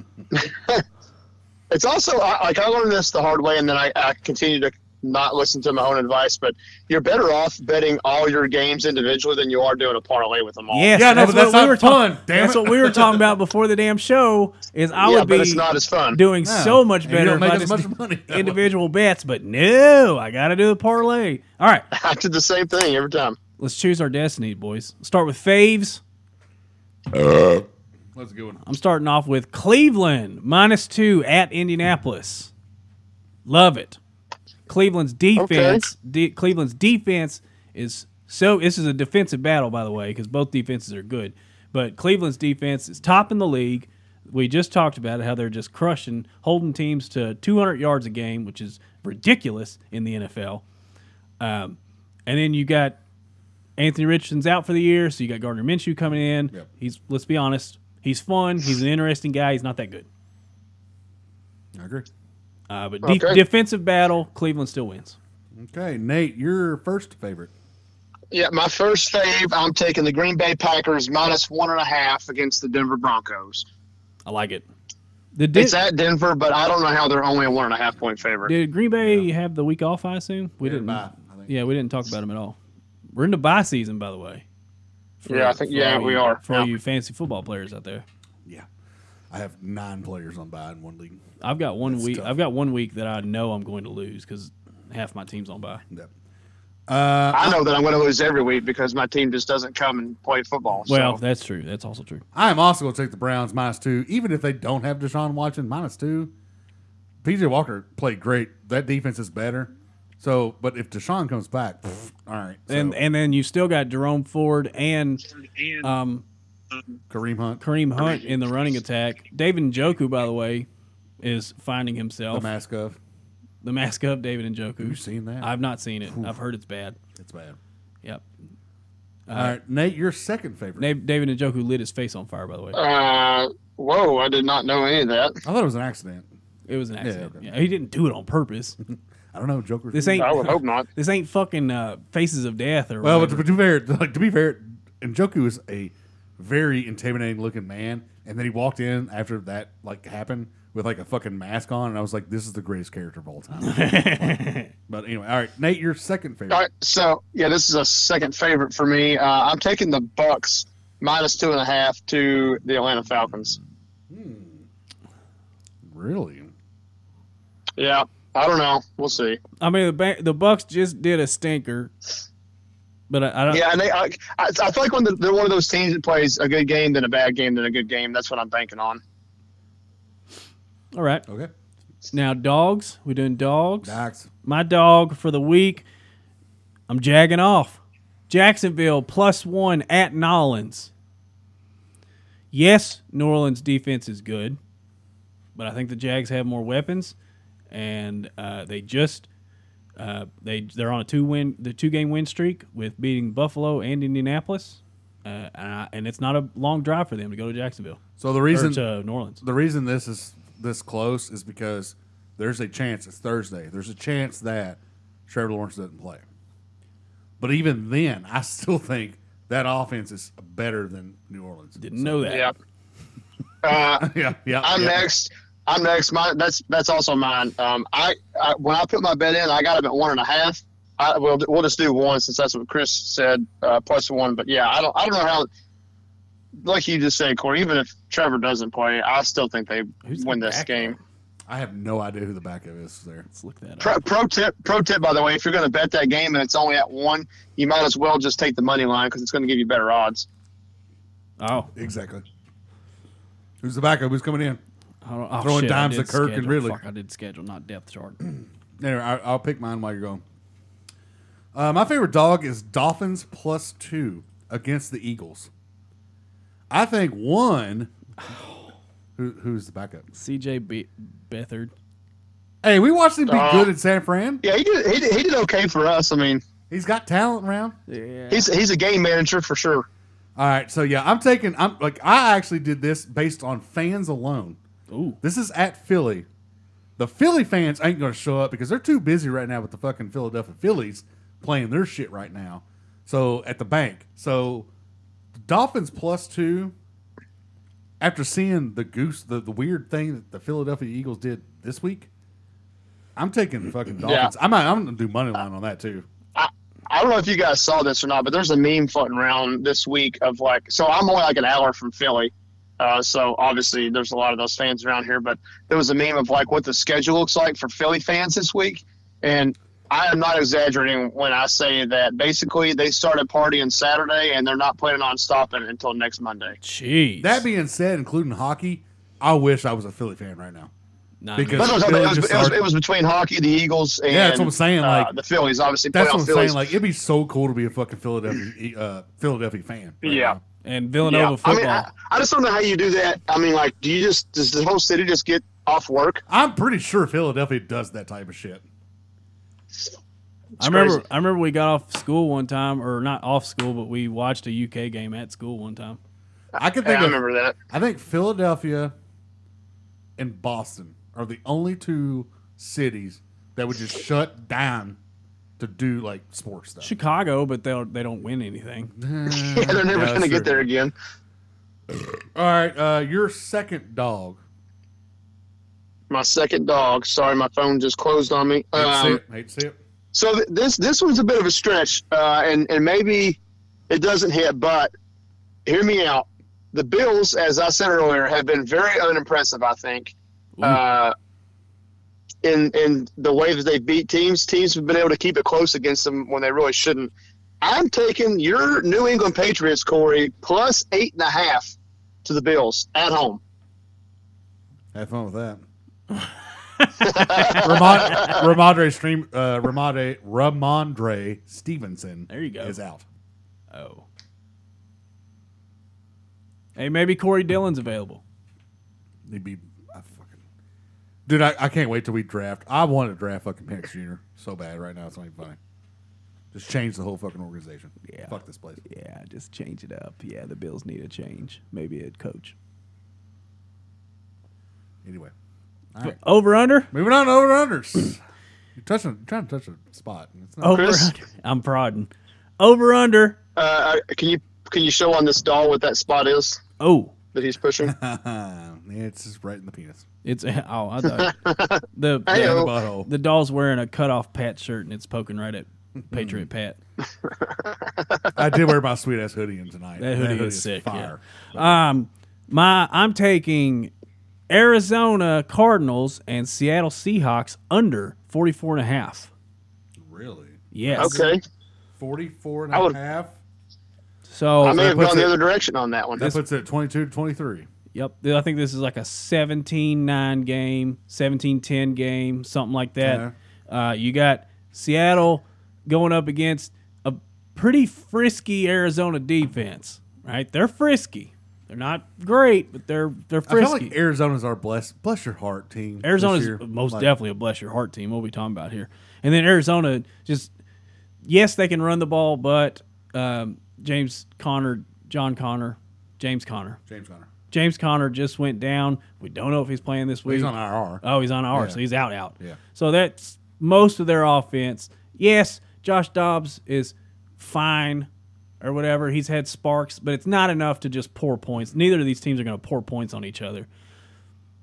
[SPEAKER 3] It's also I, like I learned this the hard way, and then I, I continue to not listen to my own advice. But you're better off betting all your games individually than you are doing a parlay with them all.
[SPEAKER 1] Yes,
[SPEAKER 2] Yeah, no,
[SPEAKER 1] that's,
[SPEAKER 2] but that's
[SPEAKER 1] what we
[SPEAKER 2] not
[SPEAKER 1] were talking.
[SPEAKER 2] fun, damn
[SPEAKER 1] that's
[SPEAKER 2] it.
[SPEAKER 1] what we were talking about before the damn show. Is I
[SPEAKER 3] yeah,
[SPEAKER 1] would
[SPEAKER 3] but
[SPEAKER 1] be
[SPEAKER 3] it's not as fun.
[SPEAKER 1] doing
[SPEAKER 2] No.
[SPEAKER 1] so much
[SPEAKER 2] And you
[SPEAKER 1] better
[SPEAKER 2] don't
[SPEAKER 1] if
[SPEAKER 2] make
[SPEAKER 1] I
[SPEAKER 2] as
[SPEAKER 1] just
[SPEAKER 2] much
[SPEAKER 1] did
[SPEAKER 2] money.
[SPEAKER 1] individual bets. But no, I got to do a parlay. All right,
[SPEAKER 3] I did the same thing every time.
[SPEAKER 1] let's choose our destiny, boys. Start with faves.
[SPEAKER 2] That's a good one.
[SPEAKER 1] I'm starting off with Cleveland minus two at Indianapolis. Love it. Cleveland's defense. De- Cleveland's defense is so. This is a defensive battle, by the way, because both defenses are good. But Cleveland's defense is top in the league. We just talked about how they're just crushing, holding teams to 200 yards a game, which is ridiculous in the NFL. Um, and then you got Anthony Richardson's out for the year, so you got Gardner Minshew coming in.
[SPEAKER 2] Yep.
[SPEAKER 1] He's let's be honest, he's fun. He's an interesting guy. He's not that good.
[SPEAKER 2] I agree.
[SPEAKER 1] Uh, but de-
[SPEAKER 3] Okay.
[SPEAKER 1] defensive battle, Cleveland still wins.
[SPEAKER 2] Okay, Nate, your first favorite.
[SPEAKER 3] Yeah, my first fave, I'm taking the Green Bay Packers minus one and a half against the Denver Broncos.
[SPEAKER 1] I like it. The di-
[SPEAKER 3] It's at Denver, but I don't know how they're only a one and a half point favorite.
[SPEAKER 1] did Green Bay have the week off? I assume we didn't.
[SPEAKER 2] Bye, I think.
[SPEAKER 1] Yeah, we didn't talk about them at all. We're in the bye season, by the way. For-
[SPEAKER 3] Yeah, I think-
[SPEAKER 1] for
[SPEAKER 3] yeah,
[SPEAKER 1] all
[SPEAKER 3] we
[SPEAKER 1] you-
[SPEAKER 3] are.
[SPEAKER 1] for all
[SPEAKER 3] Yeah.
[SPEAKER 1] you fancy football players out there.
[SPEAKER 2] Yeah. I have nine players on bye in one league.
[SPEAKER 1] I've got one week.
[SPEAKER 2] tough.
[SPEAKER 1] I've got one week that I know I'm going to lose because half my team's on bye.
[SPEAKER 2] Yep. Uh,
[SPEAKER 3] I know that I'm going to lose every week because my team just doesn't come and play football. so-
[SPEAKER 1] Well, that's true. That's also true.
[SPEAKER 2] I am also going to take the Browns minus two, even if they don't have Deshaun Watson minus two. PJ Walker played great. That defense is better. So, but if Deshaun comes back, pfft, all right. So,
[SPEAKER 1] And and then you still got Jerome Ford and um,
[SPEAKER 2] Kareem Hunt,
[SPEAKER 1] Kareem Hunt in the running attack. David Njoku, by the way, is finding
[SPEAKER 2] the
[SPEAKER 1] himself the,
[SPEAKER 2] mask of.
[SPEAKER 1] mask up. David Njoku.
[SPEAKER 2] You've seen that?
[SPEAKER 1] I've not seen it. I've heard it's bad.
[SPEAKER 2] it's bad.
[SPEAKER 1] Yep. Uh,
[SPEAKER 2] all right, Nate, your second favorite.
[SPEAKER 1] Na- David Njoku lit his face on fire. By the way,
[SPEAKER 3] Uh, whoa, I did not know any of that.
[SPEAKER 2] I thought it was an accident.
[SPEAKER 1] it was an accident.
[SPEAKER 2] okay.
[SPEAKER 1] Yeah, he didn't do it on purpose.
[SPEAKER 2] I don't know. Joker's
[SPEAKER 1] This ain't
[SPEAKER 3] I would hope not.
[SPEAKER 1] this ain't fucking uh, faces of death or
[SPEAKER 2] Well, but to,
[SPEAKER 1] whatever.
[SPEAKER 2] but to be fair, like to be fair, Njoku is a very intimidating looking man, and then he walked in after that like happened with like a fucking mask on, and I was like, this is the greatest character of all time. but anyway, all right, Nate, your second favorite.
[SPEAKER 3] All right, so yeah, this is a second favorite for me. Uh, I'm taking the Bucks minus two and a half to the Atlanta Falcons.
[SPEAKER 2] Really?
[SPEAKER 3] Yeah, I don't know. We'll see.
[SPEAKER 1] I mean, the ba- the Bucks just did a stinker, but I, I don't.
[SPEAKER 3] Yeah, and they, I, I, I feel like when the, they're one of those teams that plays a good game, then a bad game, then a good game. That's what I'm banking on.
[SPEAKER 1] All right,
[SPEAKER 2] Okay.
[SPEAKER 1] now dogs. We doing dogs.
[SPEAKER 2] Dax.
[SPEAKER 1] my dog for the week. I'm jagging off. Jacksonville plus one at Nolans. Yes, New Orleans defense is good, but I think the Jags have more weapons, and uh, they just uh, they they're on a two win the two game win streak with beating Buffalo and Indianapolis, uh, and, I, and it's not a long drive for them to go to Jacksonville
[SPEAKER 2] So the
[SPEAKER 1] or uh,
[SPEAKER 2] reason
[SPEAKER 1] to New Orleans.
[SPEAKER 2] the reason this is this close is because there's a chance it's Thursday. There's a chance that Trevor Lawrence doesn't play. But even then, I still think that offense is better than New Orleans.
[SPEAKER 1] Didn't know that.
[SPEAKER 3] Yeah. Uh,
[SPEAKER 2] yeah, yeah.
[SPEAKER 3] I'm
[SPEAKER 2] yeah.
[SPEAKER 3] next. I'm next. My that's that's also mine. Um, I, I when I put my bet in, I got him at one and a half. I will we'll just do one since that's what Chris said uh, plus one. But yeah, I don't I don't know how. Like you just said, Corey. Even if Trevor doesn't play, I still think they
[SPEAKER 1] Who's
[SPEAKER 3] win
[SPEAKER 1] the
[SPEAKER 3] this
[SPEAKER 1] back?
[SPEAKER 3] game.
[SPEAKER 2] I have no idea who the back of is there.
[SPEAKER 1] Let's look that up.
[SPEAKER 3] Pro, pro tip, pro tip. By the way, if you're going to bet that game and it's only at one, you might as well just take the money line because it's going to give you better odds.
[SPEAKER 1] Oh,
[SPEAKER 2] Exactly. Who's the backup? Who's coming in?
[SPEAKER 1] Oh, oh,
[SPEAKER 2] Throwing
[SPEAKER 1] shit, I
[SPEAKER 2] dimes
[SPEAKER 1] did
[SPEAKER 2] at Kirk and
[SPEAKER 1] schedule.
[SPEAKER 2] Ridley.
[SPEAKER 1] Fuck, I did schedule, not depth chart.
[SPEAKER 2] Anyway, I, I'll pick mine while you're going. Uh, my favorite dog is Dolphins plus two against the Eagles. I think one. Who, who's the backup?
[SPEAKER 1] CJ Be- Bethard.
[SPEAKER 2] Hey, we watched him be
[SPEAKER 3] Uh,
[SPEAKER 2] good in San Fran.
[SPEAKER 3] Yeah, he did. He did, he did okay for us. I mean,
[SPEAKER 2] He's got talent around.
[SPEAKER 1] Yeah.
[SPEAKER 3] he's he's a game manager for sure.
[SPEAKER 2] All right, so yeah, I'm taking. I'm like I actually did this based on fans alone.
[SPEAKER 1] Ooh.
[SPEAKER 2] This is at Philly. The Philly fans ain't going to show up because they're too busy right now with the fucking Philadelphia Phillies playing their shit right now. So at the bank. So the Dolphins plus two. After seeing the goose, the, the weird thing that the Philadelphia Eagles did this week, I'm taking the fucking Dolphins. I might, I'm going to do money line on that too.
[SPEAKER 3] I don't know if you guys saw this or not, but there's a meme floating around this week of like, so I'm only like an hour from Philly. Uh, so obviously there's a lot of those fans around here, but there was a meme of like what the schedule looks like for Philly fans this week. And I am not exaggerating when I say that basically they started partying Saturday and they're not planning on stopping until next Monday.
[SPEAKER 1] Jeez.
[SPEAKER 2] That being said, including hockey, I wish I was a Philly fan right now.
[SPEAKER 1] Nah,
[SPEAKER 2] because-
[SPEAKER 3] That's what I'm talking about. It, was,
[SPEAKER 2] Just
[SPEAKER 3] it, was,
[SPEAKER 2] started-
[SPEAKER 3] it was between hockey, the Eagles, and
[SPEAKER 2] that's what I'm saying,
[SPEAKER 3] uh,
[SPEAKER 2] like-
[SPEAKER 3] the Phillies obviously.
[SPEAKER 2] That's
[SPEAKER 3] playoff
[SPEAKER 2] what I'm
[SPEAKER 3] Phillies.
[SPEAKER 2] saying. Like, it'd be so cool to be a fucking Philadelphia uh, Philadelphia fan. right
[SPEAKER 3] Yeah.
[SPEAKER 2] now.
[SPEAKER 1] and Villanova football.
[SPEAKER 3] I mean, I, I just don't know how you do that. I mean, like, do you just does the whole city just get off work?
[SPEAKER 2] I'm pretty sure Philadelphia does that type of shit.
[SPEAKER 1] I remember
[SPEAKER 3] crazy.
[SPEAKER 1] I remember we got off school one time, or not off school, but we watched a UK game at school one time.
[SPEAKER 2] I can
[SPEAKER 3] Yeah,
[SPEAKER 2] think
[SPEAKER 3] I
[SPEAKER 2] of
[SPEAKER 3] remember that.
[SPEAKER 2] I think Philadelphia and Boston are the only two cities that would just shut down to do like sports stuff.
[SPEAKER 1] Chicago, but they don't- they don't win anything.
[SPEAKER 3] Yeah,
[SPEAKER 2] Yeah,
[SPEAKER 3] they're never going to
[SPEAKER 2] that's
[SPEAKER 3] get
[SPEAKER 2] true.
[SPEAKER 3] there again.
[SPEAKER 2] All right, uh, your second dog.
[SPEAKER 3] My second dog. Sorry, my phone just closed on me.
[SPEAKER 2] Hate to see
[SPEAKER 3] Um,
[SPEAKER 2] it. Hate to see it.
[SPEAKER 3] so th- this this one's a bit of a stretch, uh, and and maybe it doesn't hit, but hear me out. The Bills, as I said earlier, have been very unimpressive. I think. Uh, in in the way that they beat teams, teams have been able to keep it close against them when they really shouldn't. I'm taking your New England Patriots, Corey, plus eight and a half to the Bills at home.
[SPEAKER 2] Have fun with that. Ramon- Ramondre stream uh, Ramondre Ramondre Stevenson.
[SPEAKER 1] There you go.
[SPEAKER 2] Is out.
[SPEAKER 1] Oh. Hey, maybe Corey Dillon's available.
[SPEAKER 2] He'd be I fucking dude. I, I can't wait till we draft. I want to draft fucking Penix Jr. so bad right now. It's not even funny. Just change the whole fucking organization.
[SPEAKER 1] Yeah.
[SPEAKER 2] Fuck this place.
[SPEAKER 1] Yeah, just change it up. Yeah, the Bills need a change. Maybe a coach.
[SPEAKER 2] Anyway, all right.
[SPEAKER 1] Over under?
[SPEAKER 2] Moving on to over unders. You're touching, you're trying to touch a spot. and It's not,
[SPEAKER 1] Over
[SPEAKER 3] Chris?
[SPEAKER 1] under. I'm prodding. Over under.
[SPEAKER 3] Uh, I- can you can you show on this doll what that spot is
[SPEAKER 1] Oh.
[SPEAKER 3] that he's pushing?
[SPEAKER 2] it's just right in the penis.
[SPEAKER 1] It's oh I thought the
[SPEAKER 2] In the
[SPEAKER 3] Hey-o.
[SPEAKER 1] the,
[SPEAKER 2] butthole.
[SPEAKER 1] the doll's wearing a cutoff Pat shirt and it's poking right at Patriot
[SPEAKER 3] Mm.
[SPEAKER 1] Pat.
[SPEAKER 2] I did wear my sweet ass hoodie in tonight.
[SPEAKER 1] That hoodie is sick,
[SPEAKER 2] Fire.
[SPEAKER 1] Um, my I'm taking Arizona Cardinals and Seattle Seahawks under 44 and a half.
[SPEAKER 2] Really?
[SPEAKER 1] Yes.
[SPEAKER 3] Okay,
[SPEAKER 2] 44 and
[SPEAKER 3] I
[SPEAKER 2] a
[SPEAKER 3] would-
[SPEAKER 2] half?
[SPEAKER 1] So
[SPEAKER 3] I may have
[SPEAKER 2] puts
[SPEAKER 3] gone the
[SPEAKER 2] it-
[SPEAKER 3] other direction on that one.
[SPEAKER 2] That puts it at 22 to 23.
[SPEAKER 1] yep, I think this is like a 17-9 game, 17-10 game, something like that. Uh, you got Seattle going up against a pretty frisky Arizona defense, right? They're frisky. They're not great, but they're they're
[SPEAKER 2] I
[SPEAKER 1] frisky.
[SPEAKER 2] feel like Arizona's our bless, bless your heart team. this
[SPEAKER 1] Arizona's
[SPEAKER 2] year.
[SPEAKER 1] most
[SPEAKER 2] Like,
[SPEAKER 1] definitely a bless your heart team. What are we talking about here? And then Arizona, just yes, they can run the ball, but um, James Connor, John Connor, James Connor,
[SPEAKER 2] James Conner.
[SPEAKER 1] James Connor just went down. We don't know if he's playing this week.
[SPEAKER 2] He's on IR.
[SPEAKER 1] oh, he's on our, so he's out, out.
[SPEAKER 2] Yeah.
[SPEAKER 1] So that's most of their offense. Yes, Josh Dobbs is fine or whatever. He's had sparks, but it's not enough to just pour points. Neither of these teams are going to pour points on each other.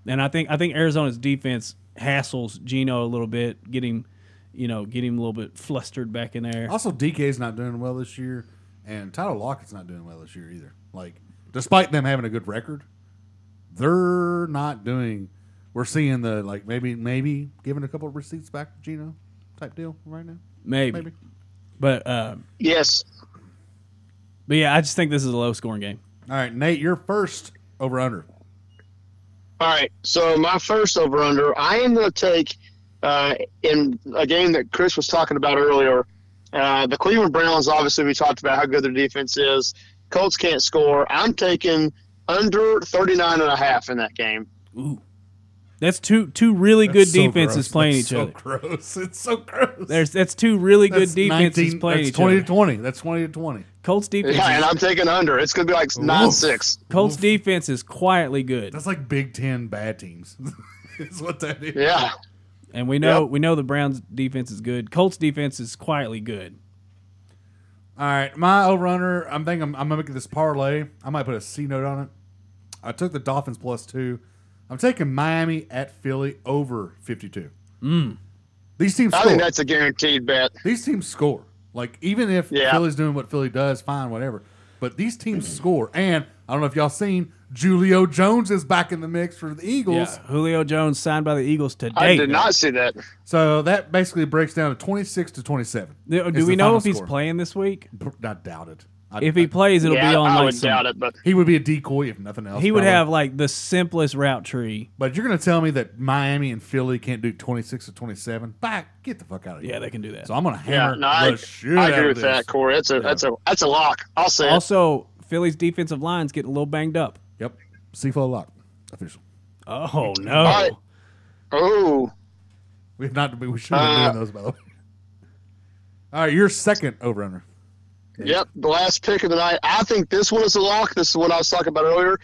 [SPEAKER 1] And I think I think Arizona's defense hassles Gino a little bit, get him, you know, get him a little bit flustered back in there.
[SPEAKER 2] Also, DK's not doing well this year, and Tyler Lockett's not doing well this year either. Like, despite them having a good record, they're not doing. We're seeing the like maybe maybe giving a couple of receipts back to Gino type deal right now.
[SPEAKER 1] Maybe.
[SPEAKER 2] Maybe.
[SPEAKER 1] But uh,
[SPEAKER 3] yes,
[SPEAKER 1] but yeah, I just think this is a low scoring game.
[SPEAKER 2] All right, Nate, you're first over under.
[SPEAKER 3] All right. So my first over under, I am going to take uh, in a game that Chris was talking about earlier. Uh, the Cleveland Browns, obviously, we talked about how good their defense is. Colts can't score. I'm taking under 39 and a half in that game.
[SPEAKER 1] That's two two really good
[SPEAKER 2] That's so
[SPEAKER 1] defenses
[SPEAKER 2] gross.
[SPEAKER 1] playing
[SPEAKER 2] That's
[SPEAKER 1] each
[SPEAKER 2] so
[SPEAKER 1] other.
[SPEAKER 2] Gross. It's so gross.
[SPEAKER 1] There's that's two really good
[SPEAKER 2] That's
[SPEAKER 1] defenses
[SPEAKER 2] 19
[SPEAKER 1] playing
[SPEAKER 2] That's
[SPEAKER 1] each
[SPEAKER 2] twenty
[SPEAKER 1] other.
[SPEAKER 2] to twenty. That's twenty to twenty.
[SPEAKER 1] Colts defense.
[SPEAKER 3] Yeah,
[SPEAKER 1] is-
[SPEAKER 3] and I'm taking under. It's going to be like 9 6.
[SPEAKER 1] Colts defense is quietly good,
[SPEAKER 2] That's like Big Ten bad teams. Is what that is.
[SPEAKER 3] Yeah.
[SPEAKER 1] and we know
[SPEAKER 3] Yep.
[SPEAKER 1] we know the Browns defense is good. Colts defense is quietly good.
[SPEAKER 2] All right, my overrunner. I'm thinking I'm, I'm gonna make this parlay. I might put a C note on it. I took the Dolphins plus two. I'm taking Miami at Philly over 52.
[SPEAKER 1] Mm.
[SPEAKER 2] These teams
[SPEAKER 3] I
[SPEAKER 2] score.
[SPEAKER 3] think that's a guaranteed bet.
[SPEAKER 2] These teams score. Like even if
[SPEAKER 3] Yeah.
[SPEAKER 2] Philly's doing what Philly does, fine, whatever. But these teams score. And I don't know if y'all seen Julio Jones is back in the mix for the
[SPEAKER 1] Yeah,
[SPEAKER 2] Eagles.
[SPEAKER 1] Julio Jones signed by the Eagles today.
[SPEAKER 3] I did
[SPEAKER 2] uh,
[SPEAKER 3] not see that.
[SPEAKER 2] So that basically breaks down to 26 to 27.
[SPEAKER 1] Do,
[SPEAKER 2] is
[SPEAKER 1] do we
[SPEAKER 2] the
[SPEAKER 1] know
[SPEAKER 2] final
[SPEAKER 1] if he's
[SPEAKER 2] score.
[SPEAKER 1] playing this week?
[SPEAKER 2] I doubt it. I,
[SPEAKER 1] If he plays, it'll
[SPEAKER 3] yeah,
[SPEAKER 1] be on
[SPEAKER 3] I,
[SPEAKER 1] like
[SPEAKER 3] would
[SPEAKER 1] some-
[SPEAKER 3] doubt it, but
[SPEAKER 2] he would be a decoy if nothing else.
[SPEAKER 1] He would
[SPEAKER 2] probably.
[SPEAKER 1] have like the simplest route tree.
[SPEAKER 2] But you're going to tell me that Miami and Philly can't do 26 to 27? Back, get the fuck out of here.
[SPEAKER 1] Yeah, they can do that.
[SPEAKER 2] So I'm going to
[SPEAKER 3] yeah,
[SPEAKER 2] hammer
[SPEAKER 3] no, I,
[SPEAKER 2] the shit
[SPEAKER 3] I
[SPEAKER 2] out of
[SPEAKER 3] agree with
[SPEAKER 2] this.
[SPEAKER 3] that, Corey. That's a that's a that's a lock. I'll say it.
[SPEAKER 1] Also, Philly's defensive line's getting a little banged up.
[SPEAKER 2] Yep. CFO lock official.
[SPEAKER 1] Oh no!
[SPEAKER 3] right. Oh,
[SPEAKER 2] We've not we should have been
[SPEAKER 3] Uh,
[SPEAKER 2] doing those by the way. All right, your second over under.
[SPEAKER 3] Yep, the last pick of the night. I think this one is a lock. This is what I was talking about earlier.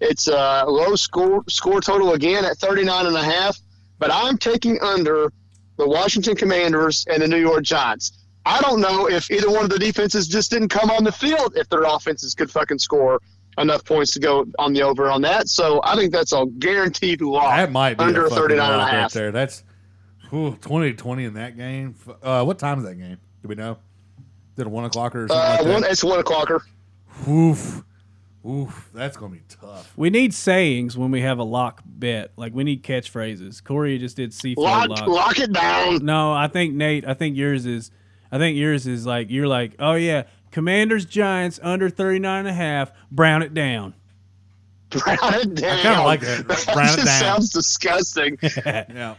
[SPEAKER 3] It's a low score score total again at 39 and a half, but I'm taking under the Washington Commanders and the New York Giants. I don't know if either one of the defenses just didn't come on the field if their offenses could fucking score enough points to go on the over on that. So I think that's a guaranteed lock.
[SPEAKER 2] That might be
[SPEAKER 3] under
[SPEAKER 2] a fucking
[SPEAKER 3] 39 and a
[SPEAKER 2] lock right
[SPEAKER 3] half.
[SPEAKER 2] there. That's whew, 20 20 in that game. F- Uh, what time is that game? Do we know? Is it a one o'clock or something
[SPEAKER 3] Uh,
[SPEAKER 2] like that?
[SPEAKER 3] one, it's one o'clocker.
[SPEAKER 2] Oof. Oof. That's going to be tough.
[SPEAKER 1] we need sayings when we have a lock bet. Like we need catchphrases. Corey just did C
[SPEAKER 3] Lock,
[SPEAKER 1] lock.
[SPEAKER 3] lock it down.
[SPEAKER 1] No, I think Nate. I think yours is. I think yours is like you're like, oh yeah, Commanders Giants under 39 and a half, brown it down.
[SPEAKER 3] Brown it down.
[SPEAKER 2] kinda like that. Brown it
[SPEAKER 3] just
[SPEAKER 2] down.
[SPEAKER 3] sounds disgusting.
[SPEAKER 2] Yeah.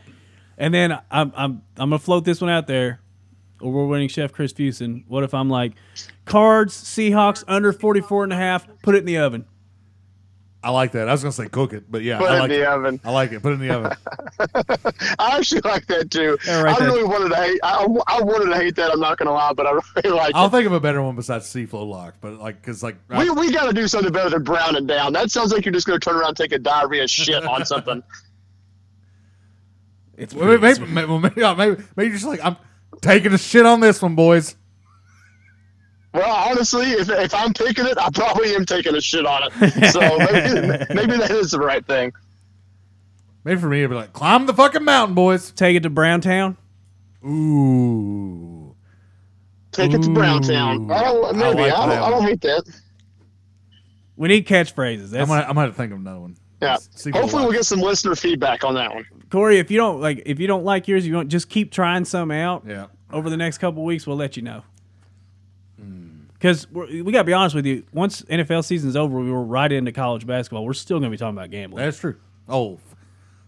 [SPEAKER 1] And then I'm I'm I'm gonna float this one out there. Award-winning chef Chris Fuson. What if I'm like, Cards Seahawks under 44 and a half, put it in the oven.
[SPEAKER 2] I like that. I was going to say cook it, but yeah.
[SPEAKER 3] Put
[SPEAKER 2] I
[SPEAKER 3] it in
[SPEAKER 2] like
[SPEAKER 3] the
[SPEAKER 2] it.
[SPEAKER 3] oven.
[SPEAKER 2] I like it. Put it in the oven.
[SPEAKER 3] I actually like that too.
[SPEAKER 1] Yeah, right
[SPEAKER 3] I
[SPEAKER 1] there.
[SPEAKER 3] really wanted to hate. I, I wanted to hate that. I'm not gonna lie, but I really like
[SPEAKER 2] I'll
[SPEAKER 3] it.
[SPEAKER 2] think of a better one besides Seaflow Lock, but like, because like, I-
[SPEAKER 3] We, we got to do something better than brown it down. That sounds like you're just gonna turn around and take a diarrhea shit on something.
[SPEAKER 1] It's
[SPEAKER 2] well, maybe, maybe, maybe, maybe, maybe, you're just like, I'm taking a shit on this one, boys.
[SPEAKER 3] Well, honestly, if, if I'm picking it, I probably am taking a shit on it. So maybe, maybe that is the right thing.
[SPEAKER 2] Maybe for me, it'd be like, climb the fucking mountain, boys.
[SPEAKER 1] take it to Browntown.
[SPEAKER 2] Ooh.
[SPEAKER 3] Take it to Brown Town. I don't.
[SPEAKER 2] I
[SPEAKER 3] Maybe I,
[SPEAKER 2] like
[SPEAKER 3] don't.
[SPEAKER 2] that
[SPEAKER 3] I don't hate that.
[SPEAKER 1] We need catchphrases.
[SPEAKER 2] I'm
[SPEAKER 1] That's
[SPEAKER 2] gonna, I'm gonna have to think of another one.
[SPEAKER 3] Yeah.
[SPEAKER 2] Seaflow
[SPEAKER 3] Hopefully,
[SPEAKER 2] Lock.
[SPEAKER 3] we'll get some listener feedback on that one.
[SPEAKER 1] Corey. If you don't like, if you don't like yours, you want just keep trying some out.
[SPEAKER 2] Yeah.
[SPEAKER 1] Over the next couple weeks, we'll let you know.
[SPEAKER 2] Hmm.
[SPEAKER 1] Because we got to be honest with you. Once NFL season's over, we were right into college basketball. We're still going to be talking about gambling.
[SPEAKER 2] That's true. Oh,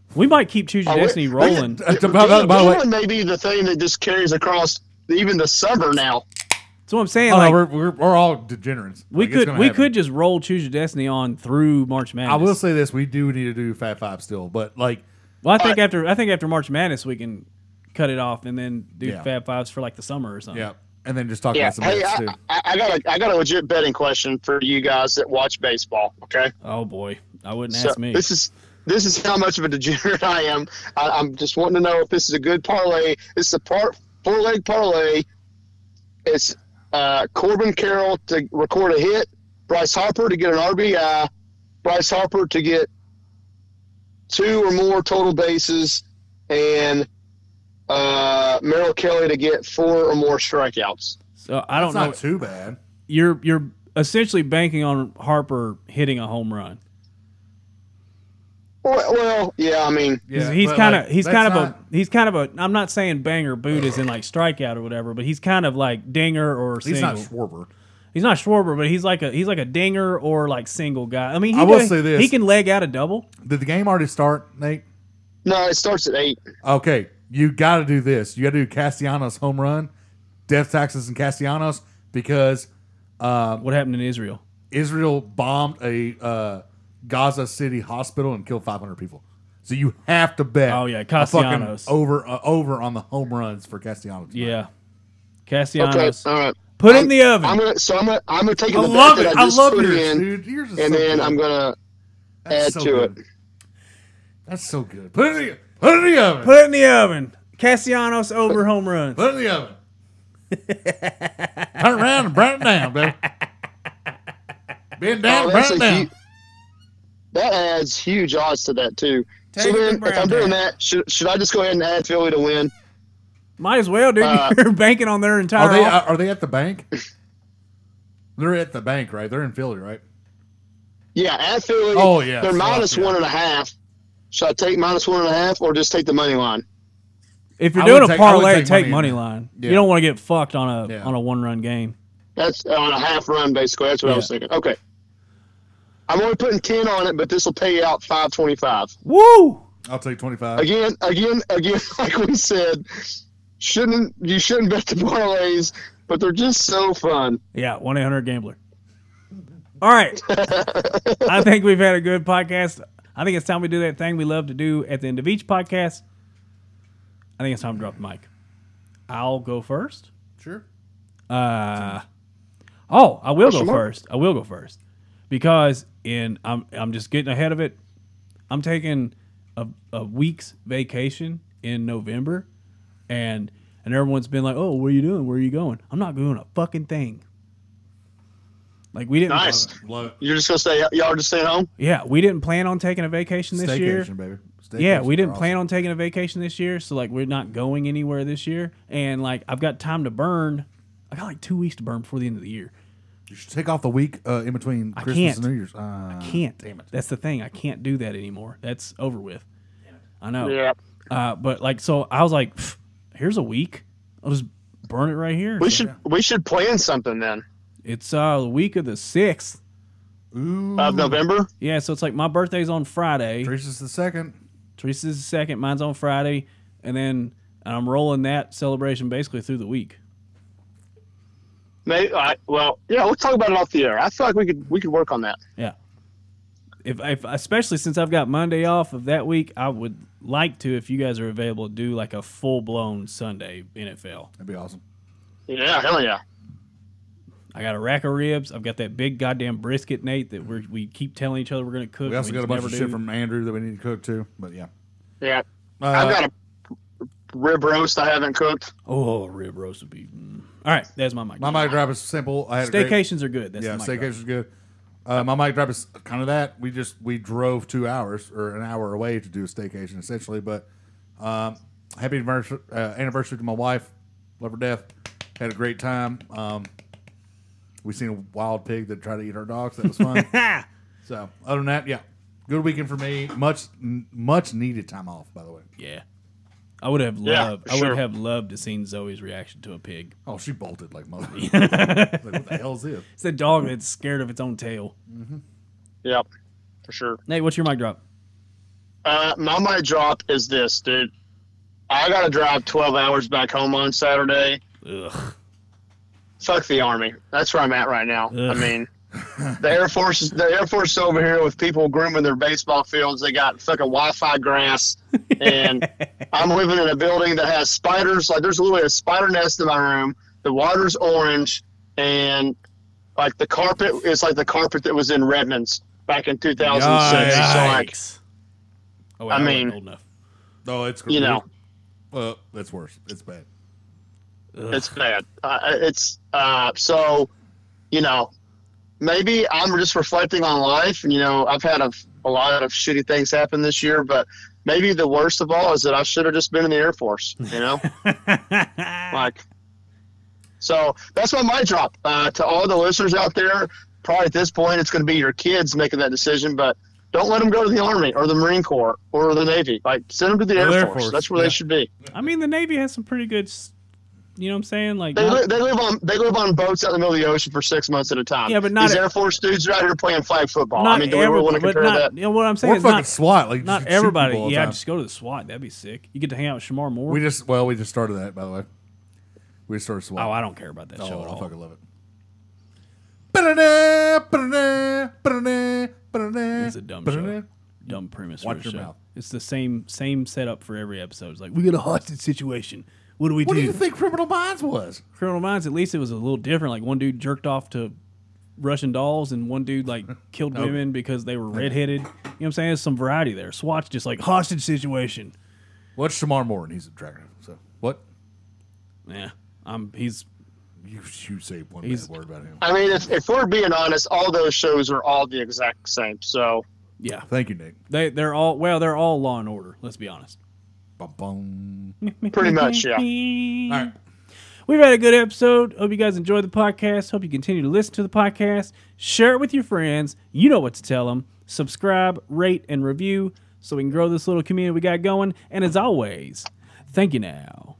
[SPEAKER 2] f-
[SPEAKER 1] we might keep choosing
[SPEAKER 3] Oh, wait.
[SPEAKER 1] destiny rolling.
[SPEAKER 2] Uh, by- by- by the way-
[SPEAKER 3] Gambling may be the thing that just carries across even the summer now.
[SPEAKER 1] That's what I'm saying.
[SPEAKER 2] oh,
[SPEAKER 1] like,
[SPEAKER 2] no, we're, we're, we're all degenerates.
[SPEAKER 1] we
[SPEAKER 2] Like, it's
[SPEAKER 1] could
[SPEAKER 2] gonna
[SPEAKER 1] we
[SPEAKER 2] happen.
[SPEAKER 1] could just roll choose your destiny on through March Madness.
[SPEAKER 2] I will say this: we do need to do Fat Five still, but like,
[SPEAKER 1] Well, I think
[SPEAKER 3] I-
[SPEAKER 1] after I think after March Madness, we can cut it off and then do
[SPEAKER 2] Yeah.
[SPEAKER 1] Fab Fives for like the summer or something.
[SPEAKER 2] yeah. And then just talk
[SPEAKER 3] Yeah.
[SPEAKER 2] about some
[SPEAKER 3] Hey,
[SPEAKER 2] bets,
[SPEAKER 3] I,
[SPEAKER 2] too.
[SPEAKER 3] I, I got a I got a legit betting question for you guys that watch baseball. Okay.
[SPEAKER 1] Oh boy, I wouldn't
[SPEAKER 3] So
[SPEAKER 1] ask me.
[SPEAKER 3] This is this is how much of a degenerate I am. I, I'm just wanting to know if this is a good parlay. It's a part four leg parlay. It's uh, Corbin Carroll to record a hit, Bryce Harper to get an RBI, Bryce Harper to get two or more total bases, and uh, Merrill Kelly to get four or more strikeouts.
[SPEAKER 1] so I don't
[SPEAKER 2] It's
[SPEAKER 1] know.
[SPEAKER 2] not too bad.
[SPEAKER 1] you're you're essentially banking on Harper hitting a home run.
[SPEAKER 3] Well, well yeah, I mean,
[SPEAKER 1] He's- he's
[SPEAKER 2] but,
[SPEAKER 1] kind of
[SPEAKER 2] like,
[SPEAKER 1] he's
[SPEAKER 2] that's
[SPEAKER 1] kind of a
[SPEAKER 2] not-
[SPEAKER 1] he's kind of a I'm not saying banger boot is in like strikeout or whatever, but he's kind of like dinger or
[SPEAKER 2] he's
[SPEAKER 1] single.
[SPEAKER 2] not Schwarber.
[SPEAKER 1] he's not Schwarber, but he's like a he's like a dinger or like single guy. I mean, he
[SPEAKER 2] I will
[SPEAKER 1] can-
[SPEAKER 2] say this.
[SPEAKER 1] he can leg out a double.
[SPEAKER 2] Did the game already start, Nate?
[SPEAKER 3] no, it starts at eight.
[SPEAKER 2] Okay, you got to do this. You got to do Castellanos home run, death taxes, and Castellanos because Uh,
[SPEAKER 1] What happened in Israel?
[SPEAKER 2] Israel bombed a uh, Gaza City hospital and killed 500 people. So you have to bet.
[SPEAKER 1] Oh, yeah,
[SPEAKER 2] a fucking
[SPEAKER 1] Castellanos.
[SPEAKER 2] over uh, over on the home runs for Castellanos. tonight.
[SPEAKER 1] Yeah,
[SPEAKER 3] Okay,
[SPEAKER 1] Castellanos.
[SPEAKER 3] all right.
[SPEAKER 1] Put it
[SPEAKER 3] I'm-
[SPEAKER 1] in the oven.
[SPEAKER 3] I'm gonna, so I'm gonna, I'm gonna take
[SPEAKER 2] I
[SPEAKER 3] the bet
[SPEAKER 2] love
[SPEAKER 3] that
[SPEAKER 2] it.
[SPEAKER 3] I
[SPEAKER 2] I
[SPEAKER 3] just
[SPEAKER 2] love
[SPEAKER 3] put
[SPEAKER 2] yours,
[SPEAKER 3] in,
[SPEAKER 2] dude. Yours is
[SPEAKER 3] and
[SPEAKER 2] so
[SPEAKER 3] then
[SPEAKER 2] good.
[SPEAKER 3] I'm gonna
[SPEAKER 2] That's
[SPEAKER 3] add
[SPEAKER 2] so
[SPEAKER 3] to
[SPEAKER 2] good.
[SPEAKER 3] it.
[SPEAKER 2] That's so good. Put it in the, put it in the oven.
[SPEAKER 1] Put it in the oven. Castellanos over home runs.
[SPEAKER 2] Put it in the oven. Turn around and burn it down, baby. Bend down,
[SPEAKER 3] Oh,
[SPEAKER 2] burn
[SPEAKER 3] that's
[SPEAKER 2] it
[SPEAKER 3] a
[SPEAKER 2] down.
[SPEAKER 3] hu- that adds huge odds to that too.
[SPEAKER 1] Take
[SPEAKER 3] so
[SPEAKER 1] the
[SPEAKER 3] then, if
[SPEAKER 1] Brown
[SPEAKER 3] I'm doing
[SPEAKER 1] down.
[SPEAKER 3] that, should, should I just go ahead and add Philly to win?
[SPEAKER 1] Might as well, dude.
[SPEAKER 3] Uh,
[SPEAKER 1] You're banking on their entire.
[SPEAKER 2] Are they
[SPEAKER 1] off-
[SPEAKER 2] are they at the bank? They're at the bank, right? They're in Philly, right?
[SPEAKER 3] Yeah, at Philly.
[SPEAKER 2] Oh, yeah,
[SPEAKER 3] They're
[SPEAKER 2] fuck,
[SPEAKER 3] minus
[SPEAKER 2] yeah.
[SPEAKER 3] one and a half. Should I take minus one and a half or just take the money line?
[SPEAKER 1] If you're
[SPEAKER 2] I
[SPEAKER 1] doing
[SPEAKER 2] would
[SPEAKER 1] a
[SPEAKER 2] take- I would
[SPEAKER 1] parlay,
[SPEAKER 2] take
[SPEAKER 1] take,
[SPEAKER 2] money
[SPEAKER 1] money,
[SPEAKER 2] in.
[SPEAKER 1] line.
[SPEAKER 2] Yeah.
[SPEAKER 1] You don't want to get fucked on a
[SPEAKER 2] Yeah.
[SPEAKER 1] on a one run game.
[SPEAKER 3] That's on a half run, basically. That's what I was
[SPEAKER 1] Yeah.
[SPEAKER 3] thinking. Okay. I'm only putting ten on it, but this will pay out five twenty five.
[SPEAKER 1] Woo!
[SPEAKER 2] I'll take 25.
[SPEAKER 3] Again, again, again, like we said, shouldn't you shouldn't bet the parlays, but they're just so fun.
[SPEAKER 1] Yeah, one eight hundred gambler. All right, I think we've had a good podcast. I think it's time we do that thing we love to do at the end of each podcast. I think it's time to drop the mic. I'll go first.
[SPEAKER 2] Sure.
[SPEAKER 1] Uh, oh, I will go
[SPEAKER 3] Question mark?
[SPEAKER 1] first. I will go first because in I'm I'm just getting ahead of it. I'm taking a, a week's vacation in November, and and everyone's been like, "Oh, what are you doing? Where are you going?" I'm not doing a fucking thing. Like we didn't.
[SPEAKER 3] Nice.
[SPEAKER 2] Love it.
[SPEAKER 3] You're just gonna stay. Y'all are just staying home.
[SPEAKER 1] Yeah, we didn't plan on taking a vacation this year.
[SPEAKER 2] Staycation, baby.
[SPEAKER 1] Yeah, we didn't plan on taking a vacation this year, so like we're not going anywhere this year. And like I've got time to burn. I got like two weeks to burn before the end of the year.
[SPEAKER 2] You should take off the week uh, in between Christmas
[SPEAKER 1] can't.
[SPEAKER 2] and New Year's. Uh, I
[SPEAKER 1] can't. That's the thing. I can't do that anymore. That's over with. I know.
[SPEAKER 3] Yeah.
[SPEAKER 1] Uh, but like, so I was like, "Pff, here's a week. I'll just burn it right here.
[SPEAKER 3] We
[SPEAKER 1] So
[SPEAKER 3] should we should plan something then
[SPEAKER 1] it's uh, the week of the sixth.
[SPEAKER 2] Uh, Ooh.
[SPEAKER 3] of November.
[SPEAKER 1] Yeah. So it's like my birthday's on Friday.
[SPEAKER 2] Teresa's the second.
[SPEAKER 1] Teresa's the second. Mine's on Friday, and then I'm rolling that celebration basically through the week.
[SPEAKER 3] Maybe. I, well, yeah. We'll talk about it off the air. I feel like we could we could work on that.
[SPEAKER 1] Yeah. If, if especially since I've got Monday off of that week, I would like to, if you guys are available, do like a full blown Sunday NFL.
[SPEAKER 2] That'd be awesome.
[SPEAKER 3] Yeah. Hell yeah.
[SPEAKER 1] I got a rack of ribs. I've got that big goddamn brisket, Nate, that we we keep telling each other we're gonna cook.
[SPEAKER 2] We also
[SPEAKER 1] and
[SPEAKER 2] got a
[SPEAKER 1] just
[SPEAKER 2] bunch
[SPEAKER 1] never
[SPEAKER 2] of shit
[SPEAKER 1] do.
[SPEAKER 2] from Andrew that we need to cook too. But yeah,
[SPEAKER 3] Yeah.
[SPEAKER 2] uh,
[SPEAKER 3] I've got a rib roast I haven't cooked.
[SPEAKER 1] Oh, rib roast would be. mm. All right, there's my mic.
[SPEAKER 2] my mic drop is simple. I had a great-
[SPEAKER 1] Staycations are good. That's
[SPEAKER 2] yeah,
[SPEAKER 1] the mic drop.
[SPEAKER 2] staycation is good. Uh, my mic drop is kind of that. We just we drove two hours or an hour away to do a staycation essentially. But um, happy anniversary, uh, anniversary to my wife, love her to death. Had a great time. Um, we seen a wild pig that tried to eat our dogs. That was fun.
[SPEAKER 1] Ha!
[SPEAKER 2] so other than that, yeah, good weekend for me. Much n- much needed time off. By the way,
[SPEAKER 1] Yeah, I would have
[SPEAKER 3] Yeah,
[SPEAKER 1] loved.
[SPEAKER 3] for
[SPEAKER 1] I
[SPEAKER 3] sure.
[SPEAKER 1] would have loved to seen Zoe's reaction to a pig.
[SPEAKER 2] oh she bolted like mother. like what the hell is this?
[SPEAKER 1] It's a dog that's scared of its own tail.
[SPEAKER 3] Yep. For sure.
[SPEAKER 1] Nate, what's your mic drop?
[SPEAKER 3] Uh, my mic drop is this, dude. I gotta drive 12 hours back home on Saturday.
[SPEAKER 1] Ugh. Oh,
[SPEAKER 3] Fuck the army. That's where I'm at right now. I
[SPEAKER 1] Ugh.
[SPEAKER 3] mean, the Air Force, is- the Air Force is over here with people grooming their baseball fields. They got fucking Wi-Fi grass, and I'm living in a building that has spiders. Like, there's literally a spider nest in my room. The water's orange, and like the carpet is like the carpet that was in Redmond's back in 2006. So like,
[SPEAKER 1] Yikes. Oh, wait,
[SPEAKER 3] I
[SPEAKER 1] wasn't
[SPEAKER 3] mean-
[SPEAKER 1] old enough.
[SPEAKER 2] Oh, it's
[SPEAKER 3] you know.
[SPEAKER 2] Well, that's worse. It's bad.
[SPEAKER 3] It's bad. Uh, it's uh, so, you know, maybe I'm just reflecting on life. You know, I've had a, a lot of shitty things happen this year, but maybe the worst of all is that I should have just been in the Air Force. You know, like, so that's my mic drop uh, to all the listeners out there. Probably at this point, it's going to be your kids making that decision, but don't let them go to the Army or the Marine Corps or the Navy. Like, send them to the Air,
[SPEAKER 2] Air
[SPEAKER 3] Force.
[SPEAKER 2] Force,
[SPEAKER 3] That's where
[SPEAKER 2] yeah.
[SPEAKER 3] they should be.
[SPEAKER 1] I mean, the Navy has some pretty good. s- You know what I'm saying? Like,
[SPEAKER 3] They,
[SPEAKER 1] not-
[SPEAKER 3] li- they live on they live on boats out in the middle of the ocean for six months at a time.
[SPEAKER 1] Yeah, but not
[SPEAKER 3] these
[SPEAKER 1] a-
[SPEAKER 3] Air Force dudes are out here playing flag football. I mean, do we really
[SPEAKER 1] everybody-
[SPEAKER 3] want to
[SPEAKER 1] but
[SPEAKER 3] compare
[SPEAKER 1] not-
[SPEAKER 3] that?
[SPEAKER 1] You know, what I'm
[SPEAKER 2] Or
[SPEAKER 1] saying is
[SPEAKER 2] fucking
[SPEAKER 1] not,
[SPEAKER 2] SWAT. Like
[SPEAKER 1] not
[SPEAKER 2] just shoot
[SPEAKER 1] everybody.
[SPEAKER 2] people all the
[SPEAKER 1] Yeah,
[SPEAKER 2] time.
[SPEAKER 1] just go to the SWAT. That'd be sick. You get to hang out with Shamar Moore.
[SPEAKER 2] we just well we just started that by the way. We just started SWAT.
[SPEAKER 1] oh, I don't care about that
[SPEAKER 2] Oh,
[SPEAKER 1] show at
[SPEAKER 2] I
[SPEAKER 1] all.
[SPEAKER 2] fucking love it. Ba-da-da, ba-da-da, ba-da-da, ba-da-da,
[SPEAKER 1] It's a dumb
[SPEAKER 2] ba-da-da.
[SPEAKER 1] show. Dumb premise.
[SPEAKER 2] Watch
[SPEAKER 1] for a
[SPEAKER 2] your
[SPEAKER 1] show.
[SPEAKER 2] mouth.
[SPEAKER 1] It's the same same setup for every episode. It's like we got a hostage situation. What do we
[SPEAKER 2] What
[SPEAKER 1] do?
[SPEAKER 2] do you think Criminal Minds was?
[SPEAKER 1] Criminal Minds. At least it was a little different. Like one dude jerked off to Russian dolls, and one dude like killed women because they were redheaded. You know what I'm saying? There's some variety there. SWAT's just like hostage situation.
[SPEAKER 2] What's Shamar Moore and he's attractive. So what?
[SPEAKER 1] Yeah, I'm. He's
[SPEAKER 2] You you say one
[SPEAKER 1] He's-
[SPEAKER 2] bad word about him.
[SPEAKER 3] I mean, if, if we're being honest, all those shows are all the exact same. So
[SPEAKER 1] yeah.
[SPEAKER 2] Thank you, Nick.
[SPEAKER 1] They they're all well. They're all Law and Order. Let's be honest.
[SPEAKER 2] Ba-boom.
[SPEAKER 3] pretty much, yeah.
[SPEAKER 2] All right.
[SPEAKER 1] We We've had a good episode. Hope you guys enjoyed the podcast. Hope you continue to listen to the podcast. Share it with your friends. You know what to tell them. Subscribe, rate, and review so we can grow this little community we got going. And as always, thank you now.